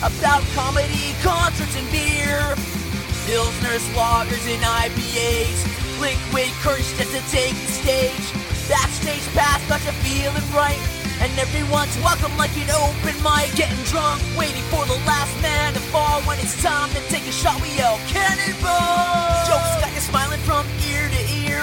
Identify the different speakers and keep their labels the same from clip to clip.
Speaker 1: topped out comedy, concerts and beer. Pilsners, lagers, and IPAs. Liquid courage just to take the stage. Backstage pass got you feeling right. And everyone's welcome like an open mic. Getting drunk, waiting for the last man to fall. When it's time to take a shot, we yell cannonball. Jokes got you smiling from ear to ear.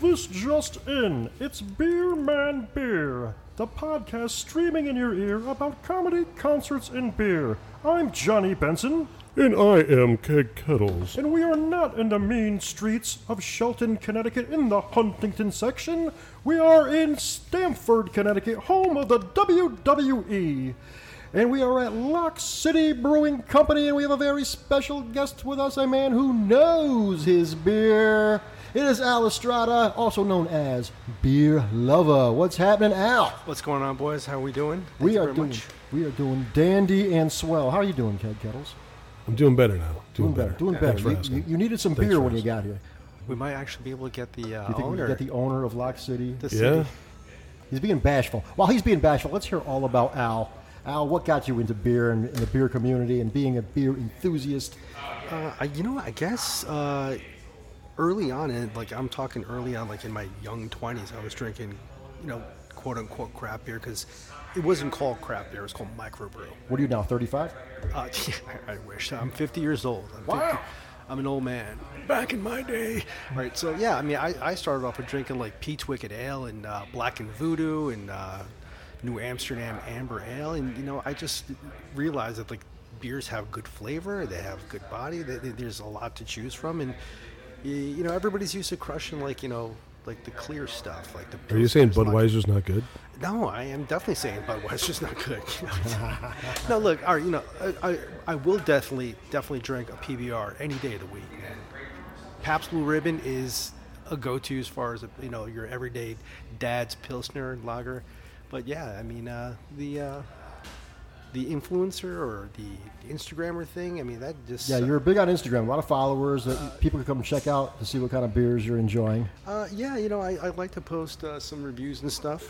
Speaker 2: This just in, it's Beer Man Beer, the podcast streaming in your ear about comedy, concerts, and beer. I'm Johnny Benson,
Speaker 3: And I am Keg Kettles.
Speaker 2: and we are not in the mean streets of Shelton, Connecticut, in the Huntington section. We are in Stamford, Connecticut, home of the E. WWE. And we are at Lock City Brewing Company, and we have a very special guest with us, a man who knows his beer. It is Al Estrada, also known as Beer Lover. What's happening, Al?
Speaker 4: What's going on, boys? How are we doing? Thank
Speaker 2: we
Speaker 4: you
Speaker 2: are
Speaker 4: very
Speaker 2: doing
Speaker 4: much.
Speaker 2: we are doing dandy and swell. How are you doing, Ked Kettles?
Speaker 3: I'm doing better now.
Speaker 2: Doing better, doing
Speaker 3: Thanks
Speaker 2: better.
Speaker 3: for
Speaker 2: You,
Speaker 3: asking.
Speaker 2: you- you needed some
Speaker 3: Thanks
Speaker 2: beer
Speaker 3: for
Speaker 2: when you
Speaker 3: asking.
Speaker 2: got here.
Speaker 4: We might actually be able to get the uh,
Speaker 2: You think we
Speaker 4: owner.
Speaker 2: can get the owner of Lock City?
Speaker 4: the city.
Speaker 3: Yeah.
Speaker 2: He's being bashful. While he's being bashful, let's hear all about Al. Al, what got you into beer and, and the beer community and being a beer enthusiast?
Speaker 4: Uh, I- you know, what? I guess uh, early on, in, like I'm talking early on, like in my young 20s, I was drinking, you know, quote unquote crap beer because it wasn't called crap beer; it was called microbrew.
Speaker 2: What are you now, 35?
Speaker 4: Uh, I, I wish. I'm 50 years old. I'm 50 I'm an old man. Back in my day. All right. So yeah, I mean, I, I started off with drinking like Pete's Wicked Ale and uh, Black and Voodoo and uh, New Amsterdam Amber Ale, and you know, I just realized that like beers have good flavor, they have good body, they, they- there's a lot to choose from, and y- you know, everybody's used to crushing like you know. Like the clear stuff, like the.
Speaker 3: Are you saying
Speaker 4: Pilsners, Lagers.
Speaker 3: Budweiser's not good?
Speaker 4: No, I am definitely saying Budweiser's not good. you know. no, look, all right, you know, I, I, I will definitely definitely drink a PBR any day of the week. Man. Pabst Blue Ribbon is a go-to as far as you know your everyday dad's pilsner and lager, but yeah, I mean uh, the uh, the influencer or the Instagrammer thing. I mean that just
Speaker 2: Yeah, you're big on Instagram, a lot of followers that people can come check out to see what kind of beers you're enjoying.
Speaker 4: Uh, yeah, you know, I, I like to post uh, some reviews and stuff.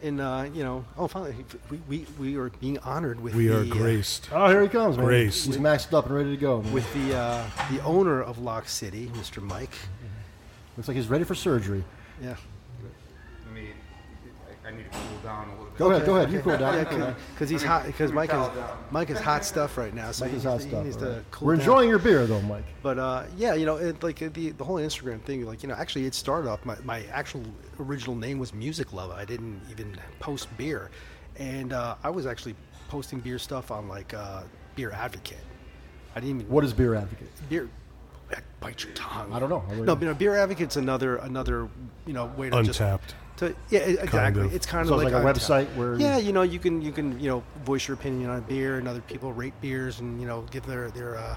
Speaker 4: And, uh, you know, oh, finally, we, we, we are being honored with
Speaker 3: We
Speaker 4: the,
Speaker 3: are
Speaker 4: uh,
Speaker 3: graced.
Speaker 2: Oh, here he comes, man.
Speaker 3: Grace.
Speaker 2: He's maxed up and ready to go. man.
Speaker 4: with the, uh, the owner of Lock City, Mr. Mike.
Speaker 2: Looks like he's ready for surgery.
Speaker 5: Let
Speaker 4: Yeah.
Speaker 5: me, I I need to cool down a little bit.
Speaker 2: Go ahead, go ahead. You cool down. you cool down.
Speaker 4: Because he's hot. Because Mike is
Speaker 5: towel down.
Speaker 4: Mike is hot stuff right now. So
Speaker 2: Mike
Speaker 4: he
Speaker 2: is hot
Speaker 4: needs to- he
Speaker 2: stuff.
Speaker 4: needs
Speaker 2: all
Speaker 4: to
Speaker 2: right.
Speaker 4: cool
Speaker 2: We're
Speaker 4: down.
Speaker 2: enjoying your beer, though, Mike.
Speaker 4: But uh, yeah, you know, it, like the the whole Instagram thing, like you know, actually it started off. My, my actual original name was Music Lover. I didn't even post beer, and uh, I was actually posting beer stuff on like uh, Beer Advocate. I didn't even
Speaker 2: What is Beer Advocate?
Speaker 4: beer. Bite your tongue.
Speaker 2: I don't know. I really
Speaker 4: No,
Speaker 2: don't-
Speaker 4: you know, Beer Advocate's another another you know way to
Speaker 3: Untapped.
Speaker 4: Just, to, yeah, e- exactly.
Speaker 3: of.
Speaker 4: It's kind
Speaker 2: So
Speaker 4: of
Speaker 2: it's
Speaker 4: like,
Speaker 2: like a
Speaker 4: Untappd.
Speaker 2: website where-
Speaker 4: yeah, you know, you can you can you know voice your opinion on beer, and other people rate beers, and you know give their their uh,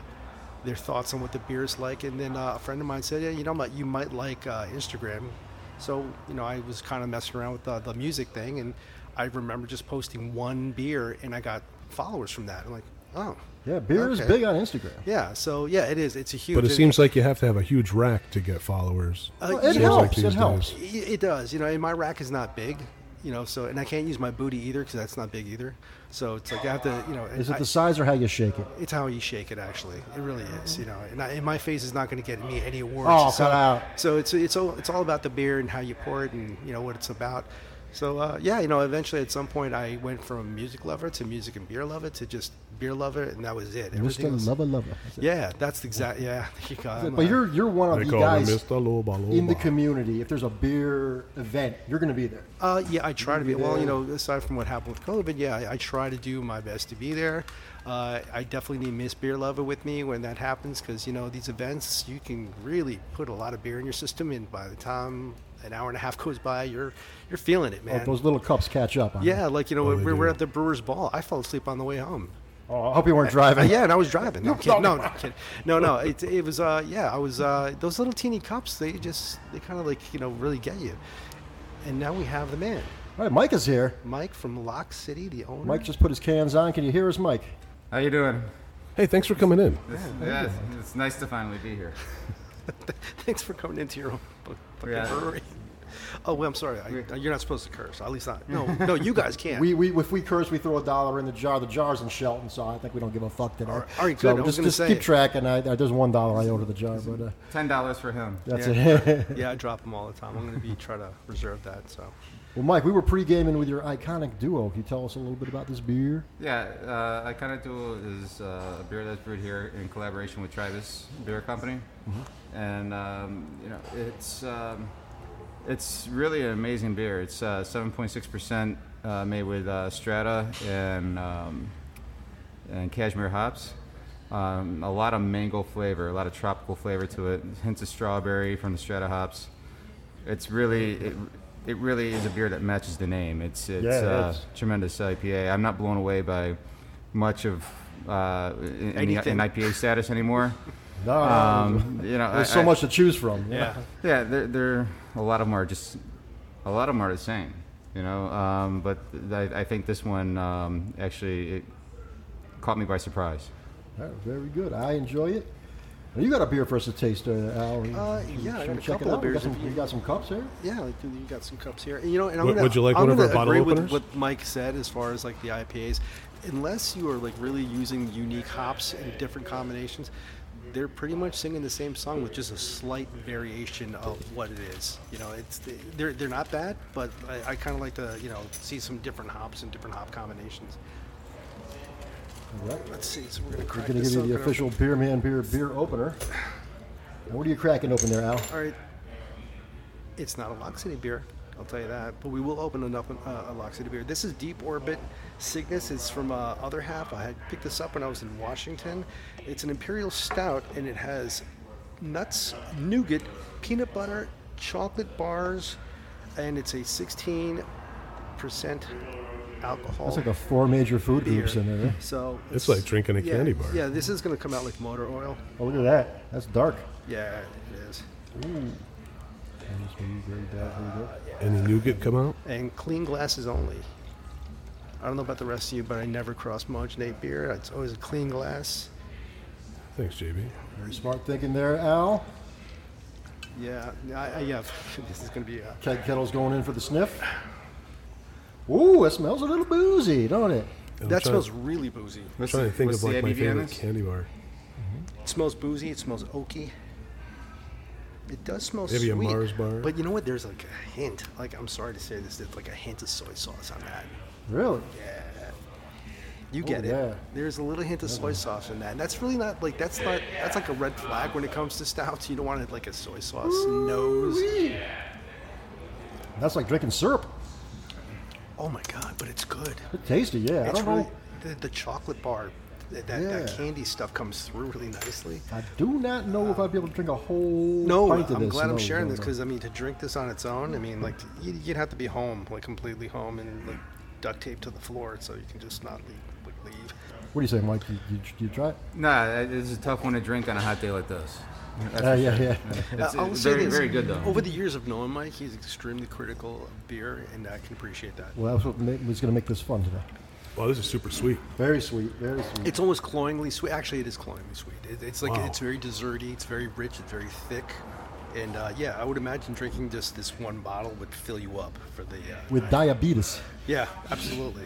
Speaker 4: their thoughts on what the beer is like. And then uh, a friend of mine said, yeah, you know, what, you might like uh, Instagram. So you know, I was kind of messing around with the, the music thing, and I remember just posting one beer, and I got followers from that. I'm like, oh,
Speaker 2: Yeah, beer is
Speaker 4: okay. Uh,
Speaker 2: big on Instagram.
Speaker 4: Yeah, so yeah, it is. It's a huge.
Speaker 3: But it
Speaker 4: and-
Speaker 3: seems like you have to have a huge rack to get followers.
Speaker 4: Uh,
Speaker 2: Well, it
Speaker 4: you know,
Speaker 2: helps.
Speaker 3: these
Speaker 2: It helps.
Speaker 3: days.
Speaker 4: Y- It does, you know. And my rack is not big, you know. So, and I can't use my booty either because that's not big either. So it's like I have to, you know.
Speaker 2: Is it
Speaker 4: I-
Speaker 2: the size or how you shake it?
Speaker 4: it's how you shake it, actually. It really is, you know. And, I, and my face is not going to get me any awards.
Speaker 2: Oh,
Speaker 4: so,
Speaker 2: cut out.
Speaker 4: So it's it's all it's all about the beer and how you pour it and you know what it's about. So uh, yeah, you know, eventually at some point I went from a music lover to music and beer lover to just beer lover, and that was it. Everything
Speaker 2: Mr.
Speaker 4: was-
Speaker 2: Lover Lover. That's it.
Speaker 4: Yeah, that's the exact. Yeah, you uh, got it.
Speaker 2: But you're you're one of
Speaker 3: They
Speaker 2: the
Speaker 3: call him
Speaker 2: guys
Speaker 3: Mr. Loba Loba.
Speaker 2: in the community. If there's a beer event, you're going to be there.
Speaker 4: Uh, yeah, I try to be. Well, you know, aside from what happened with COVID, yeah, I, I try to do my best to be there. Uh, I definitely need Miss Beer Lover with me when that happens because, you know, these events, you can really put a lot of beer in your system, and by the time an hour and a half goes by, you're you're feeling it, man.
Speaker 2: Those little cups catch up. On you.
Speaker 4: yeah, like, you know,
Speaker 3: they
Speaker 4: we were
Speaker 3: do.
Speaker 4: at the Brewers Ball. I fell asleep on the way home. Uh,
Speaker 2: Oh, I hope you weren't driving.
Speaker 4: yeah, and I was driving. No, I'm kidding. no, no, I'm kidding. no, no. It, it was, uh, yeah, I was. Uh, those little teeny cups, they just, they kind of like, you know, really get you. And now we have the man,
Speaker 2: All right, Mike is here.
Speaker 4: Mike from Lock City, the owner.
Speaker 2: Mike just put his cans on. Can you hear us, Mike?
Speaker 5: How you doing?
Speaker 3: Hey, thanks for coming in.
Speaker 5: This, yeah, it's, it's nice to finally be here.
Speaker 4: Thanks for coming into your own bu- fucking
Speaker 5: Yeah.
Speaker 4: brewery. Oh, well, I'm sorry. I, you're not supposed to curse. At least not. No, no, you guys can.
Speaker 2: We, we if we curse, we throw a dollar in the jar. The jar's in Shelton, so I think we don't give a fuck today.
Speaker 4: right, all right,
Speaker 2: so
Speaker 4: good. I was
Speaker 2: just,
Speaker 4: gonna
Speaker 2: just
Speaker 4: say-
Speaker 2: keep track, and I, I, there's one dollar I owe to the jar, but uh,
Speaker 5: Ten dollars for him.
Speaker 2: that's it.
Speaker 4: yeah, I drop them all the time. I'm going to be try to reserve that. So,
Speaker 2: well, Mike, we were pre-gaming with your iconic duo. Can you tell us a little bit about this beer?
Speaker 5: Yeah, uh, I kind of do is uh, a beer that's brewed here in collaboration with Travis Beer Company,
Speaker 2: Mm-hmm.
Speaker 5: and um, you know it's um, it's really an amazing beer. It's uh, 7.6 percent uh, made with uh, Strata and um, and cashmere hops. Um, a lot of mango flavor, a lot of tropical flavor to it. Hints of strawberry from the Strata hops. It's really it, it really is a beer that matches the name. It's it's
Speaker 2: Yeah, it
Speaker 5: uh,
Speaker 2: is.
Speaker 5: tremendous IPA. I'm not blown away by much of uh, in, in, the,
Speaker 4: Anything.
Speaker 5: in IPA status anymore.
Speaker 2: No, no,
Speaker 5: Um, you know,
Speaker 2: there's
Speaker 5: I-
Speaker 2: so
Speaker 5: I-
Speaker 2: much to choose from.
Speaker 4: yeah.
Speaker 5: yeah, they're, they're a lot of them are just a lot of them are the same, you know. Um, but th- I, I think this one um, actually it caught me by surprise.
Speaker 2: All right, Oh, very good. I enjoy it. Now, you got a beer for us to taste, uh, Al?
Speaker 4: Uh,
Speaker 2: Should we-
Speaker 4: yeah, I
Speaker 2: should we check
Speaker 4: got a
Speaker 2: it
Speaker 4: couple of
Speaker 2: out? We got
Speaker 4: beers
Speaker 2: some-
Speaker 4: if
Speaker 2: You
Speaker 4: you-
Speaker 2: got some cups here.
Speaker 4: Yeah, like, you got some cups here. And, you know, and I'm
Speaker 3: Would-
Speaker 4: gonna,
Speaker 3: would you like
Speaker 4: I'm
Speaker 3: one of our
Speaker 4: gonna
Speaker 3: bottle
Speaker 4: agree
Speaker 3: openers?
Speaker 4: With what Mike said as far as like the IPAs, unless you are like really using unique hops and different combinations, they're pretty much singing the same song with just a slight variation of what it is. You know, it's they're they're not bad, but I, I kind of like to you know see some different hops and different hop combinations.
Speaker 2: All right.
Speaker 4: Let's see. So we're gonna
Speaker 2: We're
Speaker 4: crack
Speaker 2: going to
Speaker 4: this
Speaker 2: give you the
Speaker 4: open.
Speaker 2: official Beer Man Beer beer opener. Now, what are you cracking open there, Al?
Speaker 4: All right. It's not a Lock City beer, I'll tell you that. But we will open it up uh, a Lock City beer. This is Deep Orbit Cygnus. It's from uh, Other Half. I had picked this up when I was in Washington. It's an Imperial Stout, and it has nuts, nougat, peanut butter, chocolate bars, and it's a 16% alcohol.
Speaker 2: That's like a four major food groups
Speaker 4: beer.
Speaker 2: in there. eh?
Speaker 4: So
Speaker 3: It's like drinking a
Speaker 4: yeah,
Speaker 3: candy bar.
Speaker 4: Yeah, this is going to come out like motor oil.
Speaker 2: Oh, look at that. That's dark.
Speaker 4: Yeah, it is.
Speaker 3: Any nougat come out?
Speaker 4: and clean glasses only. I don't know about the rest of you, but I never cross homogenate beer. It's always a clean glass.
Speaker 3: Thanks, JB.
Speaker 2: Very smart thinking there, Al.
Speaker 4: Yeah, I, I, yeah. This is gonna be. uh, A,
Speaker 2: Keg Kettle's going in for the sniff. Ooh, it smells a little boozy, don't it?
Speaker 3: I'm
Speaker 4: that
Speaker 3: trying-
Speaker 4: smells really boozy.
Speaker 3: I'm trying to think
Speaker 5: What's
Speaker 3: of
Speaker 5: the
Speaker 3: like my
Speaker 5: ABV on
Speaker 3: favorite
Speaker 5: this?
Speaker 3: candy bar.
Speaker 4: It smells boozy. It smells oaky. It does smell
Speaker 3: Maybe a
Speaker 4: sweet.
Speaker 3: Mars bar.
Speaker 4: But you know what? There's like a hint. Like I'm sorry to say this, there's like a hint of soy sauce on that.
Speaker 2: Really?
Speaker 4: You
Speaker 2: Oh,
Speaker 4: get it.
Speaker 2: yeah.
Speaker 4: There's a little hint of soy sauce in that. And that's really not like that's not that's like a red flag when it comes to stouts. You don't want it like a soy sauce nose.
Speaker 2: That's like drinking syrup.
Speaker 4: Oh my god, but it's good.
Speaker 2: It's tasty, yeah. I
Speaker 4: It's
Speaker 2: don't
Speaker 4: really,
Speaker 2: know.
Speaker 4: the, the chocolate bar, th- that, that
Speaker 2: Yeah.
Speaker 4: candy stuff comes through really nicely.
Speaker 2: I do not know if I'd be able to drink a whole
Speaker 4: No,
Speaker 2: pint of
Speaker 4: I'm
Speaker 2: this.
Speaker 4: glad I'm
Speaker 2: No,
Speaker 4: sharing
Speaker 2: no,
Speaker 4: this
Speaker 2: no.
Speaker 4: because I mean to drink this on its own, I mean like you, you'd have to be home, like completely home, and like duct taped to the floor, so you can just not leave. Like, leave.
Speaker 2: What do you say, Mike? You, you, you try it?
Speaker 5: Nah, it's a tough one to drink on a hot day like this. That's
Speaker 2: Uh,
Speaker 5: for
Speaker 2: yeah,
Speaker 5: sure.
Speaker 2: yeah.
Speaker 5: It's,
Speaker 4: I- I will
Speaker 5: it's
Speaker 4: say
Speaker 5: very,
Speaker 4: this,
Speaker 5: very good though.
Speaker 4: Over the years of knowing Mike, he's extremely critical of beer, and I can appreciate that.
Speaker 2: Well, that's what ma- was going to make this fun today.
Speaker 3: Wow, this is super sweet.
Speaker 2: Very sweet, very sweet.
Speaker 4: It's almost cloyingly sweet. Actually, it is cloyingly sweet. It, it's like
Speaker 3: Wow.
Speaker 4: it's very desserty. It's very rich. It's very thick. And uh, yeah, I would imagine drinking just this one bottle would fill you up for the. Uh,
Speaker 2: With diabetes.
Speaker 4: yeah, absolutely.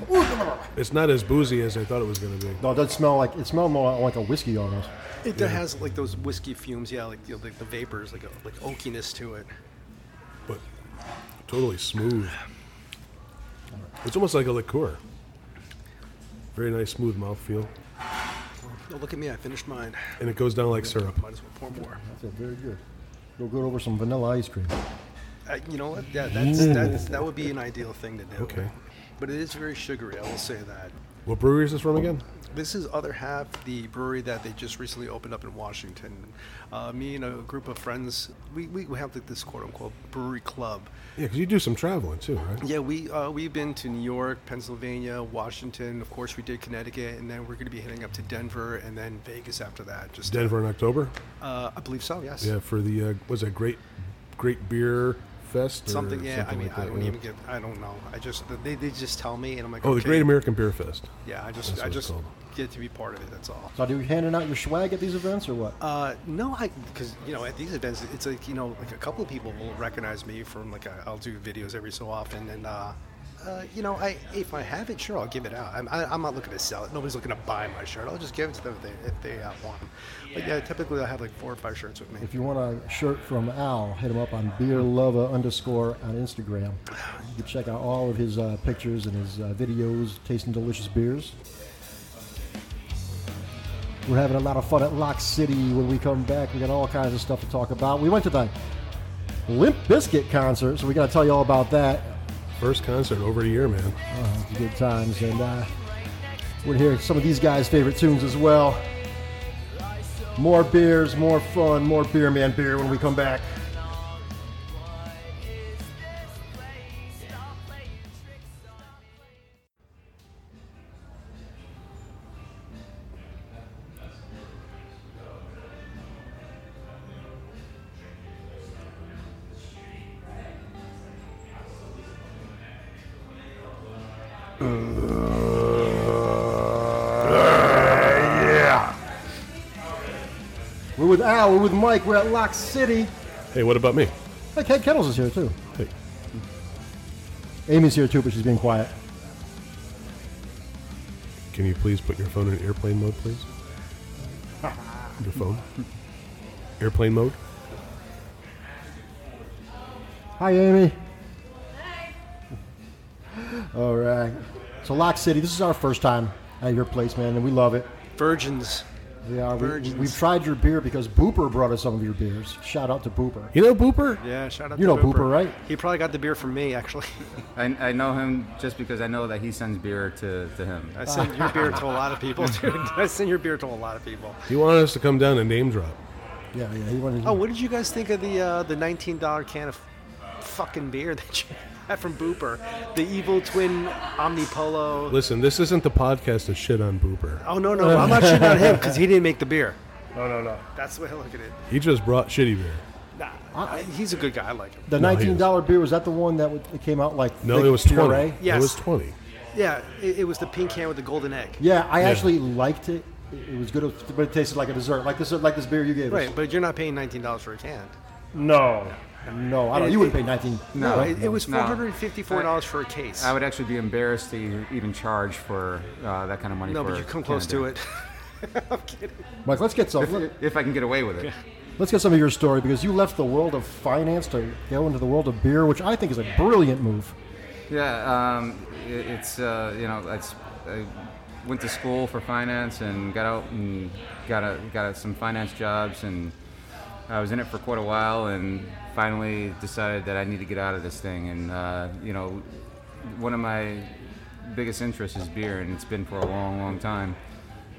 Speaker 3: It's not as boozy as I thought it was going to be.
Speaker 2: No, it does smell like it smells more like a whiskey almost.
Speaker 4: It that has like those whiskey fumes. Yeah, like you know, like the vapors, like a, like oakiness to it.
Speaker 3: but totally smooth. It's almost like a liqueur. Very nice, smooth mouthfeel,
Speaker 4: Oh, look at me! I finished mine.
Speaker 3: and it goes down like syrup.
Speaker 4: Might as well pour more.
Speaker 2: That's it, uh, very good. We'll go over some vanilla ice cream.
Speaker 4: Uh, you know what? Yeah, that's, that's that would be an ideal thing to do.
Speaker 3: Okay.
Speaker 4: But it is very sugary. I will say that.
Speaker 3: What brewery is this from again?
Speaker 4: this is other half the brewery that they just recently opened up in Washington. Uh, me and a group of friends, we, we, we have like this quote unquote brewery club.
Speaker 3: Yeah, because you do some traveling too, right?
Speaker 4: Yeah, we uh, we've been to New York, Pennsylvania, Washington. Of course, we did Connecticut, and then we're going to be heading up to Denver and then Vegas after that. Just to-
Speaker 3: Denver in October.
Speaker 4: uh, I believe so. Yes.
Speaker 3: Yeah, for the uh, was that great, great beer fest? Or
Speaker 4: Something. Yeah. I mean,
Speaker 3: like
Speaker 4: I
Speaker 3: that,
Speaker 4: don't
Speaker 3: yeah.
Speaker 4: even get. I don't know. I just they, they just tell me, and I'm like,
Speaker 3: Oh, the
Speaker 4: okay.
Speaker 3: Great American Beer Fest.
Speaker 4: Yeah, I
Speaker 3: That's
Speaker 4: just
Speaker 3: what
Speaker 4: I
Speaker 3: it's
Speaker 4: just
Speaker 3: called.
Speaker 4: get to be part of it. That's all.
Speaker 2: So, are you handing out your swag at these events or what?
Speaker 4: Uh, no, I because you know at these events it's like you know like a couple of people will recognize me from like i I'll do videos every so often and uh, uh, you know I if I have it sure I'll give it out I'm, I, I'm not looking to sell it nobody's looking to buy my shirt I'll just give it to them if they, if they uh, want 'em. but yeah typically I have like four or five shirts with me
Speaker 2: If you want a shirt from Al, hit him up on beerlova underscore on Instagram. You can check out all of his uh, pictures and his uh, videos tasting delicious beers. We're having a lot of fun at Lock City when we come back. We got all kinds of stuff to talk about. We went to the Limp Biscuit concert, so we got to tell you all about that.
Speaker 3: First concert over a year, man.
Speaker 2: Uh, good times, and uh, we're gonna hear some of these guys' favorite tunes as well. More beers, more fun, more beer man beer when we come back. We're with Al, we're with Mike, we're at Lock City.
Speaker 3: Hey, what about me?
Speaker 2: Hey, Kate Kettles is here too.
Speaker 3: Hey,
Speaker 2: Amy's here too, but she's being quiet.
Speaker 3: can you please put your phone in airplane mode, please? Your phone, airplane mode.
Speaker 2: Hi, Amy. All right. So, Lock City, this is our first time at your place, man, and we love it.
Speaker 4: virgins
Speaker 2: Yeah, we,
Speaker 4: Virgins.
Speaker 2: we've tried your beer because Booper brought us some of your beers. Shout out to Booper.
Speaker 3: You know, Booper.
Speaker 4: yeah shout out
Speaker 2: You
Speaker 4: to
Speaker 2: know Booper, right?
Speaker 4: he probably got the beer from me actually
Speaker 5: I, I know him just because I know that he sends beer to, to him.
Speaker 4: I send your beer to a lot of people dude I send your beer to a lot of people
Speaker 3: He wanted us to come down and name drop.
Speaker 2: Yeah, yeah. He wanted.
Speaker 4: Oh, what did you guys think of the uh, the nineteen dollar can of fucking beer that you had from Booper, the evil twin Omnipolo?
Speaker 3: Listen, this isn't the podcast to shit on Booper.
Speaker 4: Oh no no, I'm not shitting on him because he didn't make the beer. No no no, that's the way I look at it.
Speaker 3: He just brought shitty beer.
Speaker 4: Nah, I- he's a good guy. I like him.
Speaker 2: the
Speaker 3: No, he
Speaker 2: nineteen dollar beer was that the one that, would, that came out like
Speaker 3: No,
Speaker 2: thick
Speaker 3: it was twenty.
Speaker 2: puree?
Speaker 4: Yes.
Speaker 3: It was twenty.
Speaker 4: Yeah, it, it was the pink can with the golden egg.
Speaker 2: Yeah, I actually liked it. It it was good, but it tasted like a dessert, like this, like this beer you gave
Speaker 4: Right,
Speaker 2: us.
Speaker 4: but you're not paying nineteen dollars for a can.
Speaker 6: No.
Speaker 2: No, I don't. You wouldn't pay nineteen.
Speaker 4: No,
Speaker 2: right?
Speaker 4: it, it was four
Speaker 5: No.
Speaker 4: hundred and fifty-four dollars for a case.
Speaker 5: I would actually be embarrassed to e-, even charge for uh, that kind of money.
Speaker 4: no,
Speaker 5: for
Speaker 4: but
Speaker 5: a
Speaker 4: you
Speaker 5: can
Speaker 4: come
Speaker 5: of
Speaker 4: close to
Speaker 5: beer.
Speaker 4: it.
Speaker 2: Mike. Let's get some. let-
Speaker 5: If, if I can get away with it.
Speaker 2: Let's get some of your story because you left the world of finance to go into the world of beer, which I think is a brilliant move.
Speaker 5: Yeah, um, it, it's uh, you know, it's, I went to school for finance and got out and got a, got some finance jobs and I was in it for quite a while and finally decided that I need to get out of this thing and uh, you know, one of my biggest interests is beer and it's been for a long, long time.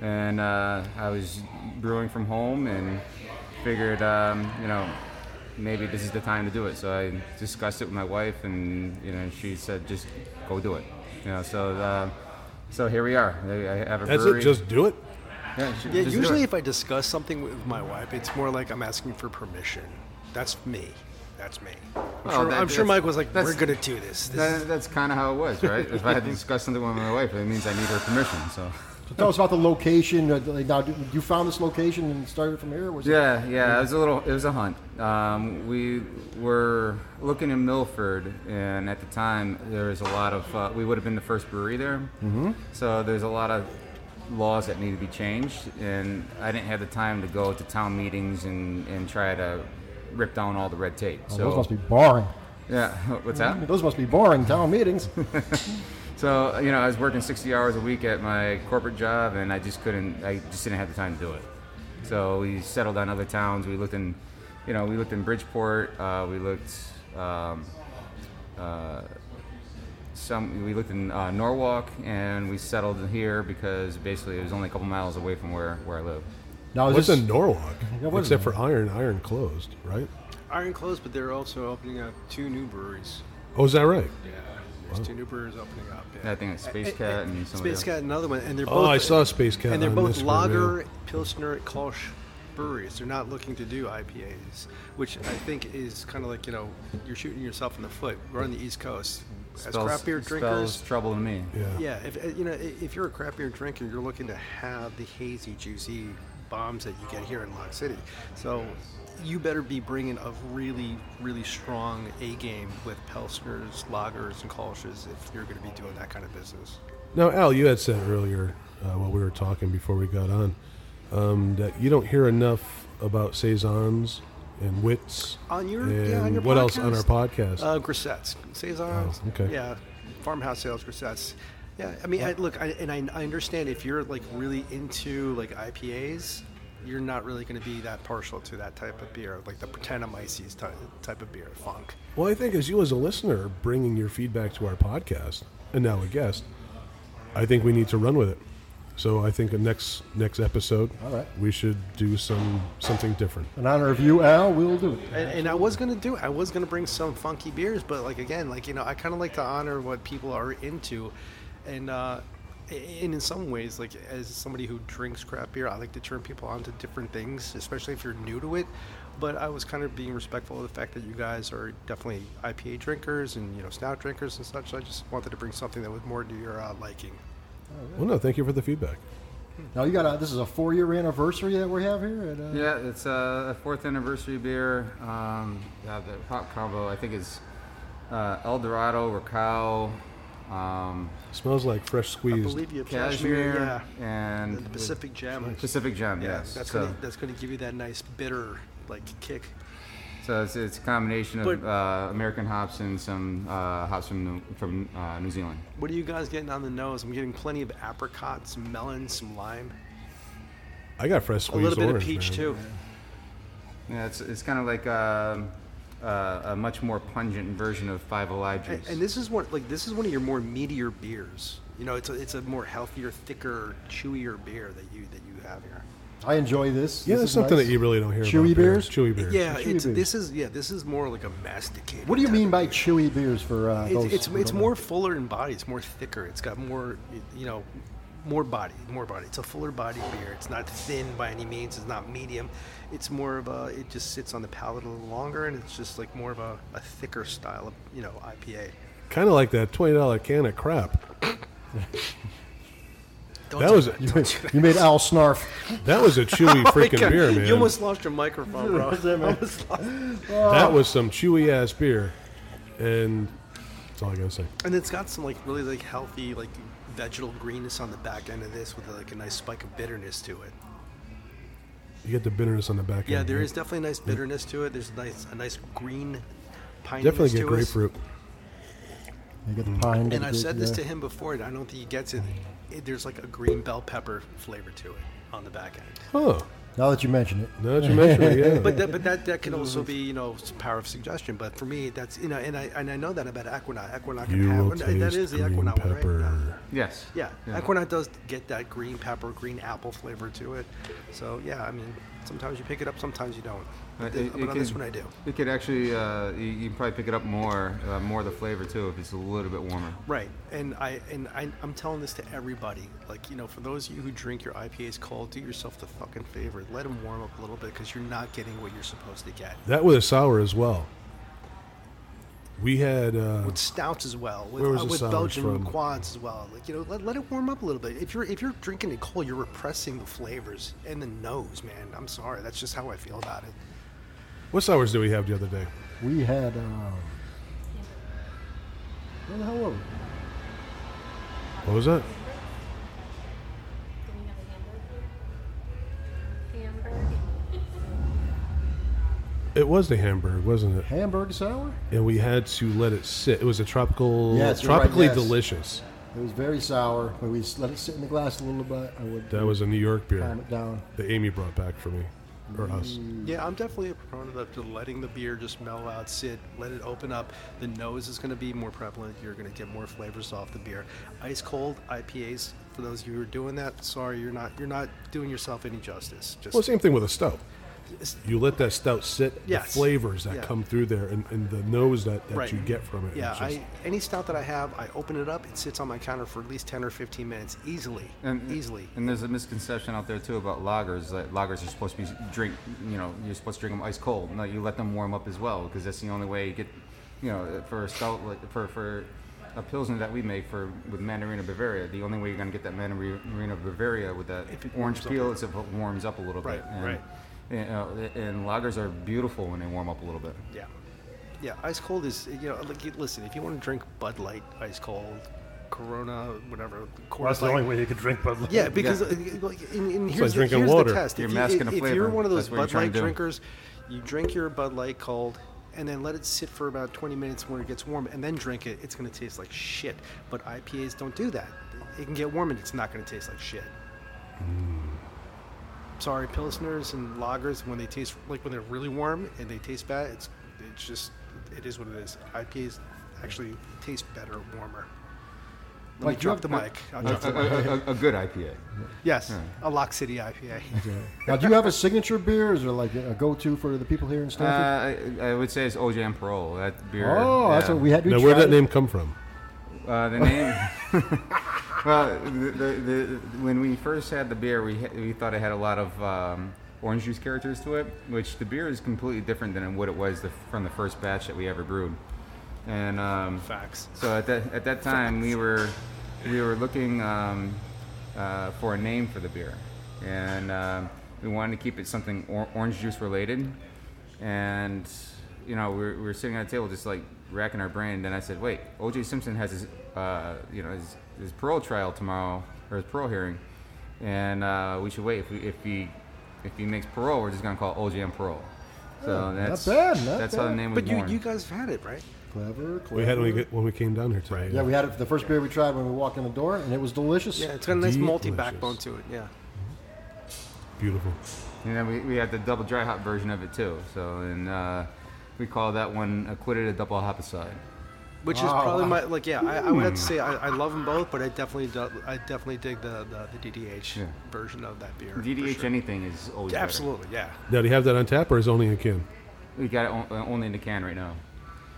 Speaker 5: And uh, I was brewing from home and figured, um, you know, maybe this is the time to do it. So I discussed it with my wife, and you know, she said, just go do it. You know, so uh, so here we are. I I have a
Speaker 3: That's
Speaker 5: brewery.
Speaker 3: it. Just do it.
Speaker 5: yeah, she-
Speaker 4: Yeah,
Speaker 5: just do
Speaker 4: usually
Speaker 5: it.
Speaker 4: if I discuss something with my wife, it's more like I'm asking for permission. That's me. That's me. I'm,
Speaker 5: Well,
Speaker 4: sure,
Speaker 5: that-
Speaker 4: I'm sure
Speaker 5: that's-
Speaker 4: Mike was like,
Speaker 5: that's-
Speaker 4: "We're gonna do this." this is-
Speaker 5: That, that's kind of how it was, right? if I had to discuss something with my wife, it means I need her permission. So.
Speaker 2: So tell us about the location. uh, the- Now, do- you found this location and started from here. or Was it-
Speaker 5: Yeah, yeah, it was a little, it was a hunt. Um, we were looking in Milford, and at the time there was a lot of, uh, we would have been the first brewery there. Mm-hmm. So there's a lot of laws that need to be changed, and I didn't have the time to go to town meetings and, and try to rip down all the red tape.
Speaker 2: Oh,
Speaker 5: so
Speaker 2: those must be boring.
Speaker 5: yeah, what's that?
Speaker 2: Those must be boring town meetings.
Speaker 5: So you know, I was working 60 hours a week at my corporate job, and I just couldn't. I just didn't have the time to do it. So we settled on other towns. We looked in, you know, we looked in Bridgeport. Uh, we looked um, uh, some we looked in uh, Norwalk and we settled here because basically it was only a couple miles away from where, where I live.
Speaker 2: Now, is
Speaker 3: What's
Speaker 2: this,
Speaker 3: in Norwalk?
Speaker 2: Yeah, what is
Speaker 3: Except for Iron. Iron closed, right?
Speaker 4: Iron closed, but they're also opening up two new breweries.
Speaker 3: Oh, is that right?
Speaker 4: Yeah, there's two new breweries opening up.
Speaker 5: And
Speaker 4: Yeah.
Speaker 5: I think it's Space Cat and some
Speaker 4: Space Cat, another one, and they're
Speaker 3: Oh,
Speaker 4: both.
Speaker 3: I saw Space Cat.
Speaker 4: and they're
Speaker 3: on
Speaker 4: both
Speaker 3: this one, yeah.
Speaker 4: lager, pilsner, Kolsch breweries. They're not looking to do IPAs, which I think is kind of like you know you're shooting yourself in the foot. We're on the East Coast as craft beer drinkers.
Speaker 5: spells trouble to me.
Speaker 3: Yeah.
Speaker 4: Yeah, if uh, you know i- if you're a craft beer drinker, you're looking to have the hazy, juicy bombs that you get here in Lock City. So you better be bringing a really, really strong A game with Pilsners, Lagers, and Kolsch's if you're going to be doing that kind of business.
Speaker 3: Now, Al, you had said earlier uh, while we were talking before we got on um, that you don't hear enough about saisons and wits
Speaker 4: On your-
Speaker 3: and
Speaker 4: yeah, on your
Speaker 3: what else on our
Speaker 4: podcast?
Speaker 3: podcast.
Speaker 4: Uh, Grissettes, saisons.
Speaker 3: Oh, okay.
Speaker 4: Yeah, farmhouse sales Grissettes. Yeah, I mean, I, look, I, and I, I understand if you're like really into like IPAs, you're not really going to be that partial to that type of beer, like the Britannomyces type type of beer, funk.
Speaker 3: Well, I think as you as a listener are bringing your feedback to our podcast and now a guest, I think we need to run with it. So I think the next next episode,
Speaker 2: All right.
Speaker 3: we should do some something different.
Speaker 2: in honor of you, Al, we'll do it.
Speaker 4: And, and I was gonna do, I was gonna bring some funky beers, but like again, like you know, I kind of like to honor what people are into, and uh, and in some ways, like as somebody who drinks crap beer, I like to turn people on to different things, especially if you're new to it. But I was kind of being respectful of the fact that you guys are definitely IPA drinkers and you know stout drinkers and such. I just wanted to bring something that was more to your uh, liking.
Speaker 3: Well, no, thank you for the feedback.
Speaker 2: Now, you got a, this is a four year anniversary that we have here. At, uh,
Speaker 5: Yeah, it's uh, a fourth anniversary beer. Um, yeah, the hop combo I think is uh, El Dorado, Raquel, um,
Speaker 3: smells like fresh
Speaker 4: I
Speaker 3: squeezed.
Speaker 4: believe you, have
Speaker 5: Cashmere,
Speaker 4: yeah,
Speaker 5: and
Speaker 4: and the Pacific Gem.
Speaker 5: Pacific Gem.
Speaker 4: Yeah,
Speaker 5: yes.
Speaker 4: that's
Speaker 5: so
Speaker 4: gonna that's gonna give you that nice bitter like kick.
Speaker 5: so it's, it's a combination of
Speaker 4: But-
Speaker 5: uh, American hops and some uh, hops from New, from uh, New Zealand.
Speaker 4: What are you guys getting on the nose? I'm getting plenty of apricots, some melon, some lime,
Speaker 3: I got fresh
Speaker 4: a
Speaker 3: squeezed
Speaker 4: little bit
Speaker 3: orange,
Speaker 4: of peach
Speaker 3: man.
Speaker 4: too.
Speaker 5: Yeah, it's, it's kind of like um, uh, a much more pungent version of Five Alive juice.
Speaker 4: And, and this is one like this is one of your more meatier beers. You know, it's a, it's a more healthier, thicker, chewier beer that you that you have here.
Speaker 2: I enjoy this.
Speaker 3: Yeah,
Speaker 2: This
Speaker 3: that's
Speaker 2: is
Speaker 3: something
Speaker 2: nice.
Speaker 3: that you really don't hear.
Speaker 2: Chewy
Speaker 3: about
Speaker 2: beers?
Speaker 3: Chewy beers.
Speaker 4: Yeah,
Speaker 2: chewy
Speaker 4: it's,
Speaker 2: beer.
Speaker 4: this is yeah this is more like a masticated.
Speaker 2: What do you
Speaker 4: type
Speaker 2: mean
Speaker 4: of
Speaker 2: by
Speaker 4: beer.
Speaker 2: chewy beers for uh, those?
Speaker 4: It's it's,
Speaker 2: who
Speaker 4: it's
Speaker 2: don't
Speaker 4: more fuller in body. It's more thicker. It's got more you know more body, more body. It's a fuller body beer. It's not thin by any means. It's not medium. It's more of a. It just sits on the palate a little longer, and it's just like more of a, a thicker style of you know IPA.
Speaker 3: Kind of like that twenty dollar can of crap.
Speaker 4: Don't
Speaker 3: That
Speaker 4: do
Speaker 3: was a,
Speaker 2: know? you made Al snarf.
Speaker 3: that was a chewy
Speaker 4: Oh my
Speaker 3: freaking
Speaker 4: God,
Speaker 3: beer, man.
Speaker 4: You almost uh, lost your microphone, bro. Almost lost-
Speaker 3: That was some chewy ass beer, and that's all I gotta say.
Speaker 4: and it's got some like really like healthy like vegetal greenness on the back end of this with like a nice spike of bitterness to it.
Speaker 3: You get the bitterness on the back
Speaker 4: Yeah,
Speaker 3: end.
Speaker 4: there
Speaker 3: right?
Speaker 4: is definitely nice bitterness to it. There's a nice, a nice green pine.
Speaker 3: definitely
Speaker 4: to
Speaker 3: get grapefruit.
Speaker 2: You get the pine.
Speaker 4: Us. And I've said this to him before, and I don't think he gets it. It- There's like a green bell pepper flavor to it on the back end.
Speaker 3: Huh?
Speaker 2: Now that you mention it,
Speaker 3: Now that you mention it, yeah.
Speaker 4: But that, but that, that can also be you know s- power of suggestion. But for me, that's you know, and I and I know that about Aquanaut. Aquanaut can
Speaker 3: you
Speaker 4: have
Speaker 3: will
Speaker 4: and
Speaker 3: taste
Speaker 4: that is the
Speaker 3: green
Speaker 4: Aquanaut one right
Speaker 3: pepper.
Speaker 4: now.
Speaker 5: yes.
Speaker 4: Yeah, Aquanaut does get that green pepper, green apple flavor to it. So yeah, I mean, sometimes you pick it up, sometimes you don't. But,
Speaker 5: it-
Speaker 4: thi-
Speaker 5: it
Speaker 4: but on this
Speaker 5: can-
Speaker 4: one, I do.
Speaker 5: It could actually, uh, you, you can probably pick it up more, uh, more of the flavor too, if it's a little bit warmer.
Speaker 4: Right, and I and I, I'm telling this to everybody. Like you know, for those of you who drink your IPAs cold, do yourself the fucking favor. Let them warm up a little bit because you're not getting what you're supposed to get.
Speaker 3: That with a sour as well. We had uh,
Speaker 4: With stouts as well, with,
Speaker 3: Where was
Speaker 4: uh,
Speaker 3: the
Speaker 4: with
Speaker 3: sours
Speaker 4: Belgian
Speaker 3: from?
Speaker 4: quads as well. Like you know, let, let it warm up a little bit. If you're if you're drinking it cold, you're repressing the flavors and the nose, man. I'm sorry, that's just how I feel about it.
Speaker 3: what sours did we have the other day?
Speaker 2: we had. Um, where the hell were we?
Speaker 3: What was that? It was the Hamburg, wasn't it?
Speaker 2: Hamburg sour.
Speaker 3: And we had to let it sit. It was a tropical,
Speaker 2: Yes, you're right,
Speaker 3: tropically
Speaker 2: yes.
Speaker 3: delicious.
Speaker 2: It was very sour, but we s- let it sit in the glass a little bit. I would
Speaker 3: That was a New York beer
Speaker 2: calm it down.
Speaker 3: that Amy brought back for me. or us.
Speaker 4: Yeah, I'm definitely a proponent of just letting the beer just mellow out, sit, let it open up. The nose is going to be more prevalent. You're going to get more flavors off the beer. Ice cold IPAs. For those of you who are doing that, sorry, you're not you're not doing yourself any justice. Just
Speaker 3: Well, same thing with a stout.
Speaker 4: it's-
Speaker 3: You let that stout sit,
Speaker 4: Yes.
Speaker 3: the flavors that
Speaker 4: Yeah.
Speaker 3: come through there and, and the nose that, that
Speaker 4: Right.
Speaker 3: you get from it.
Speaker 4: yeah,
Speaker 3: It's just-
Speaker 4: I, any stout that I have, I open it up. It sits on my counter for at least ten or fifteen minutes, easily,
Speaker 5: And uh,
Speaker 4: easily.
Speaker 5: And there's a misconception out there too about lagers. That lagers are supposed to be drink. You know, you're supposed to drink them ice cold. No, you let them warm up as well because that's the only way you get. You know, for a stout, like- for for a pilsner that we make for with Mandarina Bavaria, the only way you're gonna get that Mandarina Bavaria with that
Speaker 4: If it
Speaker 5: orange
Speaker 4: warms up a
Speaker 5: peel is if it warms up a little
Speaker 4: Right,
Speaker 5: bit. And,
Speaker 4: right.
Speaker 5: You know, and lagers are beautiful when they warm up a little bit.
Speaker 4: Yeah. Yeah, ice cold is, you know, like, you- listen, if you want to drink Bud Light ice cold, Corona, whatever. Coors
Speaker 6: Well, that's the
Speaker 4: Light-
Speaker 6: only way you could drink Bud Light.
Speaker 4: Yeah, because
Speaker 5: Yeah.
Speaker 4: uh, like, and, and here's, the,
Speaker 3: drinking
Speaker 4: here's
Speaker 3: water.
Speaker 4: the test.
Speaker 5: You're
Speaker 4: if,
Speaker 5: masking
Speaker 4: you,
Speaker 5: a
Speaker 4: if, if
Speaker 5: flavor.
Speaker 4: you're one of those
Speaker 5: That's what you're
Speaker 4: Bud
Speaker 5: trying
Speaker 4: Light
Speaker 5: to do.
Speaker 4: drinkers, you drink your Bud Light cold and then let it sit for about 20 minutes when it gets warm and then drink it. It's going to taste like shit. But IPAs don't do that. It can get warm and it's not going to taste like shit. Sorry, Pilsners and lagers, when they taste like when they're really warm and they taste bad, it's, it's just, it is what it is. IPAs actually taste better warmer. Let
Speaker 2: Like,
Speaker 4: me
Speaker 2: you have-
Speaker 4: drop the mic. I'll
Speaker 5: A,
Speaker 4: drop the mic.
Speaker 5: a- a- a good IPA.
Speaker 4: Yes, a Lock City IPA.
Speaker 2: Now, do you have a signature beer? Is there like a go-to for the people here in
Speaker 5: Uh,
Speaker 2: Stanford?
Speaker 5: I, I would say it's OJ Emperor. That beer.
Speaker 2: oh, that's
Speaker 5: yeah.
Speaker 2: what we had. We
Speaker 3: now, where
Speaker 2: tried
Speaker 3: did that
Speaker 2: it.
Speaker 3: name come from?
Speaker 5: Uh, the name. well, the, the, the, when we first had the beer, we ha- we thought it had a lot of um, orange juice characters to it, which the beer is completely different than what it was the, from the first batch that we ever brewed. And um,
Speaker 4: Facts.
Speaker 5: so at that at that time we were we were looking um, uh, for a name for the beer, and um we wanted to keep it something or- orange juice related. And you know we were, we were sitting at a table just like racking our brain. Then I said, wait, O.J. Simpson has his uh, you know his, his parole trial tomorrow or his parole hearing, and uh, we should wait if we, if he if he makes parole, we're just gonna call O.J. on parole. So that's
Speaker 2: bad, Oh, not
Speaker 5: that's how the
Speaker 2: bad.
Speaker 5: name was
Speaker 4: But you,
Speaker 5: born.
Speaker 4: you guys have had it, right?
Speaker 2: Clever, clever.
Speaker 3: We had when we, get- when we came down here today.
Speaker 2: yeah, we had it. The first beer we tried when we walked in the door, and it was delicious.
Speaker 4: Yeah, it's got a nice multi
Speaker 3: Delicious.
Speaker 4: backbone to it. Yeah.
Speaker 3: beautiful.
Speaker 5: And then we, we had the double dry hop version of it too. So and uh, we call that one acquitted a double hop aside.
Speaker 4: Which is probably my like yeah I, I would have to say I, I love them both but I definitely do, I definitely dig the the, the DDH
Speaker 5: Yeah.
Speaker 4: version of that beer. for
Speaker 5: DDH
Speaker 4: sure.
Speaker 5: anything is always better.
Speaker 4: absolutely yeah
Speaker 3: Now, do you have that on tap or is it only in can?
Speaker 5: We got it on, uh, only in the can right now.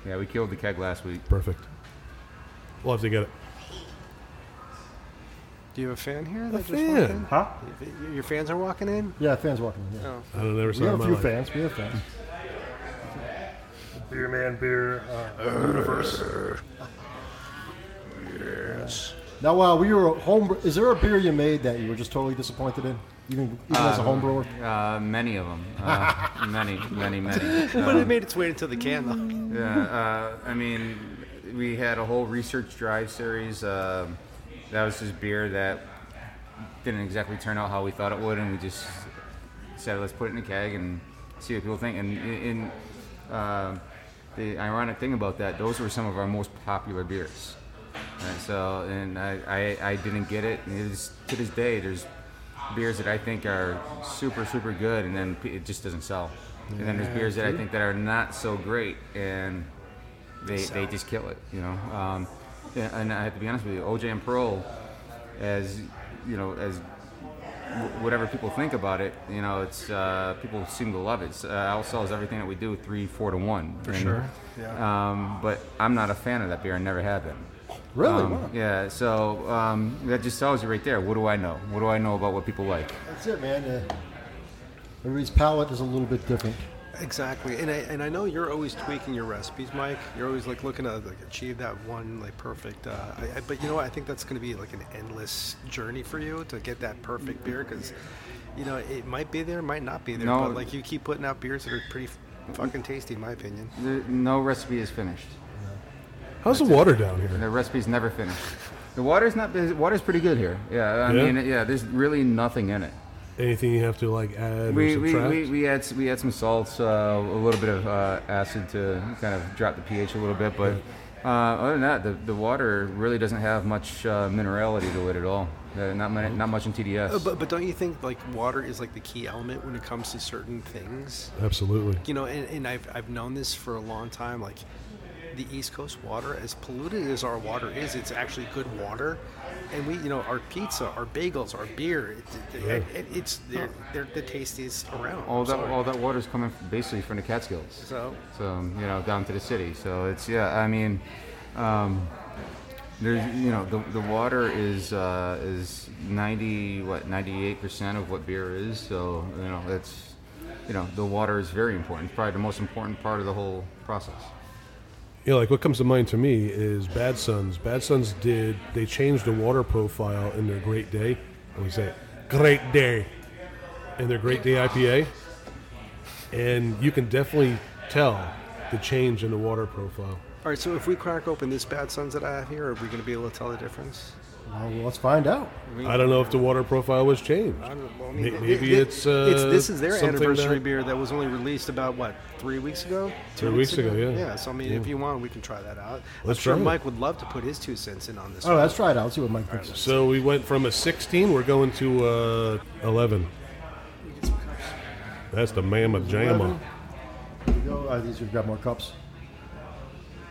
Speaker 5: Yeah, we killed the keg last week.
Speaker 3: Perfect. We'll have to get it.
Speaker 4: do you have a fan here that
Speaker 3: fan?
Speaker 4: just
Speaker 6: Huh?
Speaker 4: walked in? Y- your fans are walking in
Speaker 2: Yeah, fans walking in.
Speaker 4: Oh.
Speaker 2: Yeah.
Speaker 3: I don't never
Speaker 2: we
Speaker 3: saw it
Speaker 2: have
Speaker 3: in
Speaker 2: a
Speaker 3: my
Speaker 2: few
Speaker 3: life.
Speaker 2: fans. We have fans.
Speaker 6: Beer man, beer uh, universe.
Speaker 2: Now, uh, we were a home. Is there a beer you made that you were just totally disappointed in, even even
Speaker 4: Um,
Speaker 2: as a home brewer?
Speaker 5: Uh, many of them. Uh, many, many, many.
Speaker 4: but it made its way into the can though
Speaker 5: Yeah, uh, I mean, we had a whole research drive series. um that was just beer that didn't exactly turn out how we thought it would, and we just said, let's put it in a keg and see what people think. And in uh, the ironic thing about that, those were some of our most popular beers. And so, and I, I, I didn't get it. And it is, to this day, there's beers that I think are super, super good, and then p- it just doesn't sell. And then there's beers that I think that are not so great, and they, they just kill it, you know. Um, yeah, and I have to be honest with you, OJ and Pearl, as you know, as wh- whatever people think about it, you know, it's uh, people seem to love it. It's, uh, outsells everything that we do three, four to one. For
Speaker 4: sure, yeah.
Speaker 5: Um, but I'm not a fan of that beer. I never have been.
Speaker 2: Really?
Speaker 5: Um,
Speaker 2: Wow.
Speaker 5: Yeah. So um, that just tells you right there. What do I know? What do I know about what people like?
Speaker 2: That's it, man. Uh, everybody's palate is a little bit different.
Speaker 4: exactly and I and I know you're always tweaking your recipes Mike you're always like looking to like achieve that one like perfect uh, I, I, but you know what? I think that's going to be like an endless journey for you to get that perfect beer because you know it might be there might not be there
Speaker 5: No.
Speaker 4: but like you keep putting out beers that are pretty f- fucking tasty in my opinion.
Speaker 5: There, no recipe is finished.
Speaker 3: How's the water down here?
Speaker 5: The recipe's never finished. The water's not. The water's pretty good here. Yeah. I
Speaker 3: Yeah?
Speaker 5: mean, yeah. There's really nothing in it.
Speaker 3: Anything you have to like add
Speaker 5: We,
Speaker 3: or
Speaker 5: we,
Speaker 3: subtract?
Speaker 5: we, we had s- we had some salts, uh, a little bit of uh, acid to kind of drop the pH a little bit, but Uh, other than that, the, the water really doesn't have much uh, minerality to it at all. Uh, not mu- not much in TDS.
Speaker 4: Uh, But, but don't you think like water is like the key element when it comes to certain things?
Speaker 3: Absolutely.
Speaker 4: You know, and, and I've, I've known this for a long time. Like the East Coast water, as polluted as our water is, it's actually good water. And we, you know, our pizza, our bagels, our beer, it, it, it, it's they're, they're the tastiest around.
Speaker 5: all
Speaker 4: I'm
Speaker 5: that
Speaker 4: sorry.
Speaker 5: all that water's coming f- basically from the Catskills.
Speaker 4: So-
Speaker 5: so you know down to the city. So it's yeah. I mean, um, there's you know the, the water is uh, is ninety what ninety eight percent of what beer is. So you know it's you know the water is very important. It's probably the most important part of the whole process.
Speaker 3: Yeah, like what comes to mind to me is Bad Sons. Bad Sons did they changed the water profile in their Great Day? What do you say? Great Day. In their Great Day IPA, and you can definitely tell the change in the water profile.
Speaker 4: All right, so if we crack open this Bad Sons that I have here, are we going to be able to tell the difference?
Speaker 2: Uh, Well, let's find out.
Speaker 3: I don't know if the water profile was changed.
Speaker 4: I don't- well, I
Speaker 3: May-
Speaker 4: mean,
Speaker 3: Maybe
Speaker 4: it-
Speaker 3: it's, uh,
Speaker 4: this is their
Speaker 3: something
Speaker 4: anniversary
Speaker 3: that-
Speaker 4: beer that was only released about what three weeks ago. Two
Speaker 3: Three weeks ago, yeah.
Speaker 4: Yeah, so I mean, if
Speaker 3: Yeah.
Speaker 4: you want, we can try that out.
Speaker 3: Let's
Speaker 4: I'm sure
Speaker 3: try it.
Speaker 4: Mike would love to put his two cents in on this.
Speaker 2: Oh, let's try it out. See what Mike thinks.
Speaker 3: So we went from a 16, we're going to uh, 11. That's the mamma jamma.
Speaker 2: Here we go. Uh, these are grab more cups.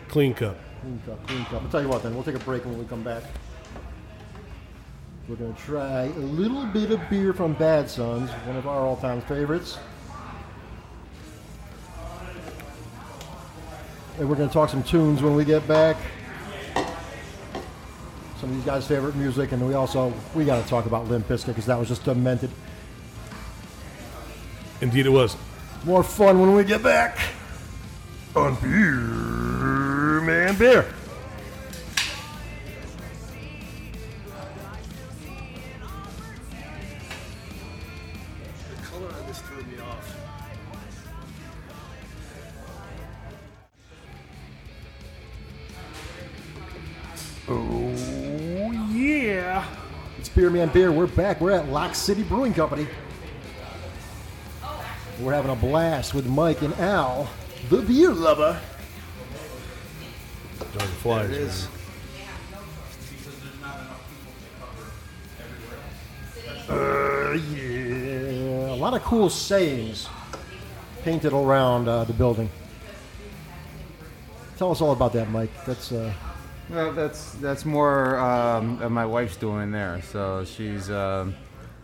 Speaker 3: Clean cup.
Speaker 2: Clean cup, clean cup. I'll tell you what then, we'll take a break and when we come back. We're gonna try a little bit of beer from Bad Sons, one of our all-time favorites. And we're gonna talk some tunes when we get back. Some of these guys' favorite music, and we also we gotta talk about Limp Bizkit because that was just demented.
Speaker 3: Indeed, it was.
Speaker 2: More fun when we get back.
Speaker 3: On beer, man, beer.
Speaker 4: The color on this threw me off.
Speaker 2: It's Beer Man Beer. We're back. We're at Lock City Brewing Company. We're having a blast with Mike and Al, the beer lover.
Speaker 3: Darn flies.
Speaker 4: It is.
Speaker 2: Yeah, a lot of cool sayings painted around uh, the building. Tell us all about that, Mike. That's uh,
Speaker 5: Well, that's that's more um, of my wife's doing there. So she's um,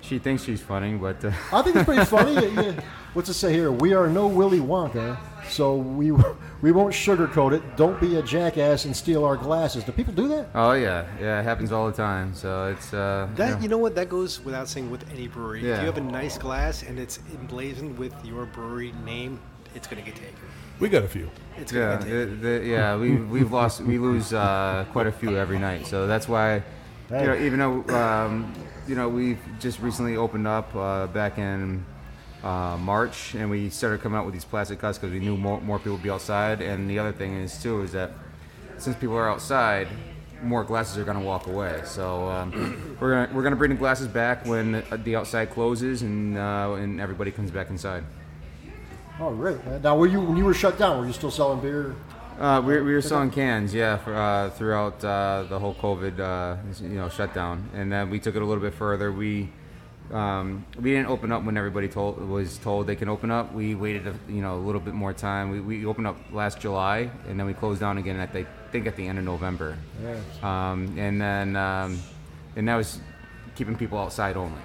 Speaker 5: she thinks she's funny, but uh,
Speaker 2: I think it's pretty funny. Yeah, yeah. What's it say here? We are no Willy Wonka, so we we won't sugarcoat it. Don't be a jackass and steal our glasses. Do people do that?
Speaker 5: oh yeah, yeah, it happens all the time. So it's uh, you know.
Speaker 4: That you know what that goes without saying with any brewery. If
Speaker 5: Yeah.
Speaker 4: you have a nice glass and it's emblazoned with your brewery name, it's going to get taken.
Speaker 3: We got a few.
Speaker 4: It's going to
Speaker 5: Yeah,
Speaker 4: get taken.
Speaker 5: the, the, yeah, we we've lost we lose uh, quite a few every night, so that's why you know
Speaker 2: Hey.
Speaker 5: even though um, you know we've just recently opened up uh, back in uh, March and we started coming out with these plastic cups because we knew more, more people would be outside, and the other thing is too is that since people are outside, more glasses are going to walk away. So um, we're gonna, we're going to bring the glasses back when uh, the outside closes and uh, and everybody comes back inside.
Speaker 2: All right. man. Now, were you when you were shut down? Were you still selling beer?
Speaker 5: Uh, we, we were selling cans, yeah, for, uh, throughout uh, the whole COVID, uh, you know, shutdown, and then we took it a little bit further. We um, we didn't open up when everybody told was told they can open up. We waited, a, you know, a little bit more time. We, we opened up last July, and then we closed down again at the, I think at the end of November. Um, and then um, and that was keeping people outside only.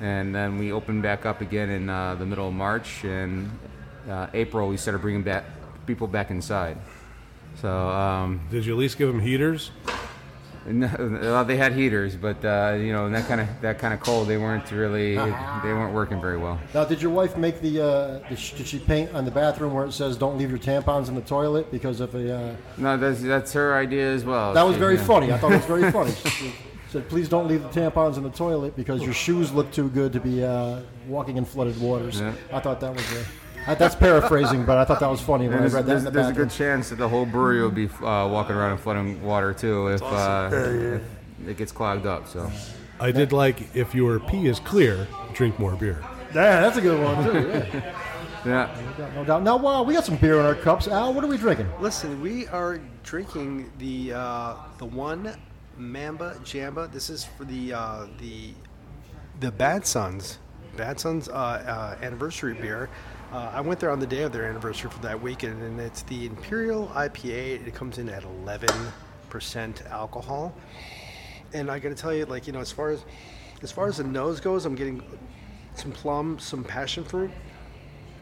Speaker 5: And then we opened back up again in uh, the middle of March and uh, April. We started bringing back people back inside. So um,
Speaker 3: Did you at least give them heaters?
Speaker 5: and, uh, they had heaters, but uh, you know that kind of that kind of cold, they weren't really they weren't working very well.
Speaker 2: Now, did your wife make the? Uh, did, she, did she paint on the bathroom where it says "Don't leave your tampons in the toilet" because if a uh,
Speaker 5: No, that's that's her idea as well.
Speaker 2: that was
Speaker 5: She-
Speaker 2: very
Speaker 5: yeah.
Speaker 2: funny. I thought it was very funny. She said, "Please don't leave the tampons in the toilet because your shoes look too good to be uh, walking in flooded waters."
Speaker 5: Yeah.
Speaker 2: I thought that was. Uh, I- that's paraphrasing, but I thought that was funny when
Speaker 5: And
Speaker 2: I
Speaker 5: there's,
Speaker 2: read that
Speaker 5: there's,
Speaker 2: in the
Speaker 5: there's a
Speaker 2: bathroom.
Speaker 5: good chance that the whole brewery will be uh, walking around in flooding water too if, uh, if it gets clogged up. So
Speaker 3: I did like if your pee is clear, drink more beer.
Speaker 2: Yeah, that's a good one too. Yeah.
Speaker 5: Yeah.
Speaker 2: No doubt. Now, wow, we got some beer in our cups. Al, what are we drinking?
Speaker 4: Listen, we are drinking the uh, the one Mamba Jamba. This is for the uh, the the Bad Sons Bad Sons uh, uh, anniversary beer. Uh, I went there on the day of their anniversary for that weekend, and it's the Imperial IPA. It comes in at eleven percent alcohol, and I got to tell you, like you know, as far as as far as the nose goes, I'm getting some plum, some passion fruit,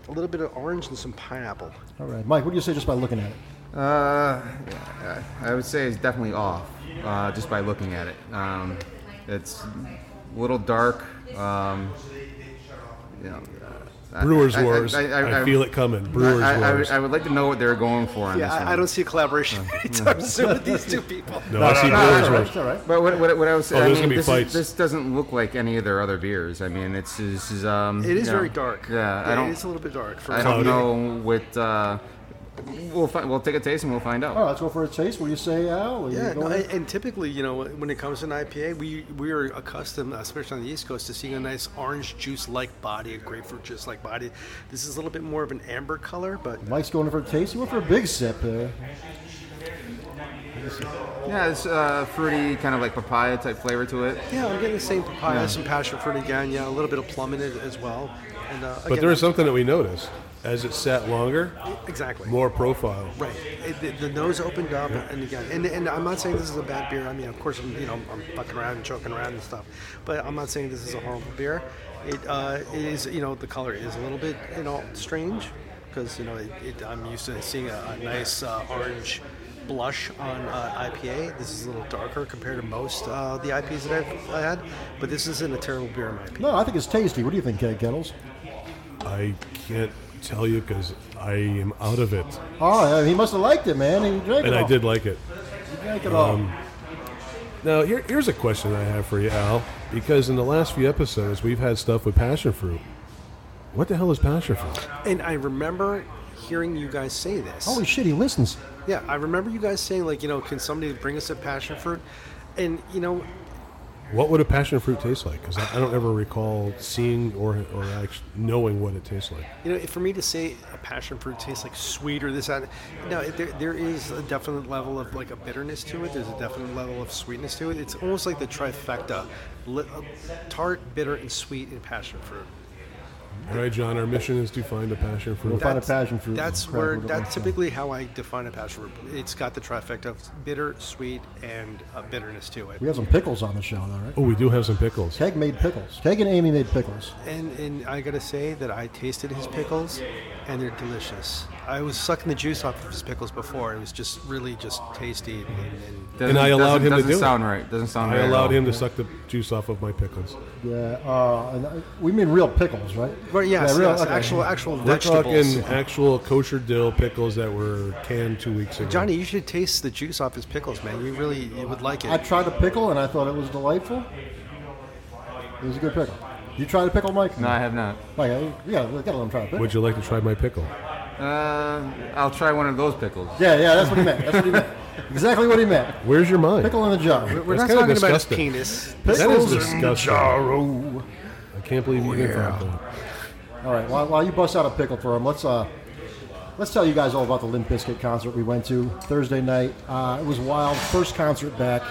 Speaker 4: a little bit of orange, and some pineapple.
Speaker 2: All right, Mike, what do you say just by looking at it?
Speaker 5: Uh, yeah, I I would say it's definitely off uh, just by looking at it. Um, it's a little dark. Um, you know, uh, I-
Speaker 3: Brewers
Speaker 5: I- I-
Speaker 3: Wars. I, feel it coming. Brewers
Speaker 5: I, I,
Speaker 3: Wars.
Speaker 5: would, I would like to know what they're going for on
Speaker 4: Yeah,
Speaker 5: this one.
Speaker 4: I, I don't see a collaboration anytime soon with these two people.
Speaker 3: Uh, no, I see
Speaker 5: no, no,
Speaker 3: Brewers
Speaker 5: no,
Speaker 3: Wars.
Speaker 2: It's all right.
Speaker 5: But what, what, what I was
Speaker 3: Oh,
Speaker 5: saying, I
Speaker 3: there's
Speaker 5: mean,
Speaker 3: gonna be
Speaker 5: this,
Speaker 3: fights.
Speaker 5: Is, this doesn't look like any of their other beers. I mean, it's, this is um.
Speaker 4: It is
Speaker 5: you know,
Speaker 4: very dark.
Speaker 5: Yeah, I
Speaker 4: It's a
Speaker 5: don't.
Speaker 4: little bit dark. For
Speaker 5: I don't know what. Uh, we'll fi- we'll take a taste and we'll find out.
Speaker 2: All right,
Speaker 4: Oh.
Speaker 2: let's go for a taste. What do you say, Al? Are you
Speaker 4: Yeah, no,
Speaker 2: going-
Speaker 4: and, and typically, you know, when it comes to an IPA, we we are accustomed, especially on the East Coast, to seeing a nice orange juice-like body, a grapefruit juice-like body. This is a little bit more of an amber color, but
Speaker 2: Mike's going in for a taste. He went for a big sip there.
Speaker 5: Yeah, it's uh, fruity, kind of like papaya type flavor to it.
Speaker 4: yeah, I'm getting the same papaya, some passion fruit again, yeah, a little bit of plum in it as well. And, uh,
Speaker 3: But there is something that we noticed as it sat longer,
Speaker 4: exactly
Speaker 3: more profile.
Speaker 4: Right. It, the, the nose opened up, and again, and, and I'm not saying this is a bad beer. I mean, of course, I'm, you know, I'm fucking around and choking around and stuff, but I'm not saying this is a horrible beer. It, uh, it is, you know, the color is a little bit, you know, strange because, you know, it, it, I'm used to seeing a, a nice uh, orange blush on uh, IPA. This is a little darker compared to most uh, the IPs that I've had, but this isn't a terrible beer in my opinion.
Speaker 2: No, I think it's tasty. What do you think, Keg Kettles?
Speaker 3: I can't tell you because I am out of it,
Speaker 2: Oh, yeah, he must have liked it, man. He drank
Speaker 3: and
Speaker 2: it
Speaker 3: I
Speaker 2: all.
Speaker 3: did Um, like it.
Speaker 2: He drank it all.
Speaker 3: Now, here, here's a question I have for you, Al, because in the last few episodes we've had stuff with passion fruit. What the hell is passion fruit?
Speaker 4: And I remember hearing you guys say this.
Speaker 2: Holy shit, he listens.
Speaker 4: Yeah, I remember you guys saying like, you know, can somebody bring us a passion fruit? And you know,
Speaker 3: What would a passion fruit taste like? Because I, I don't ever recall seeing or or actually knowing what it tastes like.
Speaker 4: you know, for me to say a passion fruit tastes like sweet or this that, no, it- there, there is a definite level of like a bitterness to it. There's a definite level of sweetness to it. It's almost like the trifecta: li- uh, tart, bitter, and sweet in passion fruit.
Speaker 3: All right, John, our mission is to find a passion fruit.
Speaker 2: Find a passion fruit
Speaker 4: That's
Speaker 2: and crack
Speaker 4: where
Speaker 2: with it
Speaker 4: that's
Speaker 2: like that.
Speaker 4: typically how I define a passion fruit. It's got the trifecta of bitter, sweet, and a bitterness to it.
Speaker 2: We have some pickles on the show, though, right?
Speaker 3: Oh, we do have some pickles.
Speaker 2: Keg made pickles. Keg and Amy made pickles.
Speaker 4: And, and I gotta say that I tasted his pickles, and they're delicious. I was sucking the juice off of his pickles before. It was just really just tasty. And, and
Speaker 5: Doesn't-
Speaker 3: I
Speaker 5: doesn't-
Speaker 3: allowed him to
Speaker 5: doesn't
Speaker 3: do it.
Speaker 5: sound right. Doesn't sound
Speaker 3: I
Speaker 5: right. at all.
Speaker 3: allowed him to suck the juice off of my pickles.
Speaker 2: Yeah, uh, and I- we mean real pickles, right?
Speaker 4: but yes,
Speaker 2: real-
Speaker 4: yes,
Speaker 2: okay.
Speaker 4: actual actual
Speaker 3: We're
Speaker 4: vegetables.
Speaker 3: talking actual kosher dill pickles that were canned two weeks ago.
Speaker 4: Johnny, you should taste the juice off his pickles, man. You really you would like
Speaker 2: I
Speaker 4: it.
Speaker 2: tried a pickle and I thought it was delightful. It was a good pickle. You tried a pickle, Mike?
Speaker 5: No, I have not.
Speaker 2: Mike, I- we gotta, we gotta let him try a pickle.
Speaker 3: would you like to try my pickle?
Speaker 5: Uh, I'll try one of those pickles.
Speaker 2: Yeah, yeah, that's what he meant. That's what he meant. exactly what he meant.
Speaker 3: Where's your mind?
Speaker 2: Pickle in the jar.
Speaker 4: We're not
Speaker 3: That's kinda
Speaker 4: talking about his
Speaker 3: disgusting.
Speaker 4: penis.
Speaker 3: That is
Speaker 2: Pickles in
Speaker 3: disgusting. I can't believe you did that.
Speaker 2: All right, while, while you bust out a pickle for him, let's uh, let's tell you guys all about the Limp Bizkit concert we went to Thursday night. Uh, it was wild. First concert back.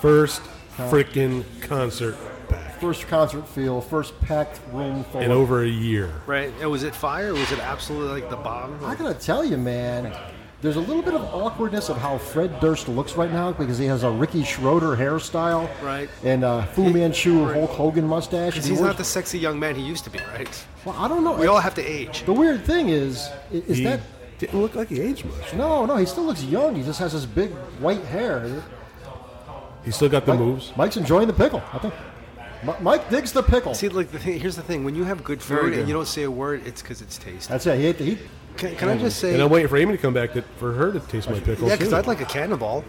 Speaker 3: First freaking concert back
Speaker 2: First concert feel. First packed room full.
Speaker 3: in
Speaker 2: of-
Speaker 3: over a year.
Speaker 4: Right? And was it fire? Or was it absolutely like the bomb?
Speaker 2: I gotta tell you, man, there's a little bit of awkwardness of how Fred Durst looks right now because he has a Ricky Schroeder hairstyle,
Speaker 4: Right.
Speaker 2: and uh, Fu Manchu Hulk Hogan mustache.
Speaker 4: Because
Speaker 2: He
Speaker 4: he's
Speaker 2: wears-
Speaker 4: not the sexy young man he used to be, right?
Speaker 2: well, I don't know.
Speaker 4: We all have to age.
Speaker 2: the weird thing is, i- is
Speaker 3: He
Speaker 2: that
Speaker 3: didn't look like he aged much.
Speaker 2: no, no, he still looks young. He just has this big white hair.
Speaker 3: He still got the
Speaker 2: Mike-
Speaker 3: moves.
Speaker 2: Mike's enjoying the pickle. I think Mi- Mike digs the pickle.
Speaker 4: See, like the thing, here's the thing: when you have good
Speaker 5: Very
Speaker 4: food and
Speaker 5: good.
Speaker 4: you don't say a word, it's because it's tasty.
Speaker 2: That's it. He ate the, he,
Speaker 4: Can, can I just say?
Speaker 3: And I'm waiting for Amy to come back to, for her to taste my pickles.
Speaker 4: Yeah, because
Speaker 3: too.
Speaker 4: I'd like a cannonball.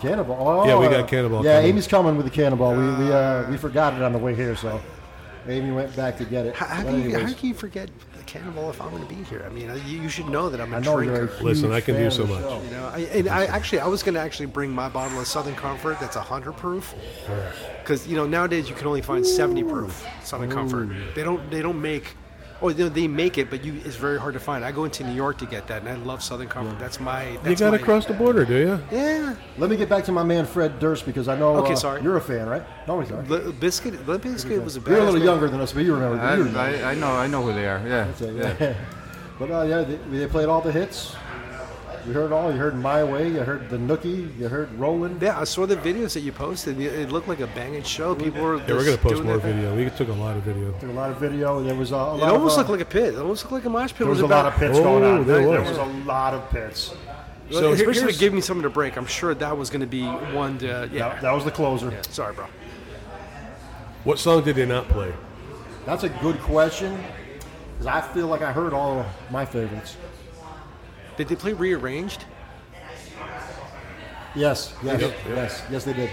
Speaker 2: cannibal. Oh,
Speaker 3: Yeah, we got cannibal
Speaker 2: Yeah,
Speaker 3: coming.
Speaker 2: Amy's coming with the cannibal. We we, uh, we forgot it on the way here, so Amy went back to get it.
Speaker 4: How, how,
Speaker 2: But
Speaker 4: can you, how
Speaker 2: anyways,
Speaker 4: can you forget the cannonball if I'm going to be here? I mean, I- you, you should know that I'm a
Speaker 2: I know
Speaker 4: drinker.
Speaker 2: you're. A
Speaker 3: Listen,
Speaker 2: huge
Speaker 3: I can do
Speaker 2: fan
Speaker 3: so
Speaker 2: of the
Speaker 3: much.
Speaker 2: show.
Speaker 4: You know, I, and I actually I was going to actually bring my bottle of Southern Comfort that's 100 proof, because you know nowadays you can only find 70 proof Southern Comfort. They don't they don't make Or they, they make it, but you it's very hard to find. I go into New York to get that, and I love Southern Comfort. That's my. That's
Speaker 3: You got
Speaker 4: my,
Speaker 3: to cross the border, do you?
Speaker 4: Yeah.
Speaker 2: Let me get back to my man Fred Durst because I know
Speaker 4: Okay,
Speaker 2: uh,
Speaker 4: sorry.
Speaker 2: you're a fan, right? No, he's not.
Speaker 4: Li- biscuit. Limp Biscuit was a bad.
Speaker 2: You're a little younger than us, but you remember.
Speaker 5: I,
Speaker 2: you remember.
Speaker 5: I, I know I know who they are. Yeah.
Speaker 2: So,
Speaker 5: yeah.
Speaker 2: yeah. but uh, yeah, they, they played all the hits. You heard all. You heard My Way. You heard The Nookie. You heard Roland.
Speaker 4: Yeah, I saw the videos that you posted. It- It looked like a banging show. People were.
Speaker 3: Yeah, we're gonna
Speaker 4: just
Speaker 3: post
Speaker 4: doing
Speaker 3: more
Speaker 4: their thing.
Speaker 3: video. We took a lot of video.
Speaker 2: A lot of video. There was uh, a lot.
Speaker 4: It
Speaker 2: of,
Speaker 4: almost looked
Speaker 2: uh,
Speaker 4: like a pit. It almost looked like a mosh pit. It
Speaker 2: there was a
Speaker 4: about-
Speaker 2: lot of pits
Speaker 3: Oh,
Speaker 2: going on.
Speaker 3: there
Speaker 2: there
Speaker 3: was.
Speaker 2: was a lot of pits.
Speaker 3: So here-
Speaker 4: especially
Speaker 3: here's-
Speaker 4: to give me something to break. I'm sure that was going to be one to. Yeah.
Speaker 2: That, that was the closer.
Speaker 4: Sorry, bro.
Speaker 3: What song did they not play?
Speaker 2: That's a good question because I feel like I heard all my favorites.
Speaker 4: Did they play rearranged?
Speaker 2: Yes, yes,
Speaker 3: Yep, yep.
Speaker 2: yes, yes. They did.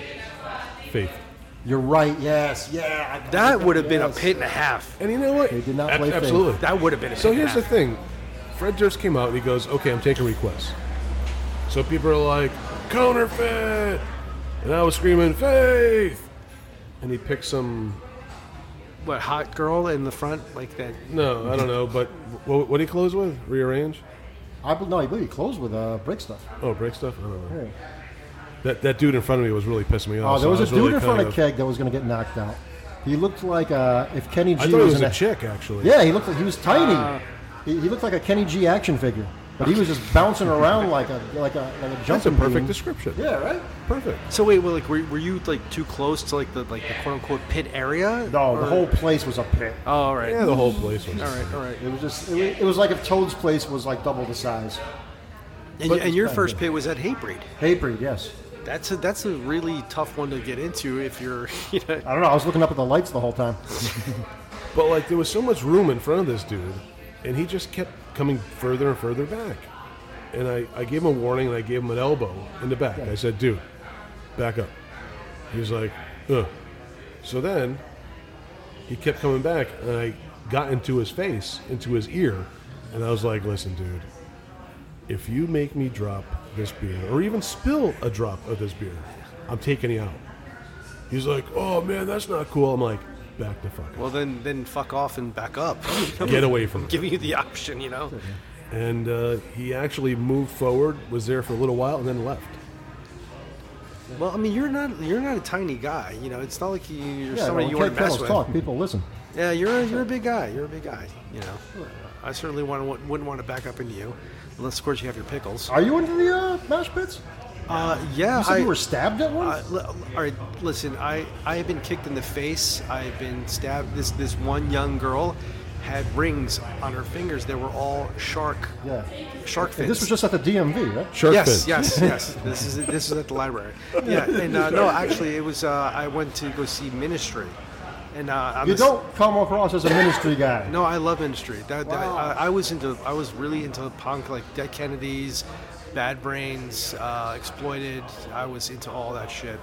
Speaker 3: Faith.
Speaker 2: You're right. Yes, yeah. I-
Speaker 4: That would have been a
Speaker 2: yes.
Speaker 4: pit and a half.
Speaker 3: And you know what?
Speaker 2: They did not play Faith.
Speaker 3: Absolutely.
Speaker 4: That would have been. A
Speaker 3: So
Speaker 4: pit
Speaker 3: here's
Speaker 4: and
Speaker 3: the
Speaker 4: a half.
Speaker 3: thing. Fred Durst came out and he goes, okay, I'm taking requests. So people are like, counterfeit! And I was screaming, faith! And he picked some,
Speaker 4: What hot girl in the front like that?
Speaker 3: no, I don't know, but what, what did he close with? Rearrange?
Speaker 2: I bel- no, I believe he closed with uh, break stuff.
Speaker 3: Oh, break stuff? I don't know. That, that dude in front of me was really pissing me
Speaker 2: Oh,
Speaker 3: off.
Speaker 2: there
Speaker 3: so
Speaker 2: was
Speaker 3: I
Speaker 2: a dude
Speaker 3: really
Speaker 2: in front
Speaker 3: kind
Speaker 2: of, Keg that was going to get knocked out. He looked like uh, if Kenny G
Speaker 3: I thought it was
Speaker 2: in
Speaker 3: a chick, actually. Uh,
Speaker 2: Yeah, he looked like he was tiny. he, he looked like a Kenny G action figure, but he was just bouncing around like a like a like a
Speaker 3: That's a
Speaker 2: jumping.
Speaker 3: perfect
Speaker 2: bean.
Speaker 3: description.
Speaker 2: Yeah, right.
Speaker 3: Perfect.
Speaker 4: So wait, well, like were, were you like too close to like the like the quote unquote pit area?
Speaker 2: No,
Speaker 4: Or-
Speaker 2: the whole place was a pit.
Speaker 4: Oh, all right.
Speaker 3: Yeah, the whole place was.
Speaker 4: All right, all right.
Speaker 2: It was just it was, it was like if Toad's place was like double the size.
Speaker 4: And, and your first pit was at Hatebreed.
Speaker 2: Hatebreed, yes.
Speaker 4: That's a that's a really tough one to get into if you're you know.
Speaker 2: I don't know. I was looking up at the lights the whole time.
Speaker 3: But like there was so much room in front of this dude, and he just kept coming further and further back. And I, I gave him a warning and I gave him an elbow in the back. I said, dude, back up. He was like, ugh. So then he kept coming back and I got into his face, into his ear, and I was like, listen, dude, if you make me drop this beer or even spill a drop of this beer, I'm taking you out. He's like, oh man, that's not cool. I'm like, back the fuck up.
Speaker 4: Well, then then fuck off and back up.
Speaker 3: Get away from it.
Speaker 4: Giving you the option, you know.
Speaker 3: And uh, he actually moved forward, was there for a little while, and then left.
Speaker 4: Well, I mean, you're not you're not a tiny guy. You know, it's not like you, you're
Speaker 2: Yeah,
Speaker 4: somebody
Speaker 2: when
Speaker 4: you want
Speaker 2: Keg
Speaker 4: to mess
Speaker 2: Kettles
Speaker 4: with.
Speaker 2: talk, people listen.
Speaker 4: Yeah, you're a, you're a big guy. You're a big guy. You know, I certainly want to, wouldn't want to back up into you, unless of course you have your pickles.
Speaker 2: Are you into the uh, mash pits?
Speaker 4: Uh, yeah,
Speaker 2: You said
Speaker 4: I-
Speaker 2: you were stabbed at one.
Speaker 4: Uh, l- all right, listen. I, I have been kicked in the face. I've been stabbed. This this one young girl had rings on her fingers. They were all shark
Speaker 2: yeah.
Speaker 4: shark fins.
Speaker 2: And this was just at the DMV, right?
Speaker 3: Shark
Speaker 4: yes,
Speaker 3: fin.
Speaker 4: yes, yes. This is this is at the library. Yeah, and uh, no, actually, it was. Uh, I went to go see Ministry, and uh, I'm
Speaker 2: You
Speaker 4: a-
Speaker 2: don't come across as a ministry guy.
Speaker 4: No, I love Ministry. That, that- uh, I, I was into. I was really into punk, like Dead Kennedys, Bad Brains, uh, Exploited. I was into all that shit.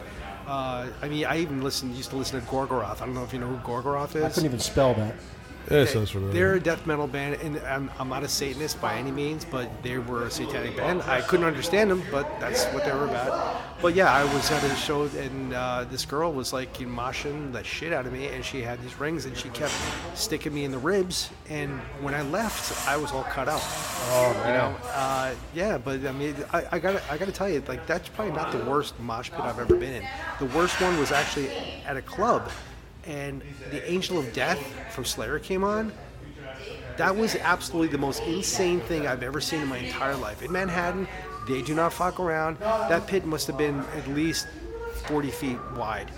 Speaker 4: Uh, I mean, I even listened. Used to listen to Gorgoroth. I don't know if you know who Gorgoroth is.
Speaker 2: I couldn't even spell that.
Speaker 3: Yeah, it sounds familiar.
Speaker 4: They're a death metal band, and I'm, I'm not a Satanist by any means, but they were a satanic band. I couldn't understand them, but that's what they were about. But yeah, I was at a show, and uh, this girl was like moshing the shit out of me, and she had these rings, and she kept sticking me in the ribs. And when I left, I was all cut up. Oh, you know, uh, yeah. But I mean, I, I gotta, I gotta tell you, like that's probably not the worst mosh pit I've ever been in. The worst one was actually at a club. And the Angel of Death from Slayer came on, that was absolutely the most insane thing I've ever seen in my entire life. In Manhattan, they do not fuck around. That pit must have been at least 40 feet wide.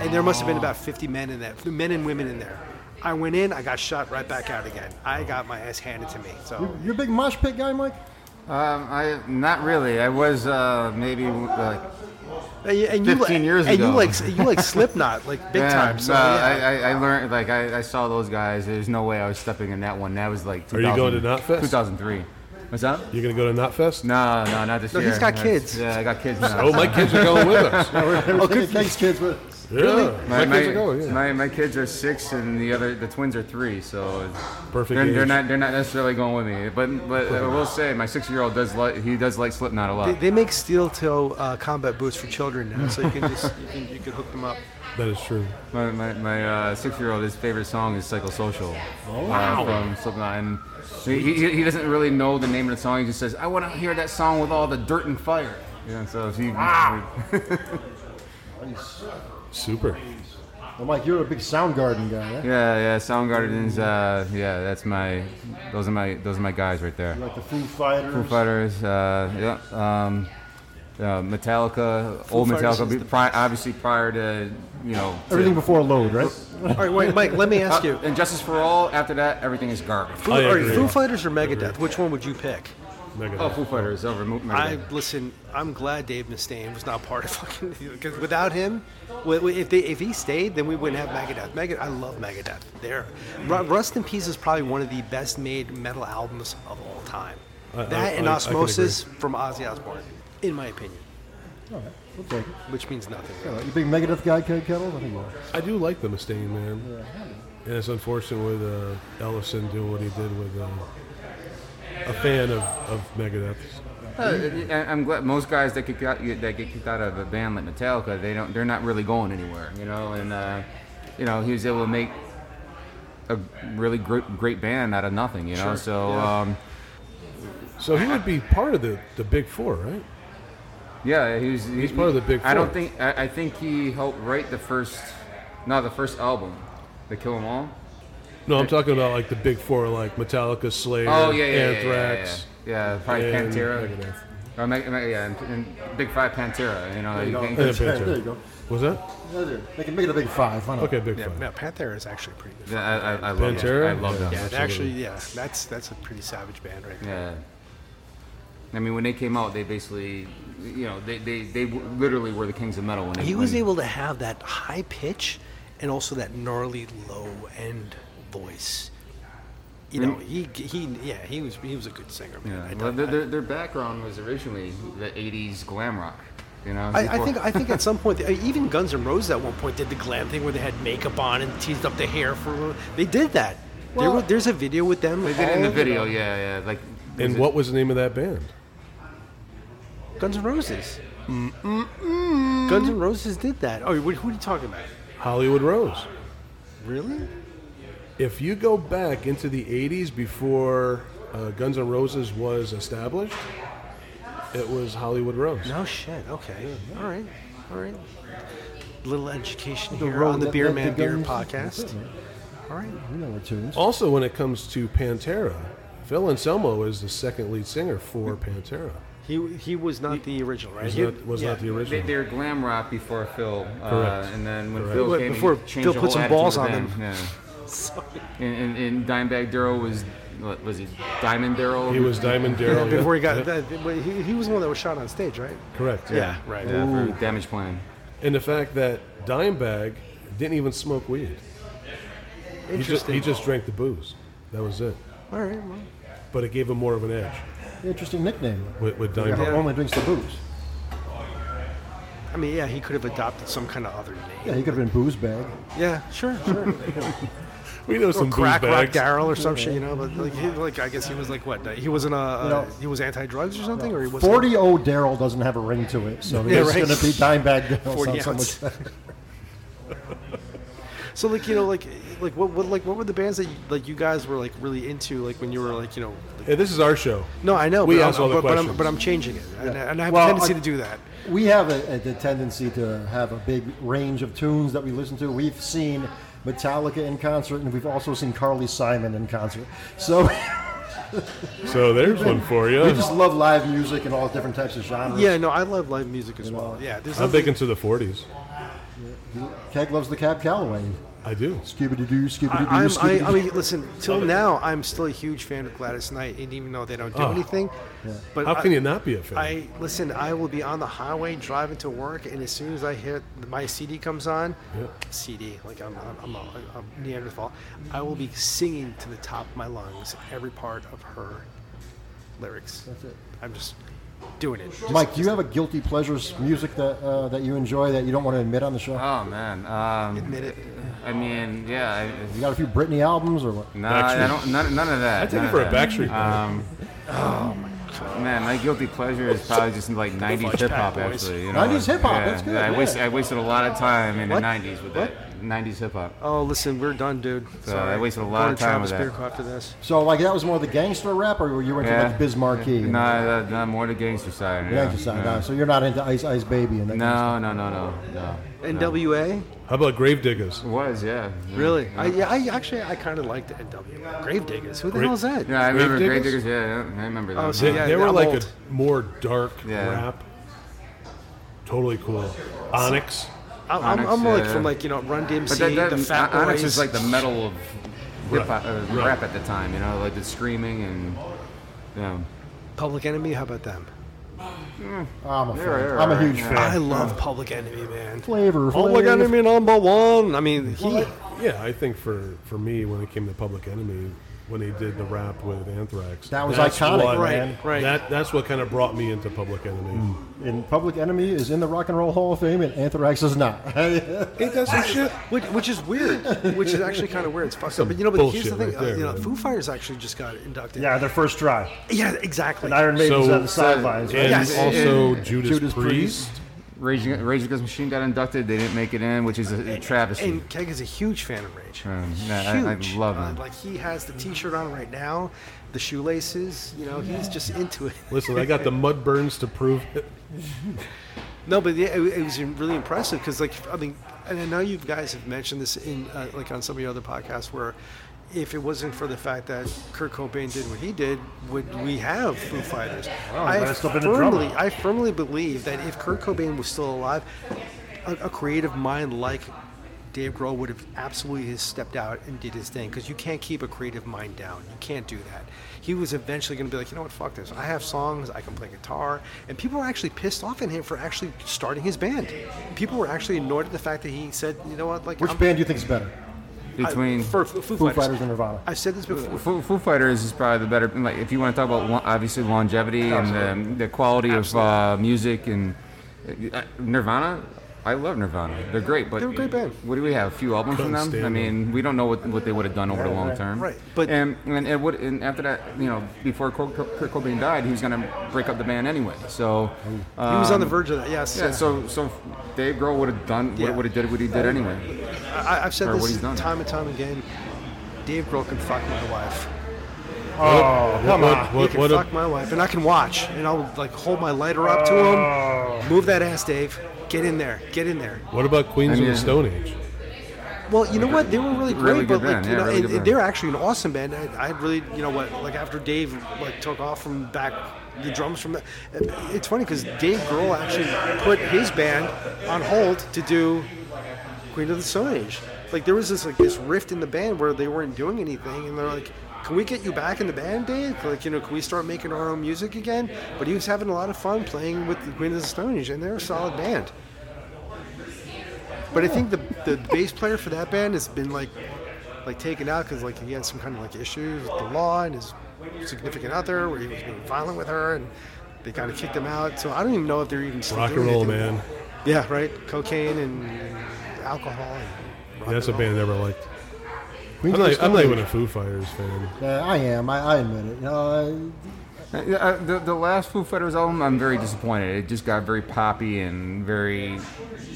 Speaker 4: And there must have been about 50 men in there, men and women in there. I went in, I got shot right back out again. I got my ass handed to me. So,
Speaker 2: You're a big mosh pit guy, Mike.
Speaker 5: Um, I not really. I was uh, maybe like
Speaker 4: and you, and you
Speaker 5: 15 years
Speaker 4: and
Speaker 5: ago.
Speaker 4: you like you like Slipknot like big
Speaker 5: Yeah,
Speaker 4: time. So
Speaker 5: uh,
Speaker 4: yeah.
Speaker 5: I, I, I learned like I, I saw those guys. There's no way I was stepping in that one. That was like
Speaker 3: Are you going to
Speaker 5: 2000
Speaker 3: Knotfest?
Speaker 5: 2003. What's up?
Speaker 3: You're going to go to Knotfest?
Speaker 5: No, no, not this
Speaker 4: No,
Speaker 5: year.
Speaker 4: he's got
Speaker 5: That's-
Speaker 4: kids.
Speaker 5: Yeah, I got kids now.
Speaker 3: Oh, my kids are going with us.
Speaker 2: We're, we're taking Keg's kids, but
Speaker 3: Really?
Speaker 5: My,
Speaker 3: My,
Speaker 5: my,
Speaker 3: kids are going, yeah.
Speaker 5: my, my kids are six, and the other the twins are three. So
Speaker 3: Perfect
Speaker 5: They're, they're
Speaker 3: age.
Speaker 5: not they're not necessarily going with me, but but I will say my six year old does like he does like Slipknot a lot.
Speaker 4: They, they make steel toe uh, combat boots for children now, so you can just you can, you can hook them up.
Speaker 3: That is true.
Speaker 5: My, my, my uh, six-year-old, his favorite song is "Psychosocial" oh, uh, from Slipknot, and he, he, he doesn't really know the name of the song. He just says, "I want to hear that song with all the dirt and fire." Yeah, so if he,
Speaker 3: Super.
Speaker 2: Well, Mike, you're a big Soundgarden guy. Eh?
Speaker 5: yeah, yeah, Soundgarden's, uh, yeah, that's my, those are my, those are my guys right there.
Speaker 2: Like the Foo Fighters.
Speaker 5: Foo Fighters, uh, yeah, um, uh, Metallica, old
Speaker 4: Fighters
Speaker 5: Metallica,
Speaker 4: is
Speaker 5: be- pri- obviously prior to, you know, to-
Speaker 2: Everything before Load, right?
Speaker 4: All right, wait, Mike, let me
Speaker 5: Uh,
Speaker 4: ask you.
Speaker 5: and Justice for All. After that, everything is garbage.
Speaker 4: Foo,
Speaker 3: I
Speaker 4: all right,
Speaker 3: agree.
Speaker 4: Foo Fighters or Megadeth? Which one would you pick?
Speaker 3: Mega
Speaker 5: Oh, Foo Fighters over. Mo-
Speaker 4: I
Speaker 5: Megadeth.
Speaker 4: listen. I'm glad Dave Mustaine was not part of fucking because without him, wi- wi- if they if he stayed, then we wouldn't have Megadeth. Megadeth, I love Megadeth. There, Rust in Peace is probably one of the best made metal albums of all time.
Speaker 3: I-
Speaker 4: that
Speaker 3: I-
Speaker 4: and
Speaker 3: I- I can
Speaker 4: Osmosis from Ozzy Osbourne, in my opinion,
Speaker 2: We'll take it.
Speaker 4: which means nothing.
Speaker 2: All right, Uh, You big Megadeth guy, Kid Kettles? I think uh, you are.
Speaker 3: I do like the Mustaine, man. And it's unfortunate with uh, Ellison doing what he did with uh, a fan of, of Megadeth.
Speaker 5: Uh, I- I'm glad most guys that get out, that get kicked out of a band like Metallica, they don't, they're not really going anywhere, you know. And uh, you know, he was able to make a really great, great band out of nothing, you know.
Speaker 4: Sure,
Speaker 5: So
Speaker 4: yeah.
Speaker 5: yeah. Um,
Speaker 3: So he would be part of the, the Big Four, right?
Speaker 5: yeah, he was.
Speaker 3: He's part of the Big
Speaker 5: I don't
Speaker 3: Four.
Speaker 5: think. I, I think he helped write the first, no, the first album, the Kill 'Em All.
Speaker 3: No, I'm talking about like the Big Four, like Metallica, Slayer,
Speaker 5: Oh yeah, yeah, yeah,
Speaker 3: Anthrax.
Speaker 5: yeah, yeah, yeah. probably
Speaker 3: and
Speaker 5: Pantera.
Speaker 3: Megadeth.
Speaker 5: Or, Meg- Meg- yeah, and, and Big Five Pantera. You know, you
Speaker 2: go.
Speaker 5: can't-
Speaker 3: And
Speaker 2: There you
Speaker 3: Pantera.
Speaker 2: go.
Speaker 3: Was that?
Speaker 2: Yeah, there. They can make it a big five. Why not?
Speaker 3: Okay, Big
Speaker 4: Yeah,
Speaker 3: Five.
Speaker 4: yeah, Pantera is actually pretty good.
Speaker 5: I, I, I love
Speaker 3: Uh, Pantera?
Speaker 5: Them. I love them.
Speaker 4: Yeah,
Speaker 3: absolutely.
Speaker 4: they actually, yeah, that's that's a pretty savage band right there.
Speaker 5: Yeah. I mean, when they came out, they basically, you know, they, they, they w- literally were the kings of metal. When they,
Speaker 4: He was
Speaker 5: when-
Speaker 4: able to have that high pitch and also that gnarly low end voice. You know, he he yeah, he was he was a good singer, man.
Speaker 5: Yeah.
Speaker 4: I,
Speaker 5: Well,
Speaker 4: don't-
Speaker 5: their, their, their background was originally the '80s glam rock. You know.
Speaker 4: I, I
Speaker 5: before-
Speaker 4: think I think at some point uh, even Guns N' Roses at one point did the glam thing where they had makeup on and teased up the hair for a little. They did that. there were, there's a video with them.
Speaker 5: they did it in the
Speaker 4: all-
Speaker 5: video. Yeah, yeah. Like.
Speaker 3: And
Speaker 5: was
Speaker 3: what was the name of that band?
Speaker 4: Guns N' Roses. Guns N' Roses did that. Oh, who, who are you talking about?
Speaker 3: Hollywood Rose.
Speaker 4: Really?
Speaker 3: If you go back into the 80s before uh, Guns N' Roses was established, it was Hollywood Rose.
Speaker 4: No shit. Okay. All right. All right. Little education
Speaker 2: The
Speaker 4: here
Speaker 2: road
Speaker 4: on the
Speaker 2: that
Speaker 4: Beer
Speaker 2: led
Speaker 4: Man
Speaker 2: to
Speaker 4: Beer
Speaker 2: Guns-
Speaker 4: podcast. All right.
Speaker 2: We know our tunes.
Speaker 3: Also, when it comes to Pantera, Phil Anselmo is the second lead singer for Pantera.
Speaker 4: He he was not the original, right?
Speaker 3: Was,
Speaker 4: He-
Speaker 3: not, was
Speaker 4: yeah.
Speaker 3: not the
Speaker 5: They,
Speaker 3: original.
Speaker 5: they were glam rock before Phil, uh,
Speaker 3: Correct.
Speaker 5: and then when
Speaker 3: Correct.
Speaker 5: Phil
Speaker 4: Wait,
Speaker 5: came,
Speaker 4: before
Speaker 5: he changed
Speaker 4: Phil
Speaker 5: the whole
Speaker 4: put some
Speaker 5: attitude
Speaker 4: balls
Speaker 5: of
Speaker 4: on
Speaker 5: the
Speaker 4: them.
Speaker 5: band, Yeah. and, and, and Dimebag Darrell was, what was he Diamond Darrell?
Speaker 3: He was Diamond Daryl. yeah.
Speaker 4: Before he got
Speaker 3: Yeah,
Speaker 4: that, he, he was the one that was shot on stage, right?
Speaker 3: Correct.
Speaker 4: Yeah, right.
Speaker 5: Yeah, for Damage Plan.
Speaker 3: And the fact that Dimebag didn't even smoke weed. He just,
Speaker 4: Interesting.
Speaker 3: he just drank the booze. That was it.
Speaker 4: All right. Well,
Speaker 3: But it gave him more of an edge
Speaker 2: Interesting nickname.
Speaker 3: with, with
Speaker 2: Yeah.
Speaker 3: Dimebag.
Speaker 2: Only drinks the booze.
Speaker 4: I mean, yeah, he could have adopted some kind of other
Speaker 2: Yeah,
Speaker 4: name.
Speaker 2: he could have been booze bag.
Speaker 4: Yeah, sure, sure.
Speaker 3: We know
Speaker 4: or
Speaker 3: some booze
Speaker 4: crack rock
Speaker 3: bags.
Speaker 4: Darrell or some shit, you know. But like, he, like I guess he was like what? He wasn't a uh,
Speaker 2: No.
Speaker 4: he was anti-drugs or something, or he was
Speaker 2: Forty O Daryl doesn't have a ring to it, so
Speaker 4: Yeah,
Speaker 2: it's
Speaker 4: right.
Speaker 2: going to be Dimebag Daryl.
Speaker 4: 40
Speaker 2: Sounds so much
Speaker 4: ounce. So like you know like like what, what like what were the bands that like you guys were like really into like when you were like you know like,
Speaker 3: Yeah, this is our show.
Speaker 4: no I know
Speaker 3: We
Speaker 4: but,
Speaker 3: ask
Speaker 4: I'm,
Speaker 3: all the
Speaker 4: but, but I'm
Speaker 3: questions.
Speaker 4: but I'm changing it and, and I have
Speaker 2: Well,
Speaker 4: a tendency
Speaker 2: I-
Speaker 4: to do that
Speaker 2: We have a, a, the tendency to have a big range of tunes that we listen to. We've seen Metallica in concert, and we've also seen Carly Simon in concert. So
Speaker 3: So there's one for you.
Speaker 2: we just love live music and all different types of genres.
Speaker 4: yeah no I love live music as well yeah there's
Speaker 3: I'm
Speaker 4: nothing-
Speaker 3: thinking to the 40s.
Speaker 2: Keg loves the Cab Calloway.
Speaker 3: I do.
Speaker 2: Scooby Doo, Scooby
Speaker 4: I, I'm,
Speaker 2: Doo, Scooby
Speaker 4: I, I
Speaker 2: Doo.
Speaker 4: mean listen till now I'm still a huge fan of Gladys Knight and even though they don't do
Speaker 3: Oh.
Speaker 4: anything but
Speaker 3: How
Speaker 4: I,
Speaker 3: can you not be a fan?
Speaker 4: I listen I will be on the highway driving to work and as soon as I hit my CD comes on
Speaker 3: Yeah.
Speaker 4: CD like I'm I'm, I'm, a, I'm a Neanderthal I will be singing to the top of my lungs every part of her lyrics.
Speaker 2: That's it.
Speaker 4: I'm just doing it. Just-
Speaker 2: Mike, do you have a guilty pleasures music that uh, that you enjoy that you don't want to admit on the show?
Speaker 5: Oh man. Um,
Speaker 4: Admit it.
Speaker 5: I mean, yeah. I,
Speaker 2: You got a few Britney albums or what?
Speaker 5: no, I don't. None, none of that.
Speaker 3: I take
Speaker 5: none
Speaker 3: it
Speaker 5: of
Speaker 3: for a
Speaker 5: that.
Speaker 3: Backstreet. Boy.
Speaker 5: Um, oh my god, man, my guilty pleasure is probably just like '90s hip hop. Actually, you know?
Speaker 2: 90s hip hop,
Speaker 5: Yeah,
Speaker 2: that's good,
Speaker 5: I,
Speaker 2: yeah.
Speaker 5: wasted, I wasted a lot of time in
Speaker 4: What?
Speaker 5: the '90s with that '90s hip hop.
Speaker 4: Oh, listen, we're done, dude.
Speaker 5: So
Speaker 4: Sorry.
Speaker 5: Uh, I wasted a lot
Speaker 4: Going
Speaker 5: of
Speaker 4: to
Speaker 5: time
Speaker 4: Travis
Speaker 5: with that.
Speaker 4: Bickle after this.
Speaker 2: So like that was more the gangster rap, or you went to like Biz Markie?
Speaker 5: No, uh, no, more the gangster side. Yeah.
Speaker 2: Gangster side,
Speaker 5: yeah.
Speaker 2: uh, so you're not into Ice Ice Baby and that. kind of
Speaker 5: No, no, no, no, no.
Speaker 4: NWA?
Speaker 3: How about Gravediggers?
Speaker 5: It was, yeah. yeah.
Speaker 4: Really?
Speaker 5: Yeah,
Speaker 4: I, yeah, I actually I kind of liked the NWA. Gravediggers. Who the
Speaker 3: Great-
Speaker 4: hell's that?
Speaker 5: Yeah, I remember Grave Diggers.
Speaker 3: Gravediggers?
Speaker 5: Yeah, yeah, I remember that.
Speaker 4: Oh, so
Speaker 3: They,
Speaker 4: yeah,
Speaker 3: they were
Speaker 4: I'm
Speaker 3: like
Speaker 4: old.
Speaker 3: a more dark
Speaker 5: Yeah.
Speaker 3: rap. Totally cool. Onyx.
Speaker 4: I'm, I'm,
Speaker 5: Onyx,
Speaker 4: I'm like
Speaker 5: yeah.
Speaker 4: from like you know Run DMC,
Speaker 5: But that, that,
Speaker 4: the Fat
Speaker 5: Onyx
Speaker 4: Boys.
Speaker 5: was like the metal of hip hop, uh,
Speaker 3: Right.
Speaker 5: rap at the time. You know, like the screaming and yeah.
Speaker 4: Public Enemy. How about them?
Speaker 2: stuff. I'm a fan.
Speaker 5: Yeah, yeah,
Speaker 2: I'm a
Speaker 5: yeah,
Speaker 2: huge
Speaker 5: yeah.
Speaker 2: fan.
Speaker 4: I love Public Enemy, man.
Speaker 2: Flavor, flavor.
Speaker 4: number one. I mean, he.
Speaker 3: Well, I- yeah, I think for, for me, when it came to Public Enemy, when they did the rap with Anthrax,
Speaker 2: That was
Speaker 3: that's
Speaker 2: iconic,
Speaker 3: what-
Speaker 2: man.
Speaker 4: Right, right.
Speaker 3: That that's what kind of brought me into Public Enemy.
Speaker 2: And Public Enemy is in the Rock and Roll Hall of Fame, and Anthrax is not.
Speaker 3: It does some shit.
Speaker 4: Which, which is weird. Which is actually kind of weird. It's fucked up.
Speaker 3: Some
Speaker 4: But you know, but here's the
Speaker 3: bullshit
Speaker 4: thing.
Speaker 3: right there,
Speaker 4: uh, you know,
Speaker 3: man.
Speaker 4: Foo Fighters actually just got inducted.
Speaker 6: Yeah, their first try.
Speaker 4: Yeah, exactly.
Speaker 6: And Iron Maiden's
Speaker 3: So-
Speaker 6: on the sidelines, right?
Speaker 3: And
Speaker 4: Yes.
Speaker 3: also Judas,
Speaker 2: Judas
Speaker 3: Priest.
Speaker 5: Rage, Rage Against the Machine got inducted. They didn't make it in, which is a, a travesty.
Speaker 4: And Keg is a huge fan of Rage.
Speaker 5: Um, yeah, I- I
Speaker 4: Huge.
Speaker 5: love
Speaker 4: Uh,
Speaker 5: him.
Speaker 4: like he has the T-shirt on right now, the shoelaces. You know, he's just into it.
Speaker 3: Listen, I got the mud burns to prove it.
Speaker 4: No, but yeah, it, it was really impressive because, like, I mean, and I know you guys have mentioned this in, uh, like, on some of your other podcasts, where if it wasn't for the fact that Kurt Cobain did what he did, would we have Foo Fighters?
Speaker 6: he
Speaker 4: I
Speaker 6: might have still been a drummer.
Speaker 4: firmly, I firmly believe that if Kurt Cobain was still alive, a, a creative mind like Dave Grohl would have absolutely has stepped out and did his thing because you can't keep a creative mind down. You can't do that. He was eventually going to be like, you know what, fuck this. I have songs, I can play guitar, and people were actually pissed off at him for actually starting his band. People were actually annoyed at the fact that he said, you know what, like
Speaker 2: Which
Speaker 4: I'm-
Speaker 2: band do you think is better?
Speaker 5: Between
Speaker 4: uh, for Foo, Foo
Speaker 2: Foo
Speaker 4: Fighters.
Speaker 2: Fighters and Nirvana.
Speaker 4: I've said this before.
Speaker 5: Foo, Foo Fighters is probably the better. Like, if you want to talk about lo- obviously longevity and the, the quality of uh, music and uh, Nirvana, I love Nirvana. They're great, but
Speaker 4: They're a great band.
Speaker 5: What do we have? A few albums
Speaker 3: Couldn't
Speaker 5: from them.
Speaker 3: stand
Speaker 5: I mean, we don't know what, what they would have done over the long term.
Speaker 4: right. But-
Speaker 5: and and, and, what, and after that, you know, before Kurt Kurt Cobain died, he was going to break up the band anyway. So
Speaker 4: he was on the verge of that. Yes.
Speaker 5: Uh, um, yeah, so so Dave Grohl would have done
Speaker 4: Yeah.
Speaker 5: would have did what he did anyway.
Speaker 4: I, I've said
Speaker 5: Or what
Speaker 4: this
Speaker 5: he's done.
Speaker 4: time and time again. Dave Grohl can fuck my wife.
Speaker 6: Oh, come
Speaker 3: What-
Speaker 6: on.
Speaker 3: what-
Speaker 4: he can
Speaker 3: what a-
Speaker 4: fuck my wife, and I can watch, and I'll like hold my lighter up to him. Move that ass, Dave. Get in there. Get in there.
Speaker 3: what about Queens
Speaker 5: And
Speaker 3: of the
Speaker 5: yeah.
Speaker 3: Stone Age?
Speaker 4: Well, you know what? They were really great,
Speaker 5: Really good
Speaker 4: but like
Speaker 5: band,
Speaker 4: you
Speaker 5: yeah,
Speaker 4: know,
Speaker 5: really
Speaker 4: and-
Speaker 5: good
Speaker 4: and
Speaker 5: band.
Speaker 4: they're actually an awesome band. I, I really, you know what? Like after Dave like took off from back the drums from the, it's funny because Dave Grohl actually put his band on hold to do Queen of the Stone Age. Like there was this like this rift in the band where they weren't doing anything, and they're like, "Can we get you back in the band, Dave? Like you know, can we start making our own music again?" But he was having a lot of fun playing with the Queen of the Stone Age, and they're a solid band. But I think the the bass player for that band has been like like taken out because like he had some kind of like issues with the law and his significant other, where he was being violent with her, and they kind of kicked him out. So I don't even know if they're even still
Speaker 3: Rock and
Speaker 4: doing
Speaker 3: roll,
Speaker 4: anything.
Speaker 3: man.
Speaker 4: Yeah, right. Cocaine and alcohol. And rock
Speaker 3: That's a
Speaker 4: and roll.
Speaker 3: band I never liked.
Speaker 2: Queens of
Speaker 3: I'm
Speaker 2: the
Speaker 3: not, I'm not
Speaker 2: Stone
Speaker 3: even
Speaker 2: Age.
Speaker 3: a Foo Fighters fan.
Speaker 2: Uh, I am. I, I admit it. You know,
Speaker 5: Uh, yeah, uh, the, the last Foo Fighters album, I'm very disappointed. It just got very poppy and very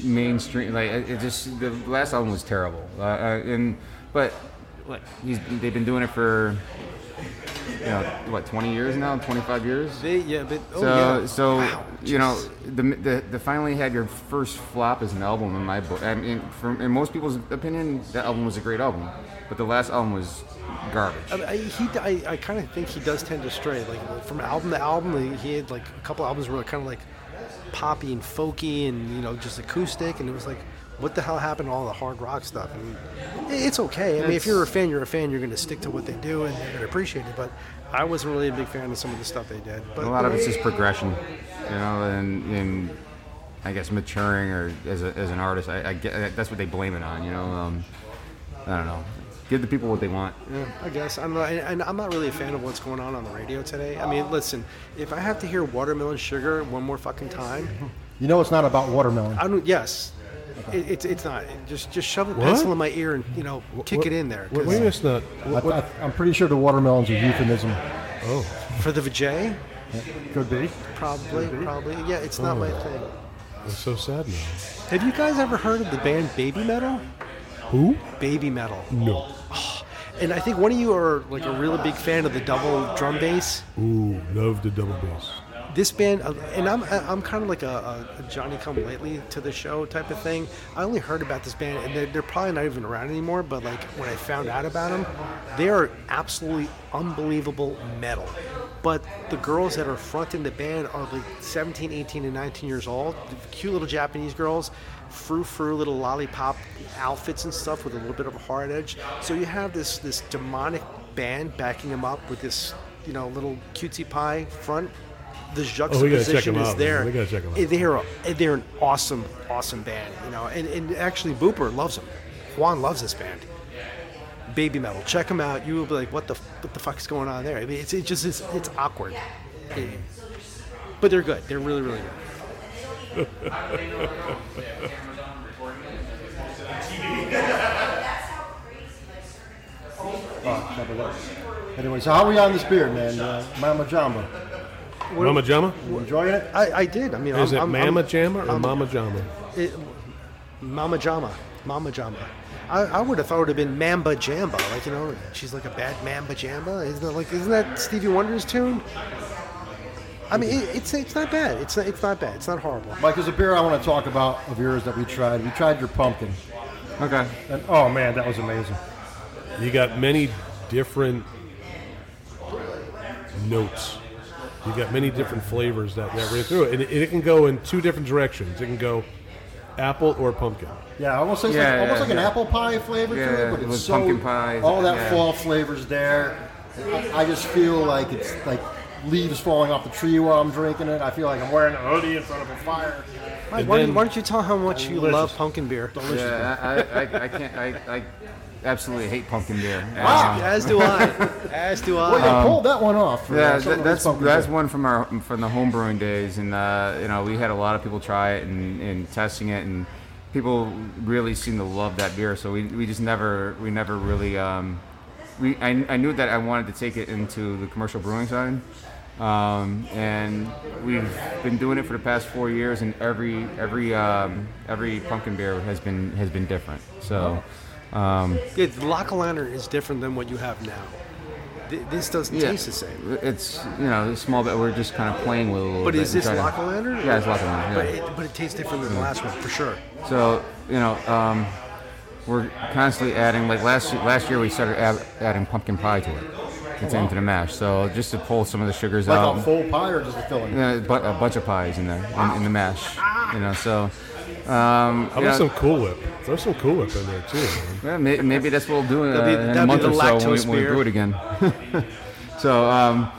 Speaker 5: mainstream. Like it, it just the last album was terrible. Uh, uh, and but like he's, they've been doing it for you know what 20 years now, 25 years.
Speaker 4: They, yeah, but oh
Speaker 5: So,
Speaker 4: yeah.
Speaker 5: so
Speaker 4: Wow,
Speaker 5: you know,
Speaker 4: jeez.
Speaker 5: the, the the finally had your first flop as an album in my book. I mean, from in most people's opinion, that album was a great album, but the last album was garbage.
Speaker 4: I, mean, I, he, I, I kind of think he does tend to stray, like from album to album. He had like a couple albums were kind of like poppy and folky, and you know, just acoustic, and it was like, what the hell happened to all the hard rock stuff? And it- it's okay. I mean, if
Speaker 5: It's-
Speaker 4: you're a fan, you're a fan. You're going to stick to what they do, and they're going to appreciate it. But I wasn't really a big fan of some of the stuff they did. But
Speaker 5: A lot of it's just progression, you know, and, and I guess maturing or as, a, as an artist. I, I get that's what they blame it on, you know. Um, I don't know. give the people what they want.
Speaker 4: Yeah, I guess. I'm not, and I'm not really a fan of what's going on on the radio today. I mean, listen, if I have to hear watermelon sugar one more fucking time,
Speaker 2: You know it's not about watermelon.
Speaker 4: I don't. Yes, it, it's it's not. Just just shove a
Speaker 3: What?
Speaker 4: pencil in my ear and you know kick
Speaker 3: What-
Speaker 4: it in there. 'cause
Speaker 3: What, what do you mean it's not?
Speaker 2: I,
Speaker 3: What, what,
Speaker 2: I, I'm pretty sure the watermelon's a euphemism.
Speaker 3: oh,
Speaker 4: for the vajay,
Speaker 2: Could be.
Speaker 4: probably, probably. Yeah, it's not my thing.
Speaker 3: I'm so sad now.
Speaker 4: Have you guys ever heard of the band Baby Metal?
Speaker 3: Who?
Speaker 4: Baby Metal.
Speaker 3: No.
Speaker 4: And I think one of you are like a really big fan of the double drum bass.
Speaker 3: Ooh, love the double bass.
Speaker 4: this band uh, and i'm I- i'm kind of like a, a johnny come lately to the show type of thing i only heard about this band and they're, they're probably not even around anymore but like when i found out about them they are absolutely unbelievable metal but the girls that are fronting the band are like 17 18 and 19 years old cute little japanese girls frou frou little lollipop outfits and stuff with a little bit of a hard edge so you have this this demonic band backing them up with this you know little cutesy pie front the
Speaker 3: Oh, we gotta check
Speaker 4: juxtaposition
Speaker 3: 'em
Speaker 4: is
Speaker 3: out, man.
Speaker 4: there.
Speaker 3: We gotta check 'em out.
Speaker 4: Eh, They're a, eh, they're an awesome awesome band, you know. And, and actually, Booper loves them. Juan loves this band. Baby metal, check them out. You will be like, what the f- what the fuck's going on there? I mean, it's it just it's, it's awkward, Eh, but they're good. They're really really good.
Speaker 2: Anyway, so how are we on this beer, man? Uh, Mama Jamba.
Speaker 3: Mama Jama?
Speaker 2: You enjoying it?
Speaker 4: I, I did. I mean,
Speaker 3: Is
Speaker 4: I'm,
Speaker 3: it
Speaker 4: I'm,
Speaker 3: Mama
Speaker 4: I'm,
Speaker 3: Jama or
Speaker 4: I'm-
Speaker 3: Mama Jama?
Speaker 4: It, Mama Jama. Mama Jama. I, I would have thought it would have been Mamba Jamba. Like, you know, she's like a bad Mamba Jamba. Isn't that like, isn't that Stevie Wonder's tune? I mean, it, it's it's not bad. It's not, it's not bad. It's not horrible.
Speaker 2: Mike, there's a beer I want to talk about of yours that we tried. We tried your pumpkin.
Speaker 5: Okay.
Speaker 2: And oh man, that was amazing.
Speaker 3: You got many different notes. You got many different flavors that, that ran through it. And it, it can go in two different directions. It can go apple or pumpkin.
Speaker 2: Yeah, I almost like,
Speaker 5: Yeah,
Speaker 2: almost
Speaker 5: yeah,
Speaker 2: like an
Speaker 5: yeah.
Speaker 2: apple pie flavor to
Speaker 5: Yeah,
Speaker 2: it, but it's
Speaker 5: with
Speaker 2: so
Speaker 5: pumpkin pie,
Speaker 2: all that
Speaker 5: yeah.
Speaker 2: fall flavors there. I, I just feel like it's like leaves falling off the tree while I'm drinking it. I feel like I'm wearing a hoodie in front of a fire.
Speaker 4: Mike,
Speaker 3: And
Speaker 4: why, don't-
Speaker 3: then-
Speaker 4: why don't you tell how much you
Speaker 2: Delicious.
Speaker 4: love pumpkin beer?
Speaker 5: Yeah, I, I, I can't. I, I absolutely hate pumpkin beer. Um,
Speaker 4: As do I. As do I.
Speaker 2: Well, you pulled that one off. for, uh,
Speaker 5: Yeah,
Speaker 2: something
Speaker 5: that,
Speaker 2: with
Speaker 5: that's
Speaker 2: pumpkin
Speaker 5: that's
Speaker 2: beer.
Speaker 5: one from our from the home brewing days, and uh, you know we had a lot of people try it and, and testing it, and people really seemed to love that beer. So we, we just never we never really um, we I, I knew that I wanted to take it into the commercial brewing side, um, and we've been doing it for the past four years, and every every um, every pumpkin beer has been has been different. So. Um,
Speaker 4: Yeah, the Loch Lantern is different than what you have now. Th- This doesn't taste the same.
Speaker 5: It's you know it's small, but we're just kind of playing with it a little
Speaker 4: But
Speaker 5: bit.
Speaker 4: is
Speaker 5: and
Speaker 4: this
Speaker 5: trying to-
Speaker 4: Loch Lantern?
Speaker 5: Yeah, it's Loch Lantern,
Speaker 4: But,
Speaker 5: yeah.
Speaker 4: it, but it tastes different than the last one, for sure.
Speaker 5: So you know, um, we're constantly adding. Like last last year, we started add, adding pumpkin pie to it. It's into the mash. So just to pull some of the sugars out.
Speaker 2: like a full pie or just a filling.
Speaker 5: Um, Yeah, a, bu- a bunch of pies in there in, in the mash. You know, so. Um,
Speaker 3: How
Speaker 5: you
Speaker 3: about
Speaker 5: know,
Speaker 3: some Cool Whip? Throw some Cool Whip in there too. man.
Speaker 5: Yeah, may- maybe that's what we'll do in,
Speaker 4: That'd be-
Speaker 5: uh, in
Speaker 4: that'd
Speaker 5: a
Speaker 4: be
Speaker 5: month
Speaker 4: the
Speaker 5: or so when we,
Speaker 4: lactose
Speaker 5: when we
Speaker 4: beer.
Speaker 5: brew it again. so um,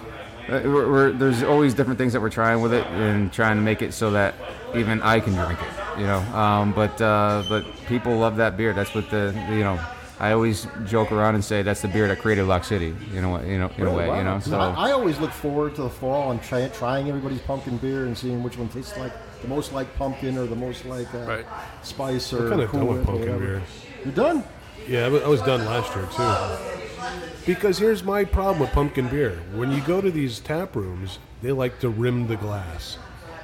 Speaker 5: uh, we're, we're, there's always different things that we're trying with it and trying to make it so that even I can drink it. You know, um, but uh, but people love that beer. That's what the you know. I always joke around and say that's the beer that created Lock City. You know, what- you know, in a way. You know, so
Speaker 2: I, I always look forward to the fall and try, trying everybody's pumpkin beer and seeing which one tastes like the most like pumpkin or the most like uh,
Speaker 4: Right.
Speaker 2: spice or
Speaker 3: kinda
Speaker 2: Cool
Speaker 3: done with
Speaker 2: Whip or
Speaker 3: pumpkin
Speaker 2: whatever.
Speaker 3: beer.
Speaker 2: You're done.
Speaker 3: Yeah, I wa- I was done last year too. Because here's my problem with pumpkin beer. When you go to these tap rooms, they like to rim the glass.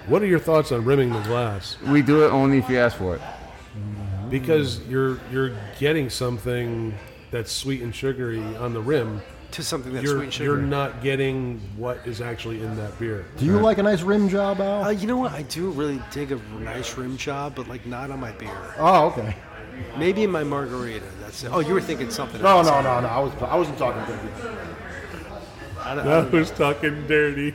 Speaker 3: What are your thoughts on rimming the glass?
Speaker 5: we do it only if you ask for it.
Speaker 3: Because you're you're getting something that's sweet and sugary on the rim.
Speaker 4: To something that's
Speaker 3: You're
Speaker 4: sweet and sugar.
Speaker 3: you're not getting what is actually in that beer.
Speaker 2: Do you like a nice rim job, Al?
Speaker 4: Uh, you know what? I do really dig a nice rim job, but like not on my beer.
Speaker 2: oh, okay.
Speaker 4: Maybe in my margarita. That's it. Oh, you were thinking something.
Speaker 2: No,
Speaker 4: else.
Speaker 2: no, no, no. I was I wasn't talking good beer.
Speaker 4: I don't, I
Speaker 3: I
Speaker 4: don't-
Speaker 3: was talking dirty.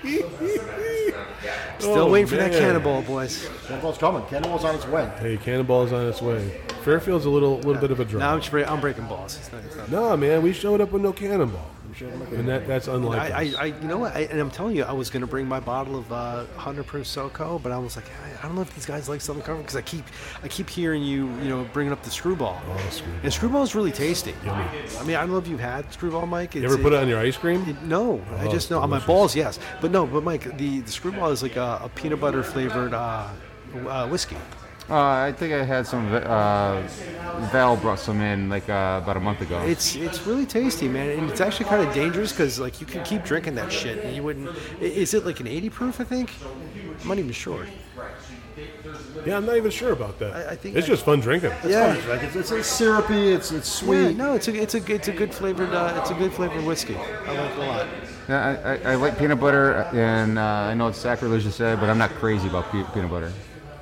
Speaker 4: still
Speaker 3: Oh,
Speaker 4: waiting for that
Speaker 3: man.
Speaker 4: cannonball, boys.
Speaker 2: Cannonball's coming. Cannonball's on its way.
Speaker 3: Hey, Cannonball's on its way. Fairfield's a little little bit of a
Speaker 4: Now I'm,
Speaker 3: drop.
Speaker 4: just, bra- I'm breaking balls. It's not, it's not-
Speaker 3: No, man, we showed up with no Cannonball.
Speaker 2: some shit. I'm not gonna-
Speaker 3: and that that's unlike
Speaker 4: I, I,
Speaker 3: us.
Speaker 4: I, you know what? I, and I'm telling you, I was gonna bring my bottle of uh, 100 proof SoCo, but I was like, I, I don't know if these guys like Southern Comfort because I keep, I keep hearing you, you know, bringing up the screwball.
Speaker 3: Oh, screwball.
Speaker 4: And screwball is really tasty. I mean, I don't know if you've had screwball, Mike.
Speaker 3: you ever put it on your ice cream?
Speaker 4: It- no, I
Speaker 3: Oh,
Speaker 4: just know on my
Speaker 3: delicious.
Speaker 4: balls, yes, but no, but Mike, the, the screwball is like a, a peanut butter flavored uh, uh, whiskey.
Speaker 5: Uh, I think I had some. Uh, Val brought some in like uh, about a month ago.
Speaker 4: It's it's really tasty, man, and it's actually kind of dangerous because like you could keep drinking that shit and you wouldn't. i- Is it like an 80 proof? I think. I'm not even sure.
Speaker 3: Yeah, I'm not even sure about that.
Speaker 4: I- I think
Speaker 3: it's
Speaker 4: I-
Speaker 3: just fun drinking.
Speaker 4: yeah.
Speaker 2: Like it's, it's, it's syrupy. It's it's sweet.
Speaker 4: Yeah, no, it's a it's a it's a good flavored uh, it's a good flavored whiskey. I like it a lot.
Speaker 5: Yeah, I, I, I like peanut butter, and uh, I know it's sacrilege to say, but I'm not crazy about pe- peanut butter.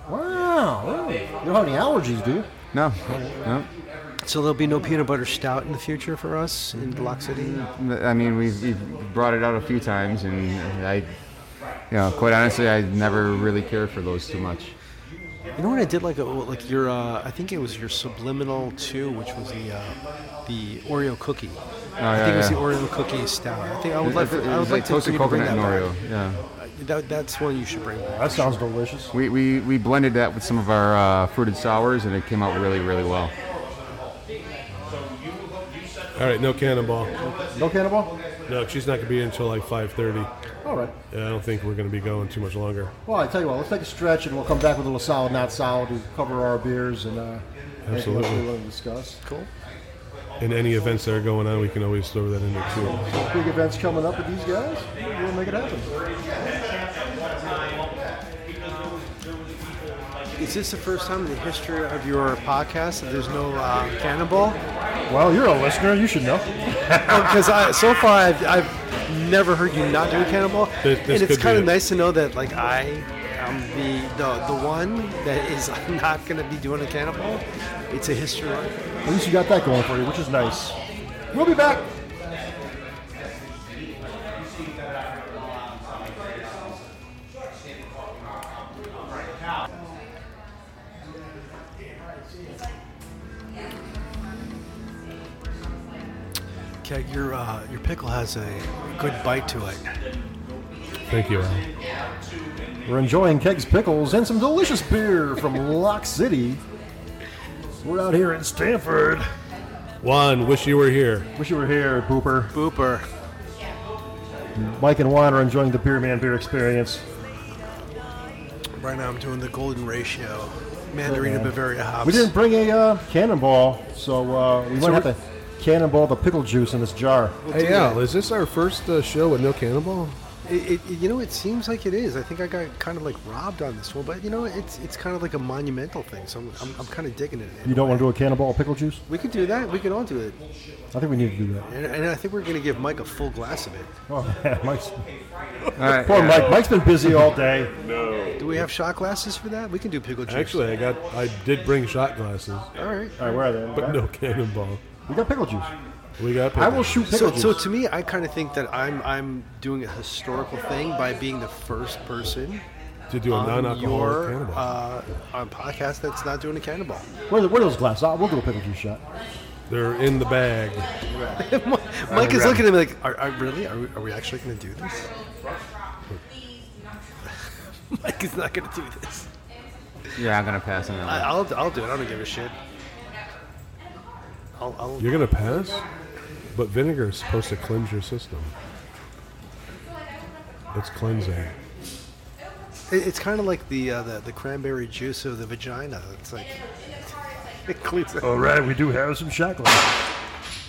Speaker 2: Wow. really? You don't have any allergies, do you?
Speaker 5: No, no.
Speaker 4: So there'll be no peanut butter stout in the future for us in Block City.
Speaker 5: I mean, we've, we've brought it out a few times, and I, you know, quite honestly, I never really cared for those too much.
Speaker 4: You know what I did like a, like your uh, I think it was your Subliminal Two, which was the uh, the Oreo cookie. I think it was
Speaker 5: Oh, yeah.
Speaker 4: the Oreo cookie stout. I think I
Speaker 5: It,
Speaker 4: would like
Speaker 5: it,
Speaker 4: for- I
Speaker 5: was
Speaker 4: would
Speaker 5: like
Speaker 4: like to, for
Speaker 5: toasted
Speaker 4: you to bring
Speaker 5: coconut
Speaker 4: that
Speaker 5: and Oreo.
Speaker 4: back.
Speaker 5: Yeah,
Speaker 4: That, that's one you should bring back.
Speaker 2: That sounds delicious.
Speaker 5: we, we we blended that with some of our uh, fruited sours, and it came out really really well.
Speaker 3: All right, no cannonball.
Speaker 2: No cannonball.
Speaker 3: No, she's not gonna be in until like 5:30.
Speaker 2: All right.
Speaker 3: Yeah, I don't think we're gonna be going too much longer.
Speaker 2: Well, I tell you what. Let's take a stretch, and we'll come back with a little solid, not solid. We cover our beers and uh, anything else
Speaker 3: Absolutely.
Speaker 2: we want to discuss.
Speaker 4: Cool.
Speaker 3: In any events that are going on, we can always throw that in there too.
Speaker 2: Big events coming up with these guys. We'll make it happen.
Speaker 4: Is this the first time in the history of your podcast that there's no uh, cannonball?
Speaker 2: Well, you're a listener. You should know.
Speaker 3: Oh.
Speaker 4: because I so far I've, I've never heard you not do a cannonball,
Speaker 3: This- this
Speaker 4: and
Speaker 3: could
Speaker 4: it's
Speaker 3: be
Speaker 4: kind
Speaker 3: it.
Speaker 4: of nice to know that like I am the the, the one that is not going to be doing a cannonball. It's a history.
Speaker 2: At least you got that going for you, which is nice. We'll be back.
Speaker 4: Okay, your uh, your pickle has a good bite to it.
Speaker 3: Thank you. Alan.
Speaker 2: We're enjoying Keg's Pickles and some delicious beer from Lock City. We're out here in Stanford.
Speaker 3: Juan, wish you were here.
Speaker 2: Wish you were here, Booper.
Speaker 4: Booper.
Speaker 2: Mike and Juan are enjoying the Beer Man Beer experience.
Speaker 4: Right now I'm doing the golden ratio, Mandarin
Speaker 2: Oh, man.
Speaker 4: Bavaria hops.
Speaker 2: We didn't bring a uh, cannonball, so uh, we
Speaker 4: So
Speaker 2: might have
Speaker 4: we're-
Speaker 2: to cannonbal the pickle juice in this jar.
Speaker 3: Hey Al, is this our first uh, show with no cannonball?
Speaker 4: It, it, you know, it seems like it is. I think I got kind of like robbed on this one, but you know, it's it's kind of like a monumental thing. So I'm, I'm, I'm kind of digging it.
Speaker 2: You don't want to do a cannonball of pickle juice?
Speaker 4: We could do that. We could all do it.
Speaker 2: I think we need to do that.
Speaker 4: And, and I think we're going to give Mike a full glass of it.
Speaker 2: Oh, man, Mike's,
Speaker 5: All right,
Speaker 2: poor
Speaker 5: yeah.
Speaker 2: Mike. Mike's been busy all day.
Speaker 4: Do we have shot glasses for that? We can do pickle juice.
Speaker 3: Actually, I got I did bring shot glasses,
Speaker 4: all right.
Speaker 2: All right, where are they?
Speaker 3: but no cannonball.
Speaker 2: We got pickle juice.
Speaker 3: We got.
Speaker 2: I will shoot pickle
Speaker 4: So,
Speaker 2: juice.
Speaker 4: so to me, I kind of think that I'm I'm doing a historical thing by being the first person
Speaker 3: to do a
Speaker 4: on
Speaker 3: non-alcoholic
Speaker 4: your
Speaker 3: cannonball.
Speaker 4: uh, on podcast that's not doing a cannonball.
Speaker 2: where, are the- where are those glasses? Uh, we'll do a pickle juice shot.
Speaker 3: They're in the bag.
Speaker 4: Mike is looking at me like, are, are really? Are we, are we actually going to do this? Mike is not going to do this.
Speaker 5: Yeah, I'm gonna pass on that.
Speaker 4: I,
Speaker 5: one.
Speaker 4: I'll I'll do it. I don't give a shit. I'll, I'll,
Speaker 3: You're gonna pass, but vinegar is supposed to cleanse your system. It's cleansing.
Speaker 4: it- it's kind of like the, uh, the the cranberry juice of the vagina. It's like it cleans it.
Speaker 2: All right, we do have some shot glasses.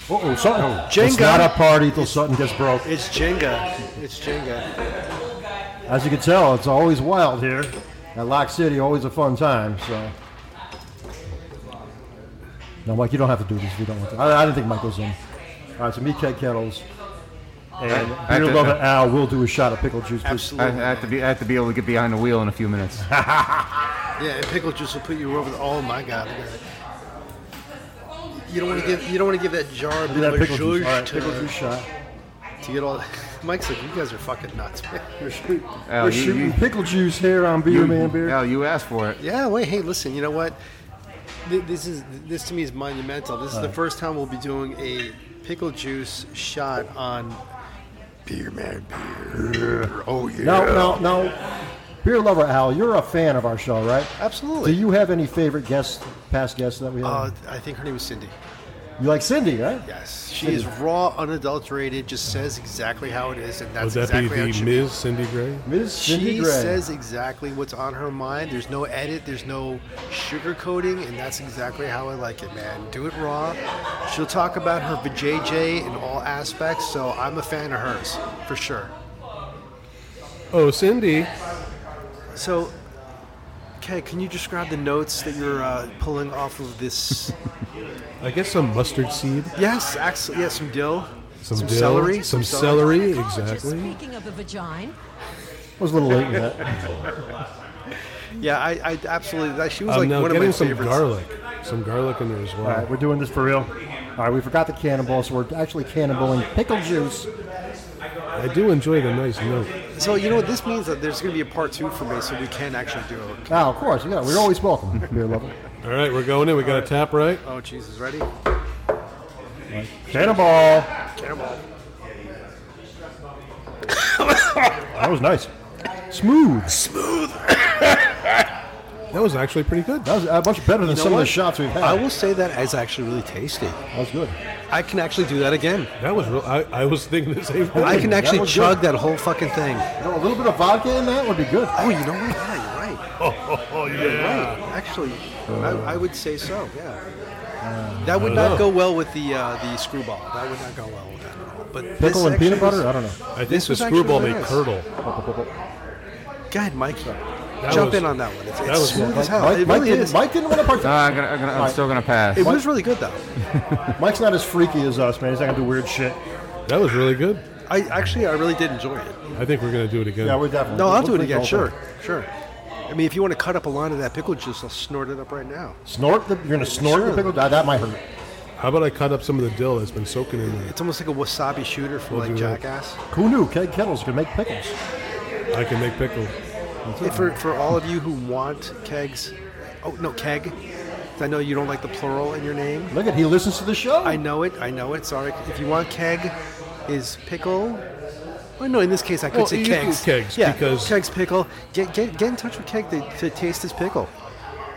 Speaker 2: Uh-oh, Sutton. It's
Speaker 4: Jenga.
Speaker 2: not a party till Sutton gets broke.
Speaker 4: It's Jenga. It's Jenga.
Speaker 2: As you can tell, it's always wild here. At Lock City, always a fun time, so. No, Mike, you don't have to do this if you don't want to. I, I didn't think Mike was in. All right, so me, Keg Kettles, and
Speaker 5: I-
Speaker 2: Beer
Speaker 5: I-
Speaker 2: Lover Al will do a shot of pickle juice. please.
Speaker 5: I, I
Speaker 4: Absolutely.
Speaker 5: have to be I have to be able to get behind the wheel in a few minutes.
Speaker 4: Yeah, and pickle juice will put you over. The, oh my God! look at that. You don't want to give. You don't want to give that jar of
Speaker 2: Do that pickle juice.
Speaker 4: juice
Speaker 2: All right,
Speaker 4: to,
Speaker 2: pickle juice shot.
Speaker 4: to get all. Mike's like, you guys are fucking nuts. man."
Speaker 2: We're, shoot,
Speaker 5: Al,
Speaker 2: we're
Speaker 5: you-
Speaker 2: shooting
Speaker 5: you-
Speaker 2: pickle juice here on Beer Man Beer.
Speaker 5: Al, you asked for it.
Speaker 4: yeah. Wait. Hey, listen. You know what? Th- This is this to me is monumental. This is the first time we'll be doing a pickle juice shot on beer man beer. Oh yeah.
Speaker 2: Now, now, now, beer lover Al, you're a fan of our show, right?
Speaker 4: Absolutely.
Speaker 2: Do you have any favorite guests, past guests that we have?
Speaker 4: Uh, I think her name is Cindy.
Speaker 2: you like Cindy, right?
Speaker 4: Yes, she is raw, unadulterated. Just says exactly how it is, and
Speaker 3: Would
Speaker 4: that's
Speaker 3: that
Speaker 4: exactly how
Speaker 3: be
Speaker 4: it
Speaker 3: the
Speaker 4: should
Speaker 3: Ms. Cindy Gray?
Speaker 2: Ms. Cindy
Speaker 4: she
Speaker 2: Gray.
Speaker 4: says exactly what's on her mind. There's no edit. There's no sugarcoating, and that's exactly how I like it, man. Do it raw. She'll talk about her vajayjay in all aspects, so I'm a fan of hers for sure.
Speaker 3: Oh, Cindy.
Speaker 4: So, Kay, can you describe the notes that you're uh, pulling off of this?
Speaker 3: I guess some mustard seed,
Speaker 4: yes, actually, yeah, some dill,
Speaker 3: some, dill,
Speaker 4: celery,
Speaker 3: some, celery,
Speaker 7: Psychologist
Speaker 3: exactly.
Speaker 7: Speaking of the vagina,
Speaker 2: I was a little late with that.
Speaker 4: Yeah, I, I absolutely. That, she was
Speaker 3: I'm
Speaker 4: like
Speaker 3: now
Speaker 4: one of
Speaker 3: getting
Speaker 4: my
Speaker 3: some
Speaker 4: favorites.
Speaker 3: garlic, some garlic in there as well.
Speaker 2: All right, we're doing this for real. All right, we forgot the cannonball, so we're actually cannonballing pickle juice.
Speaker 3: I do enjoy the nice note.
Speaker 4: So you know what this means that there's going to be a part two for me, so we can actually do it.
Speaker 2: Now, of course, yeah, we're always welcome, beer lover.
Speaker 3: All right, we're going in. We got a tap right.
Speaker 4: Oh, Jesus, ready?
Speaker 6: Cannonball!
Speaker 4: Cannonball.
Speaker 6: That was nice. Smooth.
Speaker 3: That was actually pretty good.
Speaker 2: That was uh, much better than
Speaker 4: know
Speaker 2: some of the
Speaker 4: what?
Speaker 2: shots we've had.
Speaker 4: I will say that is actually really tasty.
Speaker 2: that was good.
Speaker 4: I can actually do that again.
Speaker 3: That was real. I, I was thinking the same thing.
Speaker 4: I can actually
Speaker 2: was
Speaker 4: chug that whole fucking thing.
Speaker 2: You know, a little bit of vodka in that would be good.
Speaker 4: Oh, you know what? Yeah, you're right.
Speaker 3: Oh yeah.
Speaker 4: Actually, I, I would say so. Yeah. That would
Speaker 3: Uh-huh.
Speaker 4: not go well with the uh, the screwball. That would not go well with that at all. But this
Speaker 2: Pickle and
Speaker 4: actually
Speaker 2: peanut butter?
Speaker 4: was-
Speaker 2: I don't know.
Speaker 3: I think
Speaker 4: This
Speaker 3: the
Speaker 4: was actually
Speaker 3: screwball may
Speaker 4: really nice.
Speaker 3: curdle.
Speaker 4: Go ahead, Mike. Jump
Speaker 3: was-
Speaker 4: in on that one. It's, it's
Speaker 3: was-
Speaker 4: smooth as hell.
Speaker 2: Mike,
Speaker 4: it
Speaker 2: Mike
Speaker 4: really
Speaker 2: didn't,
Speaker 4: is.
Speaker 2: Mike didn't want to
Speaker 5: No,
Speaker 2: partake.
Speaker 5: I'm, gonna, I'm, gonna, I'm still gonna pass.
Speaker 4: it was really good though.
Speaker 2: Mike's not as freaky as us.
Speaker 6: Us, man. He's not gonna do weird shit.
Speaker 3: That was really good.
Speaker 4: I actually I really did enjoy it.
Speaker 3: I think we're gonna do it again.
Speaker 2: Yeah, we're definitely.
Speaker 4: No, I'll
Speaker 2: we'll
Speaker 4: do it
Speaker 2: drink
Speaker 4: again.
Speaker 2: the whole
Speaker 4: Sure,
Speaker 2: thing.
Speaker 4: sure. I mean, if you want to cut up a line of that pickle juice, I'll snort it up right now.
Speaker 2: Snort the. You're gonna snort
Speaker 4: Sure.
Speaker 2: the pickle. That, that might hurt.
Speaker 3: How about I cut up some of the dill that's been soaking in there?
Speaker 4: It's almost like a wasabi shooter for
Speaker 3: We'll
Speaker 4: like
Speaker 3: do that.
Speaker 4: Jackass.
Speaker 2: Who knew keg kettles could make pickles?
Speaker 3: I can make pickle.
Speaker 4: And for for all of you who want kegs, oh no, keg. 'cause I know you don't like the plural in your name.
Speaker 2: Look at he listens to the show.
Speaker 4: I know it. I know it. Sorry. If you want keg, is pickle. Well, no, in this case, I could
Speaker 3: Well,
Speaker 4: say
Speaker 3: you do
Speaker 4: kegs.
Speaker 3: kegs,
Speaker 4: yeah,
Speaker 3: because-
Speaker 4: kegs pickle. Get, get get in touch with keg to, to taste this pickle.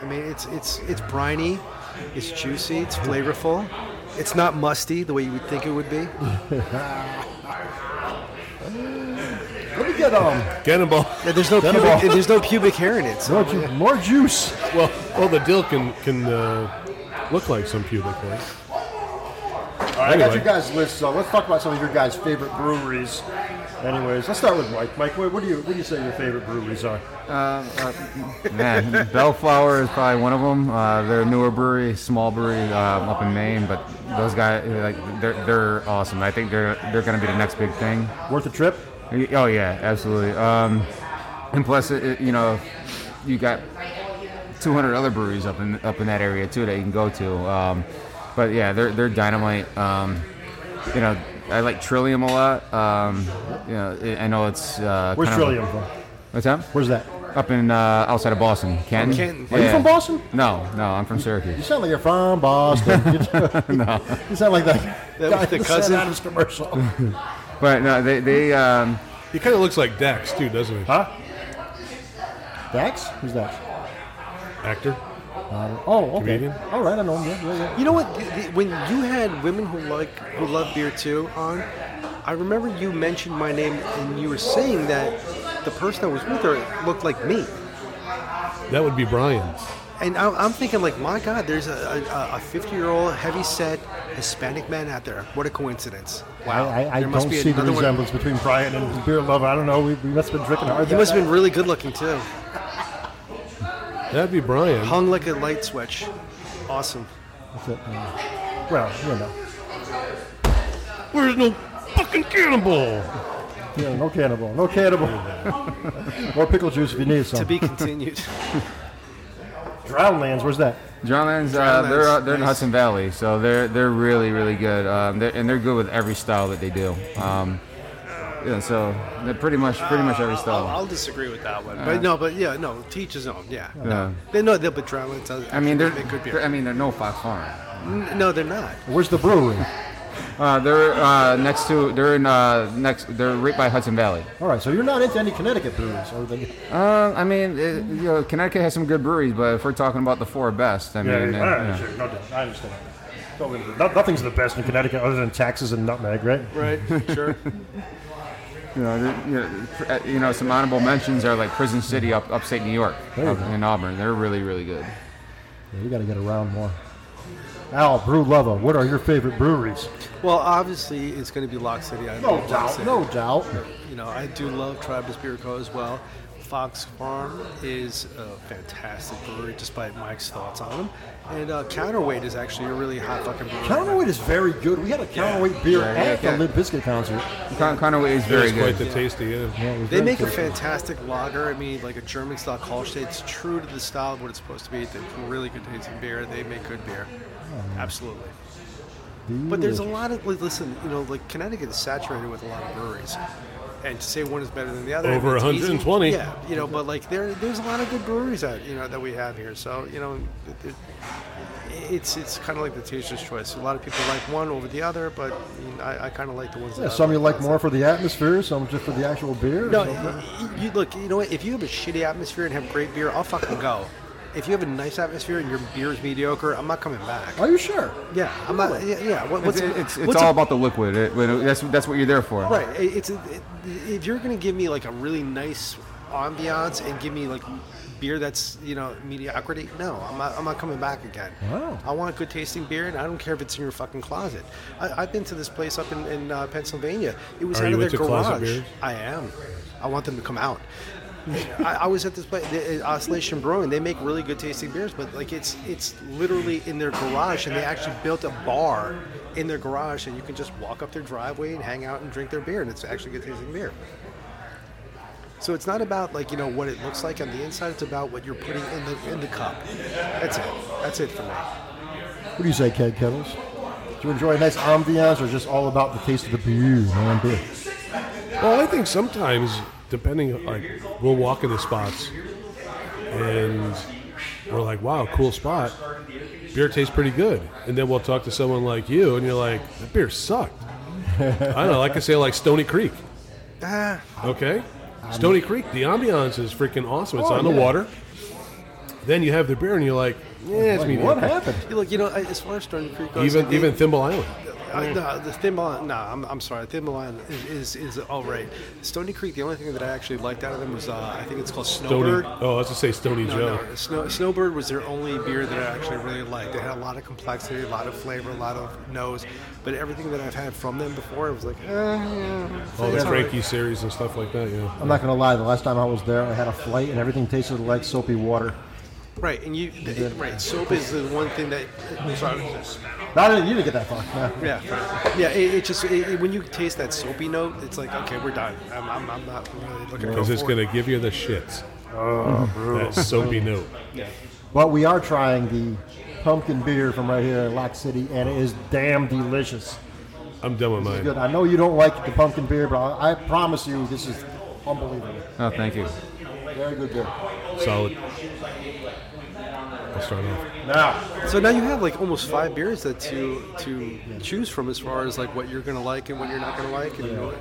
Speaker 4: I mean, it's it's it's briny, it's juicy, it's flavorful, it's not musty the way you would think it would be.
Speaker 2: Let me get um
Speaker 3: Cannonball.
Speaker 4: Yeah, there's no pubic,
Speaker 2: all.
Speaker 4: there's no pubic hair in it. So.
Speaker 2: more, ju- more juice.
Speaker 3: Well, well, the dill can can uh, look like some pubic hair.
Speaker 2: I got
Speaker 3: Anyway.
Speaker 2: your guys' list, so let's talk about some of your guys' favorite breweries.
Speaker 6: Anyways, let's start with Mike. Mike, what, what do you what do you say your favorite breweries are?
Speaker 5: Uh, uh, man, Bellflower is probably one of them. Uh, they're a newer brewery, small brewery um, up in Maine, but those guys, like, they're, they're awesome. I think they're they're gonna be the next big thing.
Speaker 6: Worth a trip?
Speaker 5: Oh yeah, absolutely. Um, and plus, it, it- you know, you got 200 other breweries up in up in that area too that you can go to. Um, but yeah, they're they're dynamite. Um, you know, I like Trillium a lot. Um, you know, I- I know it's uh,
Speaker 6: Where's
Speaker 5: kind of a-
Speaker 6: Trillium from?
Speaker 5: What's that?
Speaker 2: Where's that?
Speaker 5: Up in uh, outside of Boston, Canton.
Speaker 4: Canton.
Speaker 2: Are you from Boston?
Speaker 5: No, no, I'm from
Speaker 2: You
Speaker 5: Syracuse.
Speaker 2: sound like you're from Boston. no. You sound like that,
Speaker 4: That
Speaker 2: guy
Speaker 4: was the
Speaker 2: in
Speaker 4: cousin.
Speaker 2: San Adams commercial.
Speaker 5: But no, they they um,
Speaker 3: He kind of looks like Dax too, doesn't he?
Speaker 6: Huh?
Speaker 2: Dax? Who's that?
Speaker 3: Actor.
Speaker 2: Uh, oh, okay.
Speaker 3: Comedian?
Speaker 2: All right, I know him. Yeah, yeah, yeah.
Speaker 4: You know what? th- th- When you had women who like who love beer too on, I remember you mentioned my name and you were saying that the person that was with her looked like me.
Speaker 3: That would be Brian.
Speaker 4: And I'm, I'm thinking, like, my God, there's a- a 50 year old heavy set Hispanic man out there. What a coincidence! Wow,
Speaker 2: I, I, I
Speaker 4: There must
Speaker 2: don't
Speaker 4: be
Speaker 2: see the
Speaker 4: another one.
Speaker 2: resemblance between Brian and Beer Love. I don't know. We, we must have been drinking hard.
Speaker 4: He
Speaker 2: that
Speaker 4: must have
Speaker 2: night.
Speaker 4: been really good looking too.
Speaker 3: That'd be Brian.
Speaker 4: Hung like a light switch. Awesome.
Speaker 2: That's it, yeah. Well, you know.
Speaker 3: Where's no fucking cannonball?
Speaker 2: Yeah, no cannibal. No cannibal. More pickle juice if you need some.
Speaker 4: To be continued.
Speaker 2: Drownlands, where's that?
Speaker 5: Drownlands. Uh,
Speaker 4: Drownlands,
Speaker 5: they're uh, they're in the
Speaker 4: nice.
Speaker 5: Hudson Valley, so they're they're really really good. Um, they're, and they're good with every style that they do. Um, Yeah, so they're pretty much pretty much every
Speaker 4: I'll,
Speaker 5: style.
Speaker 4: I'll disagree with that one. But no, but yeah, no, teach his own. Yeah.
Speaker 5: Yeah.
Speaker 4: They no, they'll but drama. It's,
Speaker 5: I mean, they're,
Speaker 4: they could be.
Speaker 5: I mean, they're no Fox Farm.
Speaker 4: N- no, they're not.
Speaker 2: Where's the brewery?
Speaker 5: Uh, they're uh, next to they're in uh, next they're right by Hudson Valley.
Speaker 2: All right, so you're not into any Connecticut breweries, or the,
Speaker 5: Uh, I mean, it, you know, Connecticut has some good breweries, but if we're talking about the four best, I mean,
Speaker 6: Yeah,
Speaker 5: uh,
Speaker 6: yeah, all right,
Speaker 5: yeah.
Speaker 6: sure, no doubt. I understand. Don't get me- no- Nothing's the best in Connecticut other than taxes and nutmeg, right?
Speaker 4: Right. Sure.
Speaker 5: You know, the- you know, pr- uh, you know, some honorable mentions are like Prison City up upstate New York
Speaker 2: There you
Speaker 5: up
Speaker 2: go.
Speaker 5: in Auburn. They're really really good.
Speaker 2: Yeah, we got to get around more. Al, Brew Lover, what are your favorite breweries?
Speaker 4: well, obviously, it's going to be Lock City. I love Lock City.
Speaker 2: no doubt.
Speaker 4: You know, I do love Tribus Beer Co. as well. Fox Farm is a fantastic brewery, despite Mike's thoughts on them. And uh, Counterweight is actually a really hot fucking brewery.
Speaker 2: Counterweight is very good. We had a Counterweight beer
Speaker 5: Yeah,
Speaker 2: at
Speaker 5: yeah,
Speaker 2: the
Speaker 5: yeah.
Speaker 2: Limp Biscuit concert.
Speaker 5: Con- Conway is very
Speaker 3: It's
Speaker 5: good.
Speaker 3: quite the tasty. Yeah.
Speaker 2: Yeah, it was
Speaker 4: They
Speaker 2: very
Speaker 4: make a
Speaker 2: tasty.
Speaker 4: fantastic lager. I mean, like a German style Kolsch. It's true to the style of what it's supposed to be. They have really good tasting beer. They make good beer.
Speaker 2: Oh,
Speaker 4: Absolutely. But there's
Speaker 2: Hmm.
Speaker 4: a lot of, like, listen, you know, like Connecticut is saturated with a lot of breweries. And to say one is better than the other.
Speaker 3: Over
Speaker 4: it's easy.
Speaker 3: 120.
Speaker 4: Yeah, you know, but like there, there's a lot of good breweries out, you know, that we have here. So, you know, it, it, it's it's kind of like the teacher's choice. A lot of people like one over the other, but you know, I, I kind of like the ones
Speaker 2: Yeah,
Speaker 4: that I
Speaker 2: some you like
Speaker 4: That's
Speaker 2: more for the atmosphere, some just for the actual beer. uh,
Speaker 4: no,
Speaker 2: some-
Speaker 4: y- y- you look. You know what? If you have a shitty atmosphere and have great beer, I'll fucking go. If you have a nice atmosphere and your beer is mediocre, I'm not coming back.
Speaker 2: Are you sure?
Speaker 4: Yeah, I'm not. Yeah, yeah. What,
Speaker 5: It's,
Speaker 4: what's
Speaker 5: it's, it's
Speaker 4: what's
Speaker 5: all
Speaker 4: a-
Speaker 5: about the liquid. It, when it- that's that's what you're there for.
Speaker 4: right. i- It's a, it, if you're gonna give me like a really nice ambiance and give me like beer that's you know mediocrity. No, I'm not. I'm not coming back again.
Speaker 2: Wow.
Speaker 4: I want good tasting beer, and I don't care if it's in your fucking closet. I, I've been to this place up in, in uh, Pennsylvania. It was
Speaker 3: Are
Speaker 4: out
Speaker 3: you
Speaker 4: of their
Speaker 3: into
Speaker 4: garage.
Speaker 3: closet beers?
Speaker 4: I am. I want them to come out. I, I was at this place, the, uh, Oscillation Brewing. They make really good tasting beers, but like it's it's literally in their garage, and they actually built a bar in their garage, and you can just walk up their driveway and hang out and drink their beer, and it's actually good tasting beer. So it's not about like you know what it looks like on the inside. It's about what you're putting in the in the cup. That's it. That's it for me.
Speaker 2: What do you say, Keg Kettles? Do you enjoy a nice ambiance or just all about the taste of the beer, man? Beer.
Speaker 3: Well, I think sometimes, depending, like we'll walk into spots, and we're like, "Wow, cool spot. Beer tastes pretty good." And then we'll talk to someone like you, and you're like, "That beer sucked." I don't know. Like I say, like Stony Creek.
Speaker 4: Ah,
Speaker 3: Okay, Stony Creek. The ambiance is freaking awesome. It's
Speaker 2: Oh,
Speaker 3: on the
Speaker 2: yeah.
Speaker 3: water. Then you have the beer, and you're like, "Yeah, it's
Speaker 2: Like, what
Speaker 3: mediocre."
Speaker 2: happened?
Speaker 4: you look, you know, I- as far as Stony Creek goes,
Speaker 3: Even
Speaker 4: they-
Speaker 3: even Thimble Island.
Speaker 4: I, Uh, no, the Thin Line. No, I'm, I'm sorry. Thin Line is, is is all right. Stony Creek. The only thing that I actually liked out of them was uh, I think it's called
Speaker 3: Stony.
Speaker 4: Snowbird.
Speaker 3: Oh, I was gonna say Stony
Speaker 4: No,
Speaker 3: Joe.
Speaker 4: no, Snow, Snowbird was their only beer that I actually really liked. They had a lot of complexity, a lot of flavor, a lot of nose, but everything that I've had from them before, it was like, eh, yeah.
Speaker 3: All the
Speaker 4: it's all right.
Speaker 3: Frankie series and stuff like that. Yeah.
Speaker 2: I'm not going to lie. The last time I was there, I had a flight and everything tasted like soapy water.
Speaker 4: Right, and you, right. Soap is the one thing that. Sorry,
Speaker 2: Not that you didn't get that far. Nah.
Speaker 4: yeah, yeah. It, it just it, it- when you taste that soapy note, it's like, okay, we're done. I'm, I'm, I'm not really looking.
Speaker 3: Because it's
Speaker 4: forward.
Speaker 3: going to give you the shits.
Speaker 2: Oh,
Speaker 3: that soapy note.
Speaker 2: But we are trying the pumpkin beer from right here in Lock City, and it is damn delicious.
Speaker 3: I'm done with
Speaker 2: This is good.
Speaker 3: mine.
Speaker 2: I know you don't like the pumpkin beer, but I, I promise you, this is unbelievable.
Speaker 5: Oh, thank you.
Speaker 2: Very good beer.
Speaker 3: Solid. I'll start off.
Speaker 4: So now you have like almost five beers that to to choose from as far as like what you're gonna like and what you're not gonna like and what,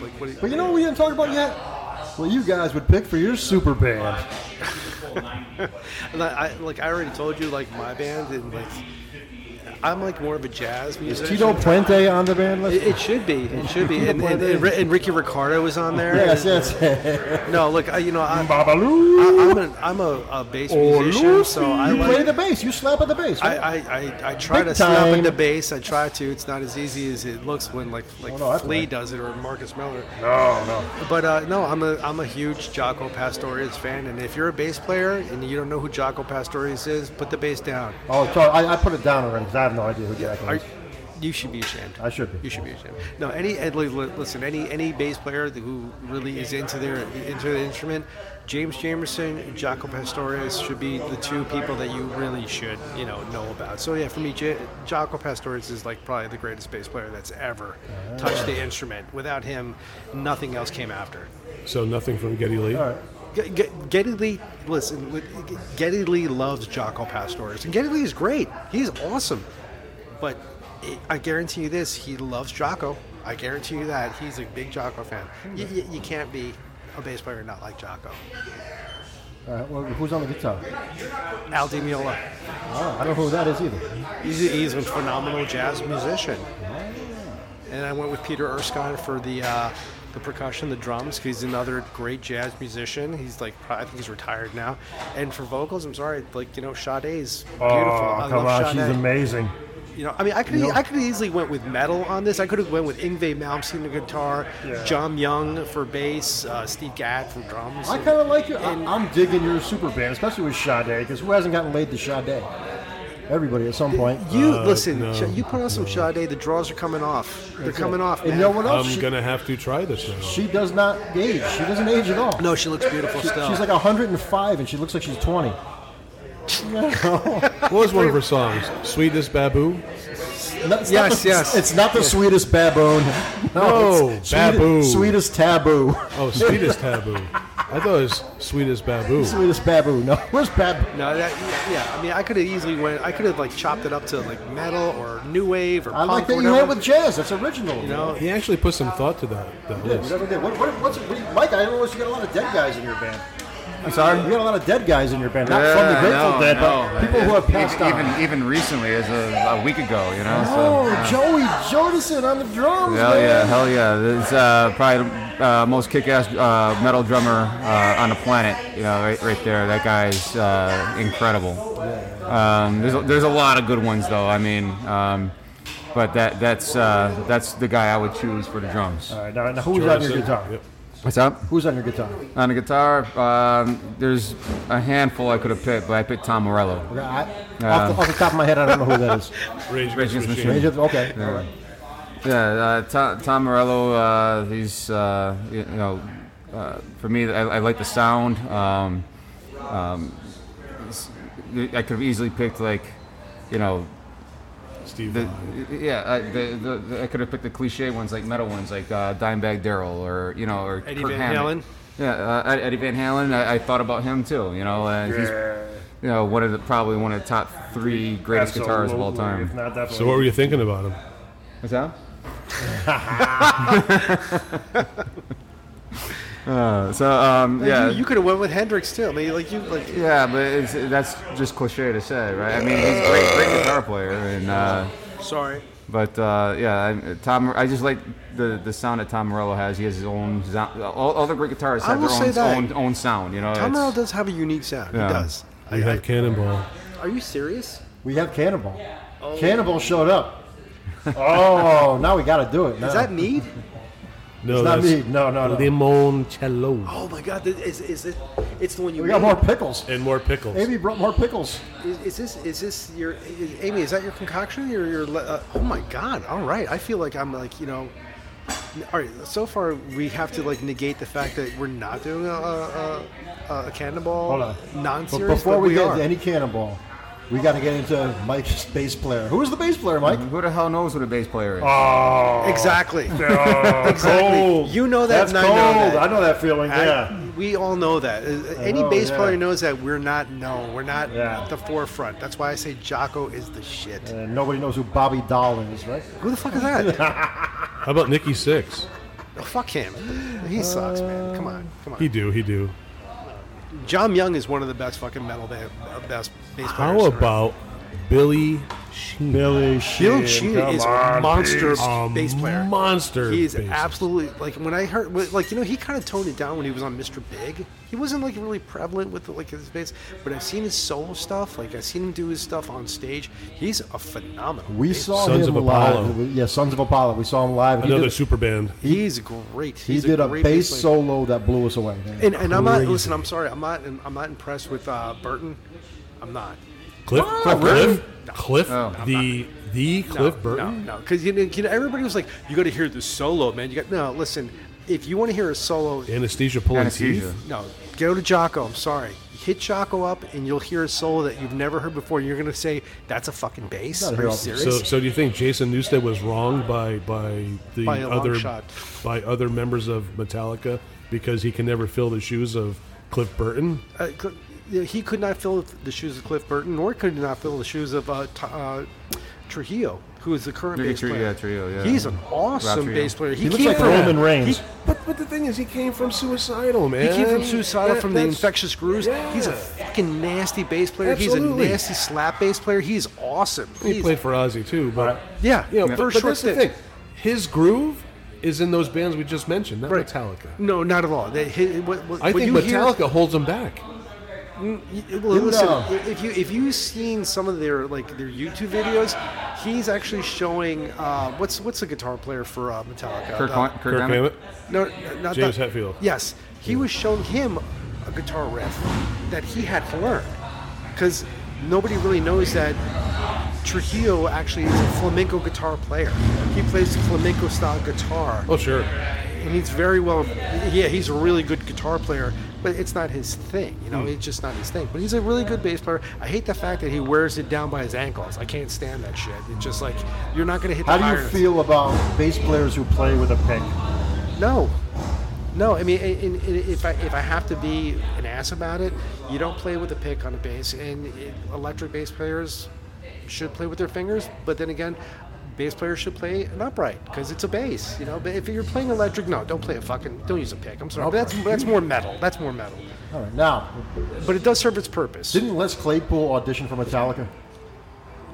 Speaker 4: like what. do
Speaker 2: But you know what we didn't talk about yet? Well, you guys would pick for your super band.
Speaker 4: and I, I like I already told you like my band and like I'm like more of a jazz musician.
Speaker 2: Tito Puente on the band
Speaker 4: It,
Speaker 2: list?
Speaker 4: it should be. It should be. And, and, and, Ri- and Ricky Ricardo was on there.
Speaker 2: Yes,
Speaker 4: And-
Speaker 2: yes.
Speaker 4: No, look, I, you know I, I,
Speaker 6: Babaloo!
Speaker 4: I'm an, I'm a, a bass musician, so I
Speaker 2: Oh, you play
Speaker 4: like.
Speaker 2: the bass. You slap at the bass.
Speaker 4: Oh, I,
Speaker 2: Right?
Speaker 4: I, I, I try
Speaker 2: Big
Speaker 4: to snap
Speaker 2: time.
Speaker 4: in the bass. I try to. It's not as easy as it looks when like like
Speaker 2: Oh, no, that's
Speaker 4: Flea
Speaker 2: right.
Speaker 4: does it or Marcus Miller.
Speaker 6: No, no.
Speaker 4: But uh, no, I'm a I'm a huge Jaco Pastorius fan, and if you're a bass player and you don't know who Jaco Pastorius is, put the bass down.
Speaker 2: oh, sorry. I, I put it down already because I have no idea who Jack
Speaker 4: Are,
Speaker 2: is.
Speaker 4: You should be ashamed.
Speaker 2: I should be.
Speaker 4: You should be ashamed. No, any and li- li- listen, any any bass player who really is into their into the instrument, James Jamerson, and Jaco Pastorius should be the two people that you really should you know know about. So yeah, for me, J- Jaco Pastorius is like probably the greatest bass player that's ever touched the instrument. Without him, nothing else came after.
Speaker 3: So nothing from Getty Lee.
Speaker 2: All right.
Speaker 4: G- G- Geddy Lee, listen, li- G- Geddy Lee loves Jocko Pastores, and Geddy Lee is great. He's awesome, but i I guarantee you this: he loves Jocko. I guarantee you that he's a big Jocko fan. Y- y- you can't be a bass player and not like Jocko.
Speaker 2: All right. Uh, Well, who's on the guitar?
Speaker 4: Al Di Meola,
Speaker 2: Oh, I don't know who that is either.
Speaker 4: he's a, he's a phenomenal jazz musician, and I went with Peter Erskine for the. Uh, the percussion, the drums, 'cause he's another great jazz musician. He's like, pro- I think he's retired now. And for vocals, I'm sorry, like you know, Sade's beautiful.
Speaker 2: Oh,
Speaker 4: I love Sade.
Speaker 6: amazing.
Speaker 4: You know, I mean, I could I could easily went with metal on this. I could have went with Ingve Malmsteen on guitar, John Young for bass, uh, Steve Gadd for drums.
Speaker 2: I kind of like your. I, I'm digging your super band, especially with Sade, because who hasn't gotten laid to Sade? Everybody at some point.
Speaker 4: you listen,
Speaker 3: no,
Speaker 4: Sha- you put on some Sade, the draws are coming off. They're coming off.
Speaker 2: And you
Speaker 4: man.
Speaker 2: know what else?
Speaker 3: I'm
Speaker 2: she,
Speaker 3: gonna have to try this now.
Speaker 2: she does not age. She doesn't age at all.
Speaker 4: No, she looks beautiful
Speaker 2: She-
Speaker 4: still.
Speaker 2: she's like 105 and she looks like she's 20.
Speaker 3: what was one of her songs? Sweetest Babu.
Speaker 2: No, it's
Speaker 4: Yes,
Speaker 2: not the,
Speaker 4: yes.
Speaker 2: It's not the sweetest baboon.
Speaker 3: No,
Speaker 2: it's
Speaker 3: baboo.
Speaker 2: Sweetest taboo.
Speaker 3: Oh, Sweetest Taboo. I thought it was Sweetest Babu.
Speaker 2: sweetest baboo. No, where's baboo?
Speaker 4: no, that, yeah, I mean, I could have easily went. I could have like chopped it up to like metal or new wave or
Speaker 2: I
Speaker 4: punk
Speaker 2: like that
Speaker 4: or
Speaker 2: you
Speaker 4: whatever.
Speaker 2: went with jazz. That's original.
Speaker 4: you know,
Speaker 3: He actually put some thought to that, that
Speaker 2: Yeah, you
Speaker 3: list.
Speaker 2: never did. What, what, what's, what, do you- Mike, I noticed you got a lot of dead guys in your band. I'm sorry? You got a lot of dead guys in your band. Not from the
Speaker 5: Yeah,
Speaker 2: Grateful
Speaker 5: no,
Speaker 2: Dead,
Speaker 5: no,
Speaker 2: but people who have
Speaker 5: even-
Speaker 2: passed on.
Speaker 5: Even even recently, as a, a week ago, you know.
Speaker 2: oh,
Speaker 5: so, yeah.
Speaker 2: Joey Jordison on the drums.
Speaker 5: Hell yeah,
Speaker 2: man.
Speaker 5: hell yeah. This is uh, probably the uh, most kick ass uh, metal drummer uh, on the planet, you know, right, right there. That guy's uh, incredible. Um, there's, a, there's a lot of good ones, though, I mean, um, but that that's uh, that's the guy I would choose for the drums.
Speaker 2: All right, now, now who's on your guitar?
Speaker 3: Yep.
Speaker 5: What's up?
Speaker 2: Who's on your guitar?
Speaker 5: On the guitar, um, there's a handful I could have picked, but I picked Tom Morello.
Speaker 2: Okay, I,
Speaker 5: Uh,
Speaker 2: off, the, off the top of my head, I don't know who that is.
Speaker 3: Rage
Speaker 5: Rage
Speaker 3: Against the
Speaker 5: Against the
Speaker 3: Machine.
Speaker 2: Range of- okay. all right.
Speaker 5: Yeah, uh, Tom, Tom Morello. Uh, he's uh, you know, uh, for me, I, I like the sound. Um, um, I could have easily picked like, you know,
Speaker 3: Steve
Speaker 5: the
Speaker 3: Vai.
Speaker 5: yeah, I, the, the, the- I could have picked the cliche ones like metal ones like uh, Dimebag Daryl or you know or
Speaker 4: Eddie
Speaker 5: Kirk
Speaker 4: Van
Speaker 5: Hammett.
Speaker 4: Halen.
Speaker 5: Yeah, uh, Ed- Eddie Van Halen. I, I thought about him too. You know, and he's you know one of the probably one of the top three greatest guitarists of all
Speaker 6: Absolutely,
Speaker 5: time.
Speaker 6: If not definitely.
Speaker 3: So what were you thinking about him?
Speaker 5: What's that? uh, so um, yeah,
Speaker 4: you, you could have went with Hendrix too. I mean, like you like.
Speaker 5: yeah, but it's, that's just cliche to say, right? I mean, he's a great, great guitar player, and uh,
Speaker 4: Sorry.
Speaker 5: but uh, yeah, I, Tom, I just like the the sound that Tom Morello has. He has his own sound. All, all the great guitarists
Speaker 4: I
Speaker 5: have
Speaker 4: will
Speaker 5: their
Speaker 4: say
Speaker 5: own,
Speaker 4: that.
Speaker 5: own own sound. You know,
Speaker 4: Tom
Speaker 5: it's-
Speaker 4: Morello does have a unique sound.
Speaker 5: Yeah.
Speaker 4: He does.
Speaker 3: You have Cannonball.
Speaker 4: Are you serious?
Speaker 2: We have Cannibal. Cannibal showed up. Oh, now we got to do it.
Speaker 4: Is
Speaker 2: now.
Speaker 4: that need?
Speaker 3: No,
Speaker 2: It's not me.
Speaker 3: that's
Speaker 2: No, no, no.
Speaker 3: limoncello
Speaker 4: Oh my God! th- Is, is it? It's the one you.
Speaker 2: We got
Speaker 4: made.
Speaker 2: more pickles.
Speaker 3: and more pickles.
Speaker 2: Amy brought more pickles.
Speaker 4: Is, is this? Is this your? Is, Amy, is that your concoction? Your your. le- Uh, oh my God! All right, I feel like I'm like you know. n- All right. So far, we have to like negate the fact that we're not doing a a, a, a cannonball
Speaker 2: Hold on. But
Speaker 4: non-series.
Speaker 2: before
Speaker 4: but
Speaker 2: we,
Speaker 4: we
Speaker 2: get
Speaker 4: are.
Speaker 2: into any Cannibal, we got to get into Mike's bass player. Who is the bass player, Mike?
Speaker 5: Who the hell knows what a bass player is?
Speaker 4: Oh, exactly. exactly.
Speaker 6: Cold.
Speaker 4: You know that.
Speaker 2: That's
Speaker 4: and
Speaker 2: Oh. cold.
Speaker 4: I know that.
Speaker 2: I know that feeling.
Speaker 4: I-
Speaker 2: yeah.
Speaker 4: we all know that. Uh, Any
Speaker 2: Oh,
Speaker 4: bass
Speaker 2: yeah.
Speaker 4: player knows that we're not known. We're not
Speaker 2: Yeah.
Speaker 4: at the forefront. That's why I say Jocko is the shit.
Speaker 2: And nobody knows who Bobby Dahl is, right?
Speaker 4: Who the fuck is that?
Speaker 3: How about Nikki Six?
Speaker 4: Oh, fuck him. He sucks, man. Come on, come on.
Speaker 3: He do, he do.
Speaker 4: John Young is one of the best fucking metal band, uh, best bass players.
Speaker 3: How
Speaker 4: around.
Speaker 3: about Billy Sheen?
Speaker 6: Billy
Speaker 4: Bill
Speaker 6: Sheen.
Speaker 4: Sheen
Speaker 6: come
Speaker 4: is a
Speaker 6: on,
Speaker 4: monster
Speaker 6: please.
Speaker 3: A
Speaker 4: bass player.
Speaker 3: monster
Speaker 4: He is
Speaker 3: bassist.
Speaker 4: absolutely like when I heard like you know he kind of toned it down when he was on Mr. Big. He wasn't like really prevalent with like his bass, but I've seen his solo stuff. Like I've seen him do his stuff on stage. He's a phenomenal.
Speaker 2: We
Speaker 4: bass
Speaker 2: saw
Speaker 3: Sons
Speaker 2: him
Speaker 3: of
Speaker 2: live.
Speaker 3: Apollo.
Speaker 2: We- Yeah, Sons of Apollo. We saw him live. He
Speaker 3: Another
Speaker 2: did,
Speaker 3: super band.
Speaker 4: He's great.
Speaker 2: he
Speaker 4: He's
Speaker 2: did a,
Speaker 4: great
Speaker 2: bass
Speaker 4: player.
Speaker 2: solo that blew us away. man.
Speaker 4: And, and I'm not. Listen, I'm sorry. I'm not. I'm not impressed with uh, Burton. I'm not.
Speaker 3: Cliff, Cliff, Cliff,
Speaker 5: Oh.
Speaker 3: the The Cliff
Speaker 4: no,
Speaker 3: Burton?
Speaker 4: No, no, because you know, you know, everybody was like, "You got to hear the solo, man." You got no. Listen, if you want to hear a solo,
Speaker 3: Anesthesia pulling
Speaker 5: Anesthesia.
Speaker 3: teeth?
Speaker 4: no, go to Jocko. I'm sorry. Hit Jocko up, and you'll hear a solo that you've never heard before. You're gonna say, "That's a fucking bass."
Speaker 2: Not
Speaker 4: Are
Speaker 2: at
Speaker 4: you
Speaker 2: all.
Speaker 4: serious?
Speaker 3: So, so do you think Jason Newsted was wrong by by the
Speaker 4: By a long
Speaker 3: other
Speaker 4: shot.
Speaker 3: by other members of Metallica because he can never fill the shoes of Cliff Burton?
Speaker 4: Uh, cl- yeah, he could not fill the shoes of Cliff Burton, nor could he not fill the shoes of uh, T- uh, Trujillo, who is the current
Speaker 5: Ricky
Speaker 4: bass
Speaker 5: Trujillo,
Speaker 4: player.
Speaker 5: yeah, Trujillo, yeah.
Speaker 4: He's an
Speaker 5: Rob
Speaker 4: awesome
Speaker 5: Trujillo.
Speaker 4: bass player. He,
Speaker 2: He looks
Speaker 4: came
Speaker 2: like
Speaker 4: from-
Speaker 2: Roman Reigns.
Speaker 3: But, but the thing is, he came from Suicidal, man.
Speaker 4: He came from Suicidal
Speaker 3: That-
Speaker 4: from the
Speaker 3: that's-
Speaker 4: Infectious Grooves. He's a
Speaker 3: Yeah.
Speaker 4: fucking nasty bass player. He's
Speaker 3: Absolutely.
Speaker 4: a nasty slap bass player. He's awesome.
Speaker 3: He
Speaker 4: He's-
Speaker 3: played for Ozzy too, but
Speaker 4: Yeah,
Speaker 3: you know,
Speaker 4: yeah.
Speaker 3: but-
Speaker 4: for a
Speaker 3: but,
Speaker 4: short
Speaker 3: that's the
Speaker 4: stint.
Speaker 3: thing. His groove is in those bands we just mentioned, not
Speaker 4: Right.
Speaker 3: Metallica.
Speaker 4: No, not at all. They- he- what- what-
Speaker 3: I
Speaker 4: what
Speaker 3: think
Speaker 4: you hear-
Speaker 3: Metallica holds him back.
Speaker 4: Y- Well, listen,
Speaker 2: No.
Speaker 4: if you if you've seen some of their like their YouTube videos, he's actually showing uh, what's what's the guitar player for uh, Metallica?
Speaker 5: Kirk,
Speaker 4: Uh,
Speaker 5: Hon- Kirk,
Speaker 3: Kirk
Speaker 5: Hammett?
Speaker 3: Hammett.
Speaker 4: No, n- not
Speaker 3: James
Speaker 4: that.
Speaker 3: Hetfield.
Speaker 4: Yes, he was showing him a guitar riff that he had to learn because nobody really knows that Trujillo actually is a flamenco guitar player. He plays flamenco style guitar,
Speaker 3: Oh sure,
Speaker 4: and he's very well. Yeah, he's a really good guitar player, but it's not his thing. You
Speaker 2: Hmm.
Speaker 4: know, it's just not his thing. But he's a really good bass player. I hate the fact that he wears it down by his ankles. I can't stand that shit. It's just like you're not gonna hit.
Speaker 2: How
Speaker 4: the
Speaker 2: do you
Speaker 4: iron.
Speaker 2: feel about bass players who play with a pick?
Speaker 4: No, no. I mean, and, and if I if I have to be an ass about it, you don't play with a pick on a bass, and it, electric bass players should play with their fingers. But then again, bass players should play an upright because it's a bass, you know. But if you're playing electric, no, don't play a fucking, don't use a pick. I'm sorry, but that's that's more metal. That's more metal.
Speaker 2: All right, now,
Speaker 4: But it does serve its purpose.
Speaker 2: didn't Les Claypool audition for Metallica?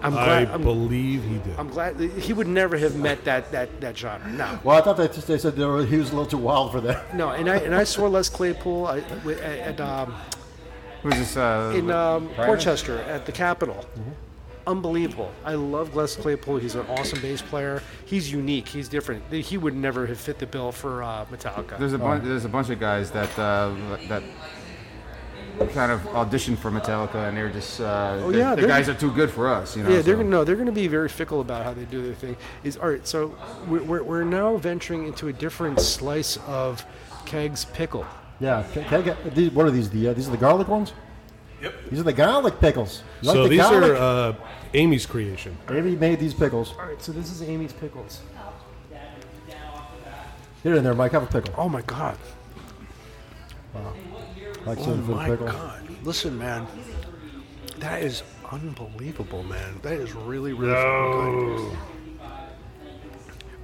Speaker 4: I'm
Speaker 3: I
Speaker 4: glad. I'm,
Speaker 3: believe he did.
Speaker 4: I'm glad he would never have met that that that genre. No.
Speaker 2: Well, I thought they, they said they were, he was a little too wild for that.
Speaker 4: No, and I and I saw Les Claypool I, wi- at, at um,
Speaker 5: Who's this? Uh,
Speaker 4: in um,
Speaker 5: Pryor?
Speaker 4: Portchester at the Capitol.
Speaker 3: Mm-hmm.
Speaker 4: Unbelievable. I love Les Claypool. He's an awesome bass player. He's unique. He's different. He would never have fit the bill for uh, Metallica.
Speaker 5: There's a bunch. There's a bunch of guys that uh, that kind of auditioned for Metallica, and they're just uh,
Speaker 4: Oh,
Speaker 5: the-
Speaker 4: yeah,
Speaker 5: the
Speaker 4: they're-
Speaker 5: guys are too good for us. You know,
Speaker 4: Yeah, they're
Speaker 5: so.
Speaker 4: gonna no, they're gonna be very fickle about how they do their thing. Is all right. So we're, we're, we're now venturing into a different slice of Keg's pickle.
Speaker 2: Yeah, can, can I get these, what are these? The uh, these are the garlic ones. Yep. These are the garlic pickles. You like
Speaker 3: so
Speaker 2: the
Speaker 3: these
Speaker 2: garlic?
Speaker 3: are uh, Amy's creation.
Speaker 2: Amy made these pickles.
Speaker 4: All right. So this is Amy's pickles.
Speaker 2: Here in there, Mike. Have a pickle.
Speaker 4: Oh my God.
Speaker 2: Mike said
Speaker 4: Oh
Speaker 2: for the
Speaker 4: my
Speaker 2: pickle.
Speaker 4: God! Listen, man, that is unbelievable, man. That is really, really fucking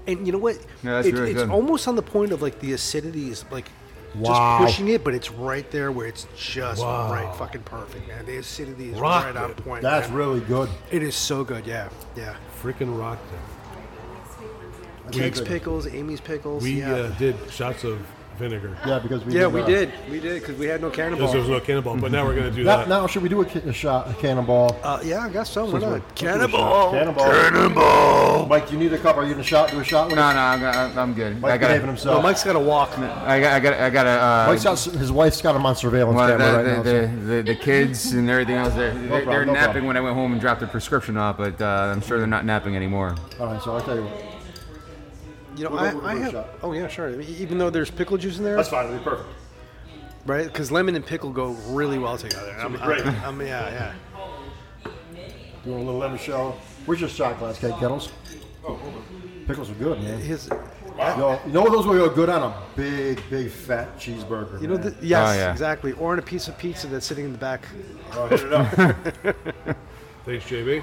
Speaker 4: good. And you know what?
Speaker 5: Yeah, that's
Speaker 4: It-
Speaker 5: really
Speaker 4: it's
Speaker 5: good.
Speaker 4: almost on the point of like the acidity is like
Speaker 2: Wow.
Speaker 4: just pushing it, but it's right there where it's just
Speaker 3: Wow.
Speaker 4: right, fucking perfect, man. The acidity is
Speaker 3: Rock
Speaker 4: right on
Speaker 3: it.
Speaker 4: point.
Speaker 2: That's
Speaker 4: man.
Speaker 2: really good.
Speaker 4: It is so good. Yeah, yeah.
Speaker 3: Freaking rocked it.
Speaker 4: Jake's pickles, Amy's pickles.
Speaker 3: We
Speaker 4: yeah.
Speaker 3: uh, did shots of vinegar.
Speaker 2: Yeah, because we
Speaker 4: yeah,
Speaker 2: did,
Speaker 4: we
Speaker 2: uh,
Speaker 4: did. We did because we had no cannonball.
Speaker 3: Because there was no cannonball, but now we're gonna do
Speaker 2: Now,
Speaker 3: that.
Speaker 2: now, should we do a, ca- a shot, a cannonball?
Speaker 4: uh, yeah, I guess so. Why
Speaker 2: Since we're-
Speaker 4: not?
Speaker 2: let's do a shot.
Speaker 4: Cannonball.
Speaker 2: Cannonball. Cannonball. Mike, do you need a cup? Are you gonna shot? Do a shot? with
Speaker 5: No,
Speaker 2: us?
Speaker 5: no, I'm, I'm- I'm good. I
Speaker 2: Mike's
Speaker 5: got.
Speaker 2: behaving
Speaker 5: I
Speaker 2: himself.
Speaker 4: Oh, Mike's got to walk.
Speaker 5: got. I got. I got
Speaker 2: Mike's
Speaker 5: a. Uh,
Speaker 2: got, his wife's got him on surveillance
Speaker 5: well,
Speaker 2: camera right
Speaker 5: the,
Speaker 2: now.
Speaker 5: the,
Speaker 2: so-
Speaker 5: the, the, the kids and everything else, they're, they're,
Speaker 2: problem,
Speaker 5: they're
Speaker 2: no
Speaker 5: napping
Speaker 2: problem.
Speaker 5: when I went home and dropped the prescription off, but uh, I'm sure they're not napping anymore.
Speaker 2: All right, so I'll tell you what.
Speaker 4: You know,
Speaker 2: We'll
Speaker 4: I,
Speaker 2: go- we'll
Speaker 4: I
Speaker 2: go
Speaker 4: have.
Speaker 2: shot.
Speaker 4: Oh yeah, sure. E- Even though there's pickle juice in there,
Speaker 6: fine. It'll be perfect.
Speaker 4: right? Because lemon and pickle go really well together. I'm,
Speaker 6: great.
Speaker 4: I'm, I'm- yeah,
Speaker 2: Doing a little lemon show. Where's your shot glass, Kate Kettles? Pickles are good,
Speaker 4: Oh, yeah.
Speaker 2: man.
Speaker 4: His,
Speaker 2: Yo, you know those would go good on a big, big fat cheeseburger.
Speaker 4: you know,
Speaker 2: man.
Speaker 4: the, yes,
Speaker 5: Oh, yeah.
Speaker 4: exactly. Or on a piece of pizza that's sitting in the back.
Speaker 3: Thanks, JB.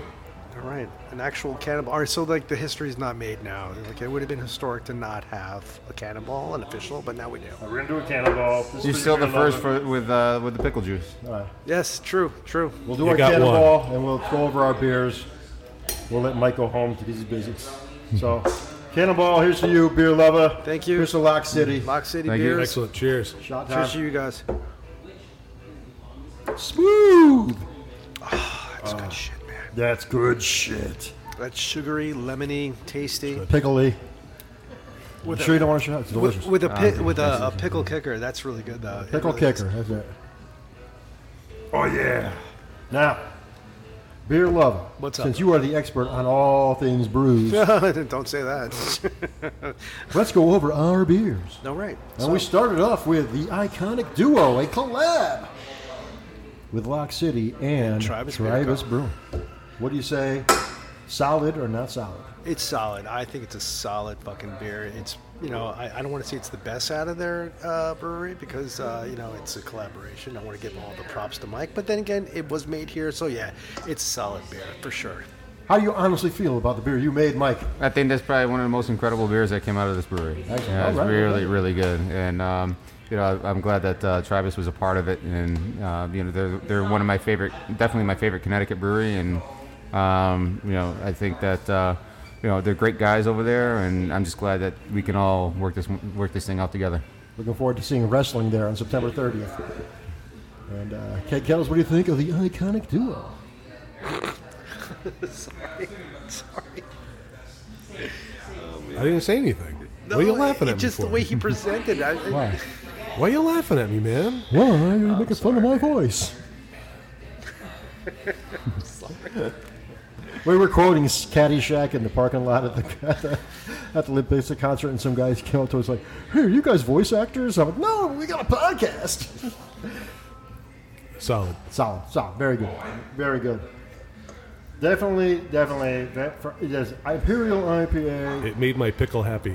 Speaker 4: All right, an actual cannonball. All right, so like the history's not made now. Like it would have been historic to not have a cannonball, an official, but now we do.
Speaker 6: We're gonna do a cannonball. This
Speaker 5: You're
Speaker 6: is
Speaker 5: still the
Speaker 6: gonna love
Speaker 5: first
Speaker 6: it.
Speaker 5: for, with uh, with the pickle juice.
Speaker 4: Yes, true, true.
Speaker 2: we'll do
Speaker 3: You
Speaker 2: our
Speaker 3: got
Speaker 2: cannonball and we'll go over our beers. We'll let Mike go home because he's busy. So, cannonball, here's to you, beer lover.
Speaker 4: Thank you.
Speaker 2: Here's to Lock City.
Speaker 4: Lock City
Speaker 5: Thank you.
Speaker 4: beers.
Speaker 3: Excellent. Cheers.
Speaker 2: Shot
Speaker 4: Cheers to
Speaker 2: time.
Speaker 4: you guys.
Speaker 2: Smooth.
Speaker 4: Ah,
Speaker 2: Ah,
Speaker 4: That's good shit, man.
Speaker 2: That's good shit.
Speaker 4: That's sugary, lemony, tasty.
Speaker 2: Pickly. You
Speaker 4: With a-
Speaker 2: sure you don't want to shot? It's delicious.
Speaker 4: With, with
Speaker 5: Ah,
Speaker 4: a pi- with a, a pickle kicker, that's really good though. It
Speaker 2: Pickle
Speaker 4: really is.
Speaker 2: kicker. That's it. Oh yeah. Now, Beer lover.
Speaker 4: What's up?
Speaker 2: Since you are the expert on all things brews,
Speaker 4: Don't say that.
Speaker 2: let's go over our beers.
Speaker 4: no, right.
Speaker 2: And we started off with the iconic duo, a collab with Lock City and
Speaker 4: Tribus Beer
Speaker 2: Tribus
Speaker 4: Co.
Speaker 2: Brewing. What do you say? Solid or not solid?
Speaker 4: It's solid. I think it's a solid fucking beer. It's you know I, I don't want to say it's the best out of their uh, brewery because uh, you know it's a collaboration. I want to give all the props to Mike, but then again, it was made here, so yeah, it's a solid beer for sure.
Speaker 2: How do you honestly feel about the beer you made, Mike?
Speaker 5: I think that's probably one of the most incredible beers that came out of this brewery.
Speaker 2: Excellent.
Speaker 5: Yeah, it's
Speaker 2: All right, all
Speaker 5: really,
Speaker 2: right.
Speaker 5: really good. And um, you know, I- I'm glad that uh, Travis was a part of it. And uh, you know, they're they're one of my favorite, definitely my favorite Connecticut brewery. And um, you know, I think that uh, you know they're great guys over there. And I'm just glad that we can all work this work this thing out together.
Speaker 2: Looking forward to seeing wrestling there on September 30th. And uh, Kate Kettles, what do you think of the iconic duo?
Speaker 4: sorry, sorry.
Speaker 3: I didn't say anything. Why are you laughing
Speaker 4: it-
Speaker 3: at me?
Speaker 4: Just
Speaker 3: for?
Speaker 4: the way he presented. I, I-
Speaker 2: Why?
Speaker 3: Why are you laughing at me, man?
Speaker 2: Why are you making fun of my voice? we were quoting Caddyshack in the parking lot at the at the, at the Limp Bizkit concert, and some guys came up to us like, "Hey, are you guys voice actors?" I'm like, "No, we got a podcast."
Speaker 3: Solid.
Speaker 2: solid, solid, very good, very good. Definitely, definitely. That for, yes, Imperial IPA.
Speaker 3: It made my pickle happy.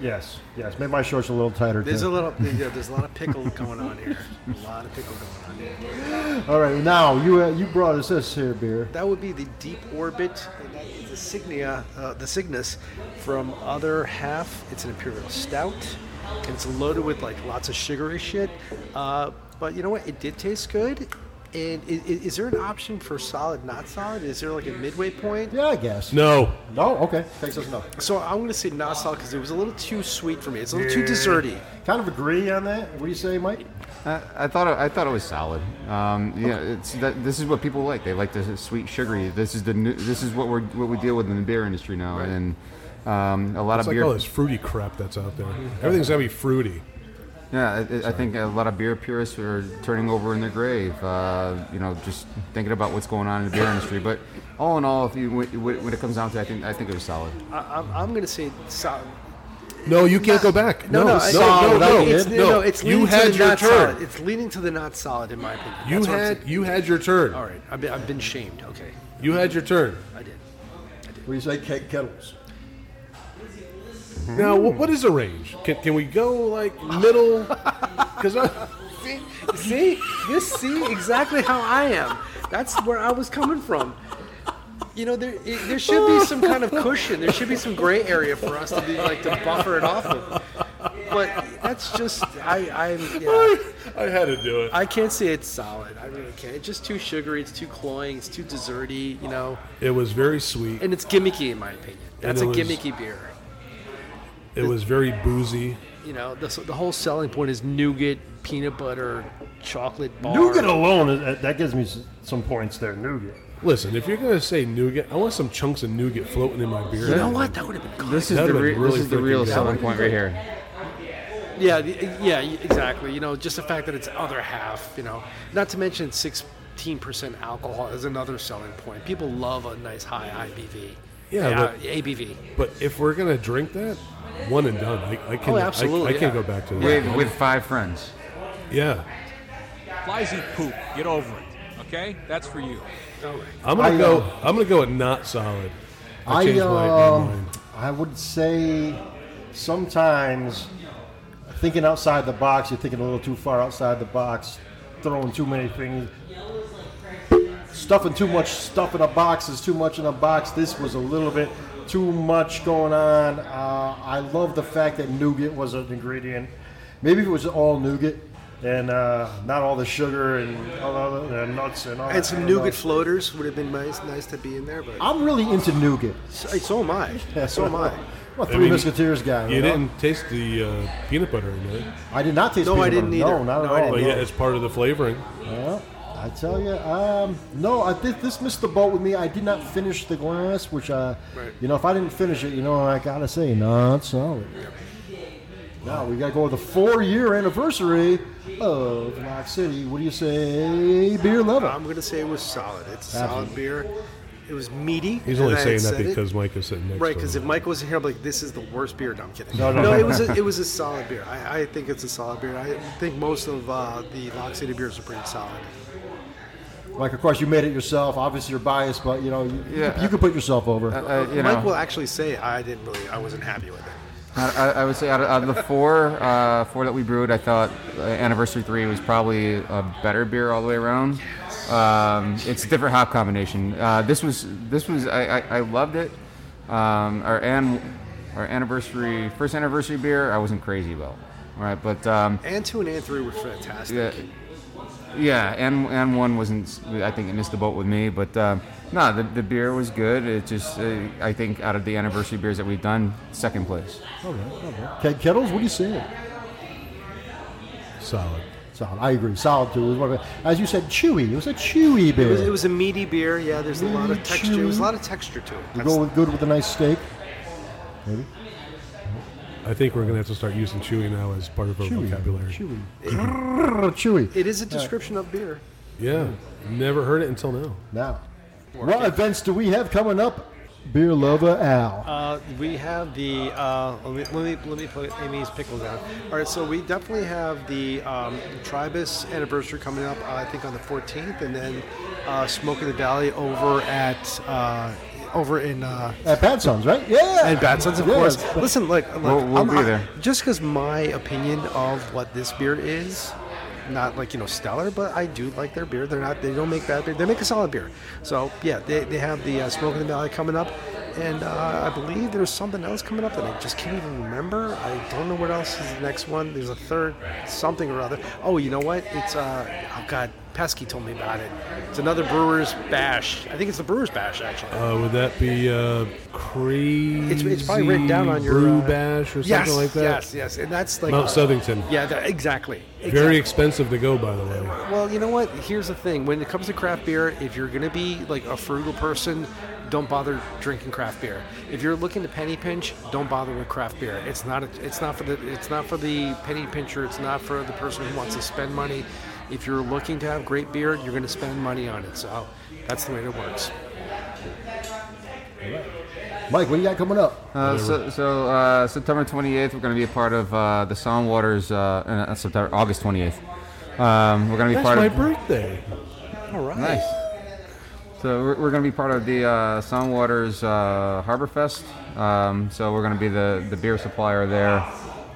Speaker 2: Yes, yes. Made my shorts a little tighter.
Speaker 4: there's
Speaker 2: too.
Speaker 4: a little. Yeah, there's a lot of pickle going on here. A lot of pickle going on here.
Speaker 2: All right, now you uh, you brought us this here beer.
Speaker 4: That would be the deep orbit, and that is the Signia, uh, the Cygnus from Other Half. It's an imperial stout, and it's loaded with like lots of sugary shit. Uh, but you know what? It did taste good. And is, is there an option for solid, not solid? Is there like a midway point?
Speaker 2: Yeah, I guess.
Speaker 3: No.
Speaker 2: No, okay. Takes us no.
Speaker 4: So I'm gonna say not solid because it was a little too sweet for me. It's a little too desserty.
Speaker 2: Kind of agree on that. What do you say, Mike?
Speaker 5: I, I thought it, I thought it was solid. Um, yeah, it's that, this is what people like. They like the sweet, sugary. This is the new, this is what we are what we deal with in the beer industry now. And um, a lot
Speaker 3: It's
Speaker 5: of
Speaker 3: like
Speaker 5: beer.
Speaker 3: all this fruity crap that's out there. Everything's gonna be fruity.
Speaker 5: Yeah, I- I, I think a lot of beer purists are turning over in their grave. Uh, you know, just thinking about what's going on in the beer industry. But all in all, if you, when when it comes down to, it, I think I think it was solid.
Speaker 4: I, I'm, I'm gonna say solid.
Speaker 3: No, you can't go back.
Speaker 4: No, no,
Speaker 3: no,
Speaker 4: I-
Speaker 3: no, no, no,
Speaker 4: it's, no, no, it's leaning
Speaker 3: You had
Speaker 4: to the
Speaker 3: your
Speaker 4: not
Speaker 3: turn.
Speaker 4: solid. It's leaning to the not solid, in my opinion.
Speaker 3: You
Speaker 4: That's what I'm
Speaker 3: had
Speaker 4: saying.
Speaker 3: you had your turn.
Speaker 4: All right, I've been, I've been shamed. Okay,
Speaker 3: You had your turn.
Speaker 4: I did.
Speaker 2: What do you say, Kate Kettles?
Speaker 3: Now, wh- what is the range? Can, can we go like middle? Because
Speaker 4: See, see, you see exactly how I am. That's where I was coming from. You know, there it, there should be some kind of cushion. There should be some gray area for us to be like to buffer it off of. But that's just I I'm yeah,
Speaker 3: I had to do it.
Speaker 4: I can't say it's solid. I really can't. It's just too sugary. It's too cloying. It's too desserty. You know,
Speaker 3: It was very sweet.
Speaker 4: and it's gimmicky in my opinion. That's a
Speaker 3: it was-
Speaker 4: gimmicky beer.
Speaker 3: It was very boozy.
Speaker 4: You know, the the whole selling point is nougat, peanut butter, chocolate bar.
Speaker 6: Nougat alone, uh, that gives me s- some points there. Nougat.
Speaker 3: Listen, if you're gonna say nougat, I want some chunks of nougat floating in my beer.
Speaker 4: You know Oh, what? That would have been.
Speaker 5: This is
Speaker 3: That
Speaker 5: the
Speaker 3: would've
Speaker 5: re-
Speaker 3: been really
Speaker 5: this is the
Speaker 3: freaking
Speaker 5: real
Speaker 3: good.
Speaker 5: selling point right here.
Speaker 4: Yeah, the- yeah, y- exactly. You know, just the fact that it's other half. You know, not to mention sixteen percent alcohol is another selling point. People love a nice high IBV.
Speaker 3: Yeah,
Speaker 4: Uh,
Speaker 3: but-
Speaker 4: ABV.
Speaker 3: But if we're gonna drink that, one and done. I, I can.
Speaker 4: Oh,
Speaker 3: I-
Speaker 4: absolutely,
Speaker 3: I, can't
Speaker 4: yeah.
Speaker 3: go back to that.
Speaker 5: With with five friends.
Speaker 3: yeah,
Speaker 7: Fliesy poop. Get over it. Okay? That's for you.
Speaker 3: I'm gonna
Speaker 2: I,
Speaker 3: go.
Speaker 2: uh,
Speaker 3: I'm gonna go with not solid. I,
Speaker 2: I
Speaker 3: changed my, my
Speaker 2: um,
Speaker 3: mind.
Speaker 2: I would say sometimes thinking outside the box, you're thinking a little too far outside the box, throwing too many things, stuffing too much stuff in a box is too much in a box. This was a little bit too much going on. Uh, I love the fact that nougat was an ingredient. Maybe if it was all nougat and uh, not all the sugar and all the other- and nuts and all.
Speaker 4: And
Speaker 2: that, I
Speaker 4: some
Speaker 2: don't know.
Speaker 4: nougat floaters would have been nice, nice to be in there. But
Speaker 2: I'm really into nougat.
Speaker 4: so, so am I. So am I.
Speaker 2: I'm a 3
Speaker 3: mean,
Speaker 2: Musketeers guy.
Speaker 3: You
Speaker 2: know?
Speaker 3: didn't taste the uh, peanut butter in it,
Speaker 2: I did not taste.
Speaker 4: No, I
Speaker 2: peanut
Speaker 4: didn't
Speaker 2: butter. No,
Speaker 4: either.
Speaker 2: not
Speaker 4: Oh, No, I
Speaker 2: at all.
Speaker 3: but
Speaker 2: no.
Speaker 3: yet it's part of the flavoring.
Speaker 2: Well, I tell you, um, no, I, thi- this missed the boat with me. I did not finish the glass, which, uh,
Speaker 4: Right.
Speaker 2: you know, if I didn't finish it, you know, I gotta say, not solid. Now we got to go with the four-year anniversary of Lock City. What do you say, beer level?
Speaker 4: I'm going to say it was solid. It's a solid beer. It was meaty.
Speaker 3: He's
Speaker 4: and
Speaker 3: only
Speaker 4: I had
Speaker 3: saying that
Speaker 4: said it.
Speaker 3: because Mike is sitting next
Speaker 4: Right,
Speaker 3: to
Speaker 4: because
Speaker 3: him.
Speaker 4: if Mike wasn't here, I'm like, this is the worst beer. No, I'm kidding.
Speaker 2: No,
Speaker 4: No,
Speaker 2: no.
Speaker 4: it was a, it was a solid beer. I, I think it's a solid beer. I think most of uh, the Lock City beers are pretty solid.
Speaker 2: Like, of course, you made it yourself. Obviously, you're biased, but you know you, you
Speaker 5: Yeah.
Speaker 2: could- you could put yourself over.
Speaker 5: Uh, you
Speaker 4: Mike
Speaker 5: know,
Speaker 4: will actually say I didn't really, I wasn't happy with it.
Speaker 5: I, I- I would say out of, out of the four, uh, four that we brewed, I thought uh, Anniversary Three was probably a better beer all the way around. Um, it's a different hop combination. Uh, this was this was I, I, I loved it. Um, our an, our anniversary first anniversary beer, I wasn't crazy about. All right, but um,
Speaker 4: And two and and three were fantastic.
Speaker 5: yeah, yeah, and and one wasn't. I think it missed the boat with me, but um, no, the, the beer was good. It just uh, I think out of the anniversary beers that we've done, second place.
Speaker 2: Keg Kettles, what do you say?
Speaker 3: Solid.
Speaker 2: Solid. I agree. Solid too. It was one of the- As you said, chewy. It was a chewy beer.
Speaker 4: It was, it was a meaty beer. Yeah, there's a lot of
Speaker 2: Really
Speaker 4: texture. It was a
Speaker 2: chewy.
Speaker 4: lot of texture to it.
Speaker 2: you
Speaker 4: That's-
Speaker 2: go with, good with a nice steak.
Speaker 3: I think we're gonna have to start using Chewy now as part of our
Speaker 2: Chewy.
Speaker 3: vocabulary.
Speaker 2: Chewy. Grrr, chewy.
Speaker 4: it is a description of beer.
Speaker 3: Yeah, never heard it until now.
Speaker 2: Now, what events do we have coming up, beer lover Al?
Speaker 4: Uh, we have the uh, let, me, let me let me put Amy's pickle down. All right, so we definitely have the um, Tribus anniversary coming up. Uh, I think on the 14th, and then uh, Smoke in the Valley over at uh, over in uh,
Speaker 2: At Bad Sons, right? Yeah.
Speaker 4: and Bad Sons, of
Speaker 2: Yes.
Speaker 4: course. Listen, like, like
Speaker 5: We'll- we'll
Speaker 4: I'm-
Speaker 5: be
Speaker 4: I-
Speaker 5: there.
Speaker 4: just because my opinion of what this beer is, not like you know stellar, but I do like their beer. They're not. They don't make bad beer. They make a solid beer. So yeah, they, they have the uh, Smoke in the Valley coming up, and uh, I believe there's something else coming up that I just can't even remember. I don't know what else is the next one. There's a third something or other. Oh, you know what? It's uh oh god. Pesky told me about it. It's another Brewers Bash. I think it's the Brewers Bash, actually.
Speaker 3: Uh, would that be uh, crazy?
Speaker 4: It's, it's probably written down on your
Speaker 3: brew
Speaker 4: uh,
Speaker 3: bash or something
Speaker 4: yes,
Speaker 3: like that.
Speaker 4: Yes, yes, and that's like
Speaker 3: Mount Southington.
Speaker 4: Yeah, that, exactly.
Speaker 3: Very
Speaker 4: Exactly.
Speaker 3: expensive to go, by the way.
Speaker 4: Well, you know what? Here's the thing: when it comes to craft beer, if you're going to be like a frugal person, don't bother drinking craft beer. If you're looking to penny pinch, don't bother with craft beer. It's not. A, it's not for the. It's not for the penny pincher. It's not for the person who wants to spend money. If you're looking to have great beer, you're going to spend money on it. So that's the way it works.
Speaker 2: Mike, what do you got coming up?
Speaker 5: Uh, so so uh, September 28th, we're going to be a part of uh, the Sound Waters. Uh, uh, not September, August 28th, um, we're going to be
Speaker 3: That's
Speaker 5: part
Speaker 3: my
Speaker 5: of.
Speaker 3: birthday.
Speaker 4: All right.
Speaker 5: Nice. So we're, we're going to be part of the uh, Sound Waters uh, Harbor Fest. Um, so we're going to be the, the beer supplier there.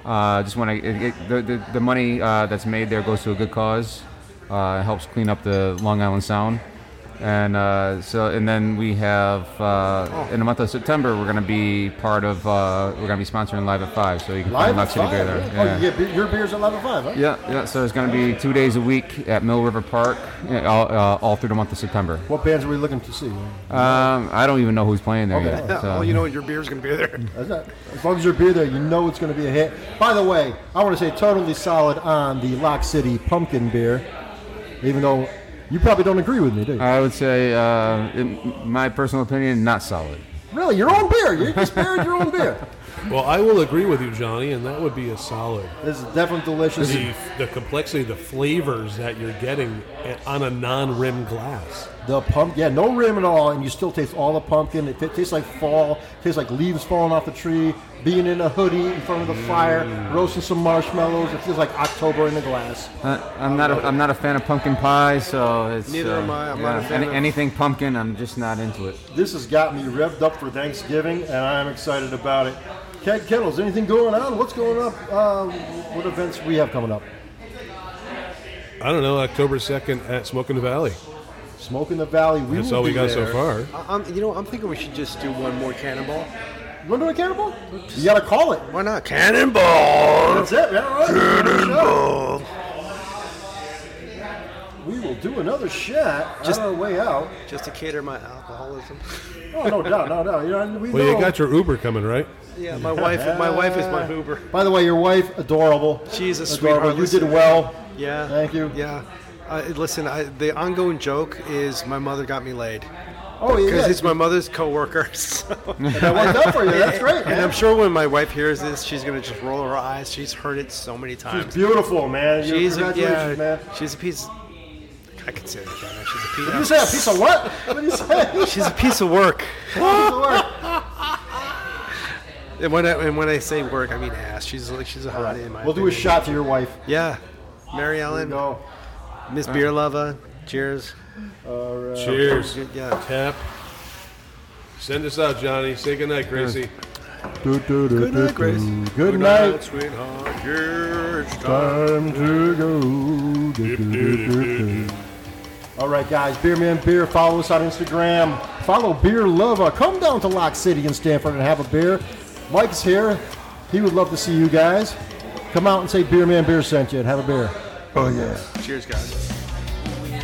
Speaker 5: Uh, just want to the, the the money uh, that's made there goes to a good cause. Uh, it helps clean up the Long Island Sound. And uh, so and then we have uh, in the month of September we're going to be part of uh, we're going to be sponsoring Live at Five. So you can
Speaker 2: Live
Speaker 5: find Lock
Speaker 2: at
Speaker 5: City
Speaker 2: five.
Speaker 5: Beer there.
Speaker 2: Oh, you get be- your beer's at level five, huh?
Speaker 5: Yeah, yeah. So it's going to be two days a week at Mill River Park, yeah, all, uh, all through the month of September.
Speaker 2: What bands are we looking to see?
Speaker 5: Um, I don't even know who's playing there
Speaker 2: Okay.
Speaker 5: yet. so-
Speaker 4: well, you know what? Your beer's going to be there.
Speaker 2: That's not- As long as your beer there, you know it's going to be a hit. By the way, I want to say totally solid on the Lock City pumpkin beer, even though you probably don't agree with me, do you?
Speaker 5: I would say, uh, in my personal opinion, not solid.
Speaker 2: really, your own beer. You just buried your own beer.
Speaker 3: Well, I will agree with you, Johnny, and that would be a solid.
Speaker 2: This is definitely delicious.
Speaker 3: The, the complexity, the flavors that you're getting at, on a non-rim glass.
Speaker 2: The pump, yeah, no rim at all, and you still taste all the pumpkin. It t- tastes like fall, tastes like leaves falling off the tree, being in a hoodie in front of the fire, roasting some marshmallows. It feels like October in a glass.
Speaker 5: Uh, I'm not. A, I'm not a fan of pumpkin pie, so it's.
Speaker 4: Neither
Speaker 5: uh,
Speaker 4: am I. I'm not a
Speaker 5: yeah,
Speaker 4: fan
Speaker 5: any-
Speaker 4: of-
Speaker 5: anything pumpkin. I'm just not into it.
Speaker 2: This has got me revved up for Thanksgiving, and I'm excited about it. Keg Kettles, anything going on? What's going up? Uh, what events we have coming up?
Speaker 3: I don't know. October second at Smoking the Valley.
Speaker 2: Smoke in the Valley. We
Speaker 3: That's
Speaker 2: will
Speaker 3: all we
Speaker 2: be
Speaker 3: got so
Speaker 2: there.
Speaker 3: far.
Speaker 4: I, I'm, Um, you know, I'm thinking we should just do one more cannonball.
Speaker 2: You want to do a cannonball? You got to call it.
Speaker 4: Why not? Cannonball.
Speaker 2: That's it. man. All right. Another shot. We will do another shot
Speaker 4: Just-
Speaker 2: on our way out.
Speaker 4: Just to cater my alcoholism.
Speaker 2: Oh no, no, no, no. You know, we
Speaker 3: Well,
Speaker 2: know.
Speaker 3: you got your Uber coming, right?
Speaker 4: Yeah, my wife. My wife is my Uber.
Speaker 2: By the way, your wife, adorable.
Speaker 4: She's a
Speaker 2: adorable.
Speaker 4: sweetheart.
Speaker 2: You did
Speaker 4: Listen.
Speaker 2: well.
Speaker 4: Yeah.
Speaker 2: Thank you.
Speaker 4: Yeah. Uh, listen, I, the ongoing joke is my mother got me laid.
Speaker 2: Oh, yeah.
Speaker 4: Because
Speaker 2: yeah.
Speaker 4: he's my mother's coworker. So.
Speaker 2: that worked out for you. That's great.
Speaker 4: And I'm
Speaker 2: Man.
Speaker 4: sure when my wife hears this, she's gonna just roll her eyes. She's heard it so many
Speaker 2: She's
Speaker 4: times.
Speaker 2: beautiful, man. You-
Speaker 4: She's a, yeah,
Speaker 2: congratulations, man.
Speaker 4: she's a piece. I could say that. She's a piece.
Speaker 2: You say a piece of what? What do you say?
Speaker 4: She's a piece of work. And when I, and when I say work, I mean ass. She's like she's a hottie in my
Speaker 2: We'll do a
Speaker 4: opinion.
Speaker 2: shot to your wife.
Speaker 4: Yeah, Mary Ellen,
Speaker 2: No.
Speaker 4: Miss Beer Lover. Cheers.
Speaker 3: Cheers.
Speaker 4: Yeah.
Speaker 3: Tap. Send us out, Johnny. Say goodnight, Gracie.
Speaker 2: Good
Speaker 4: night, Grace.
Speaker 2: Good night.
Speaker 3: sweetheart. It's
Speaker 2: Time to go. Do, do, do, do, do. All right, guys. Beer Man Beer. Follow us on Instagram. Follow Beer Lover. Come down to Lock City in Stanford and have a beer. Mike's here. He would love to see you guys. Come out and say Beer Man Beer sent you and have a beer. Oh, yeah.
Speaker 4: Cheers, guys.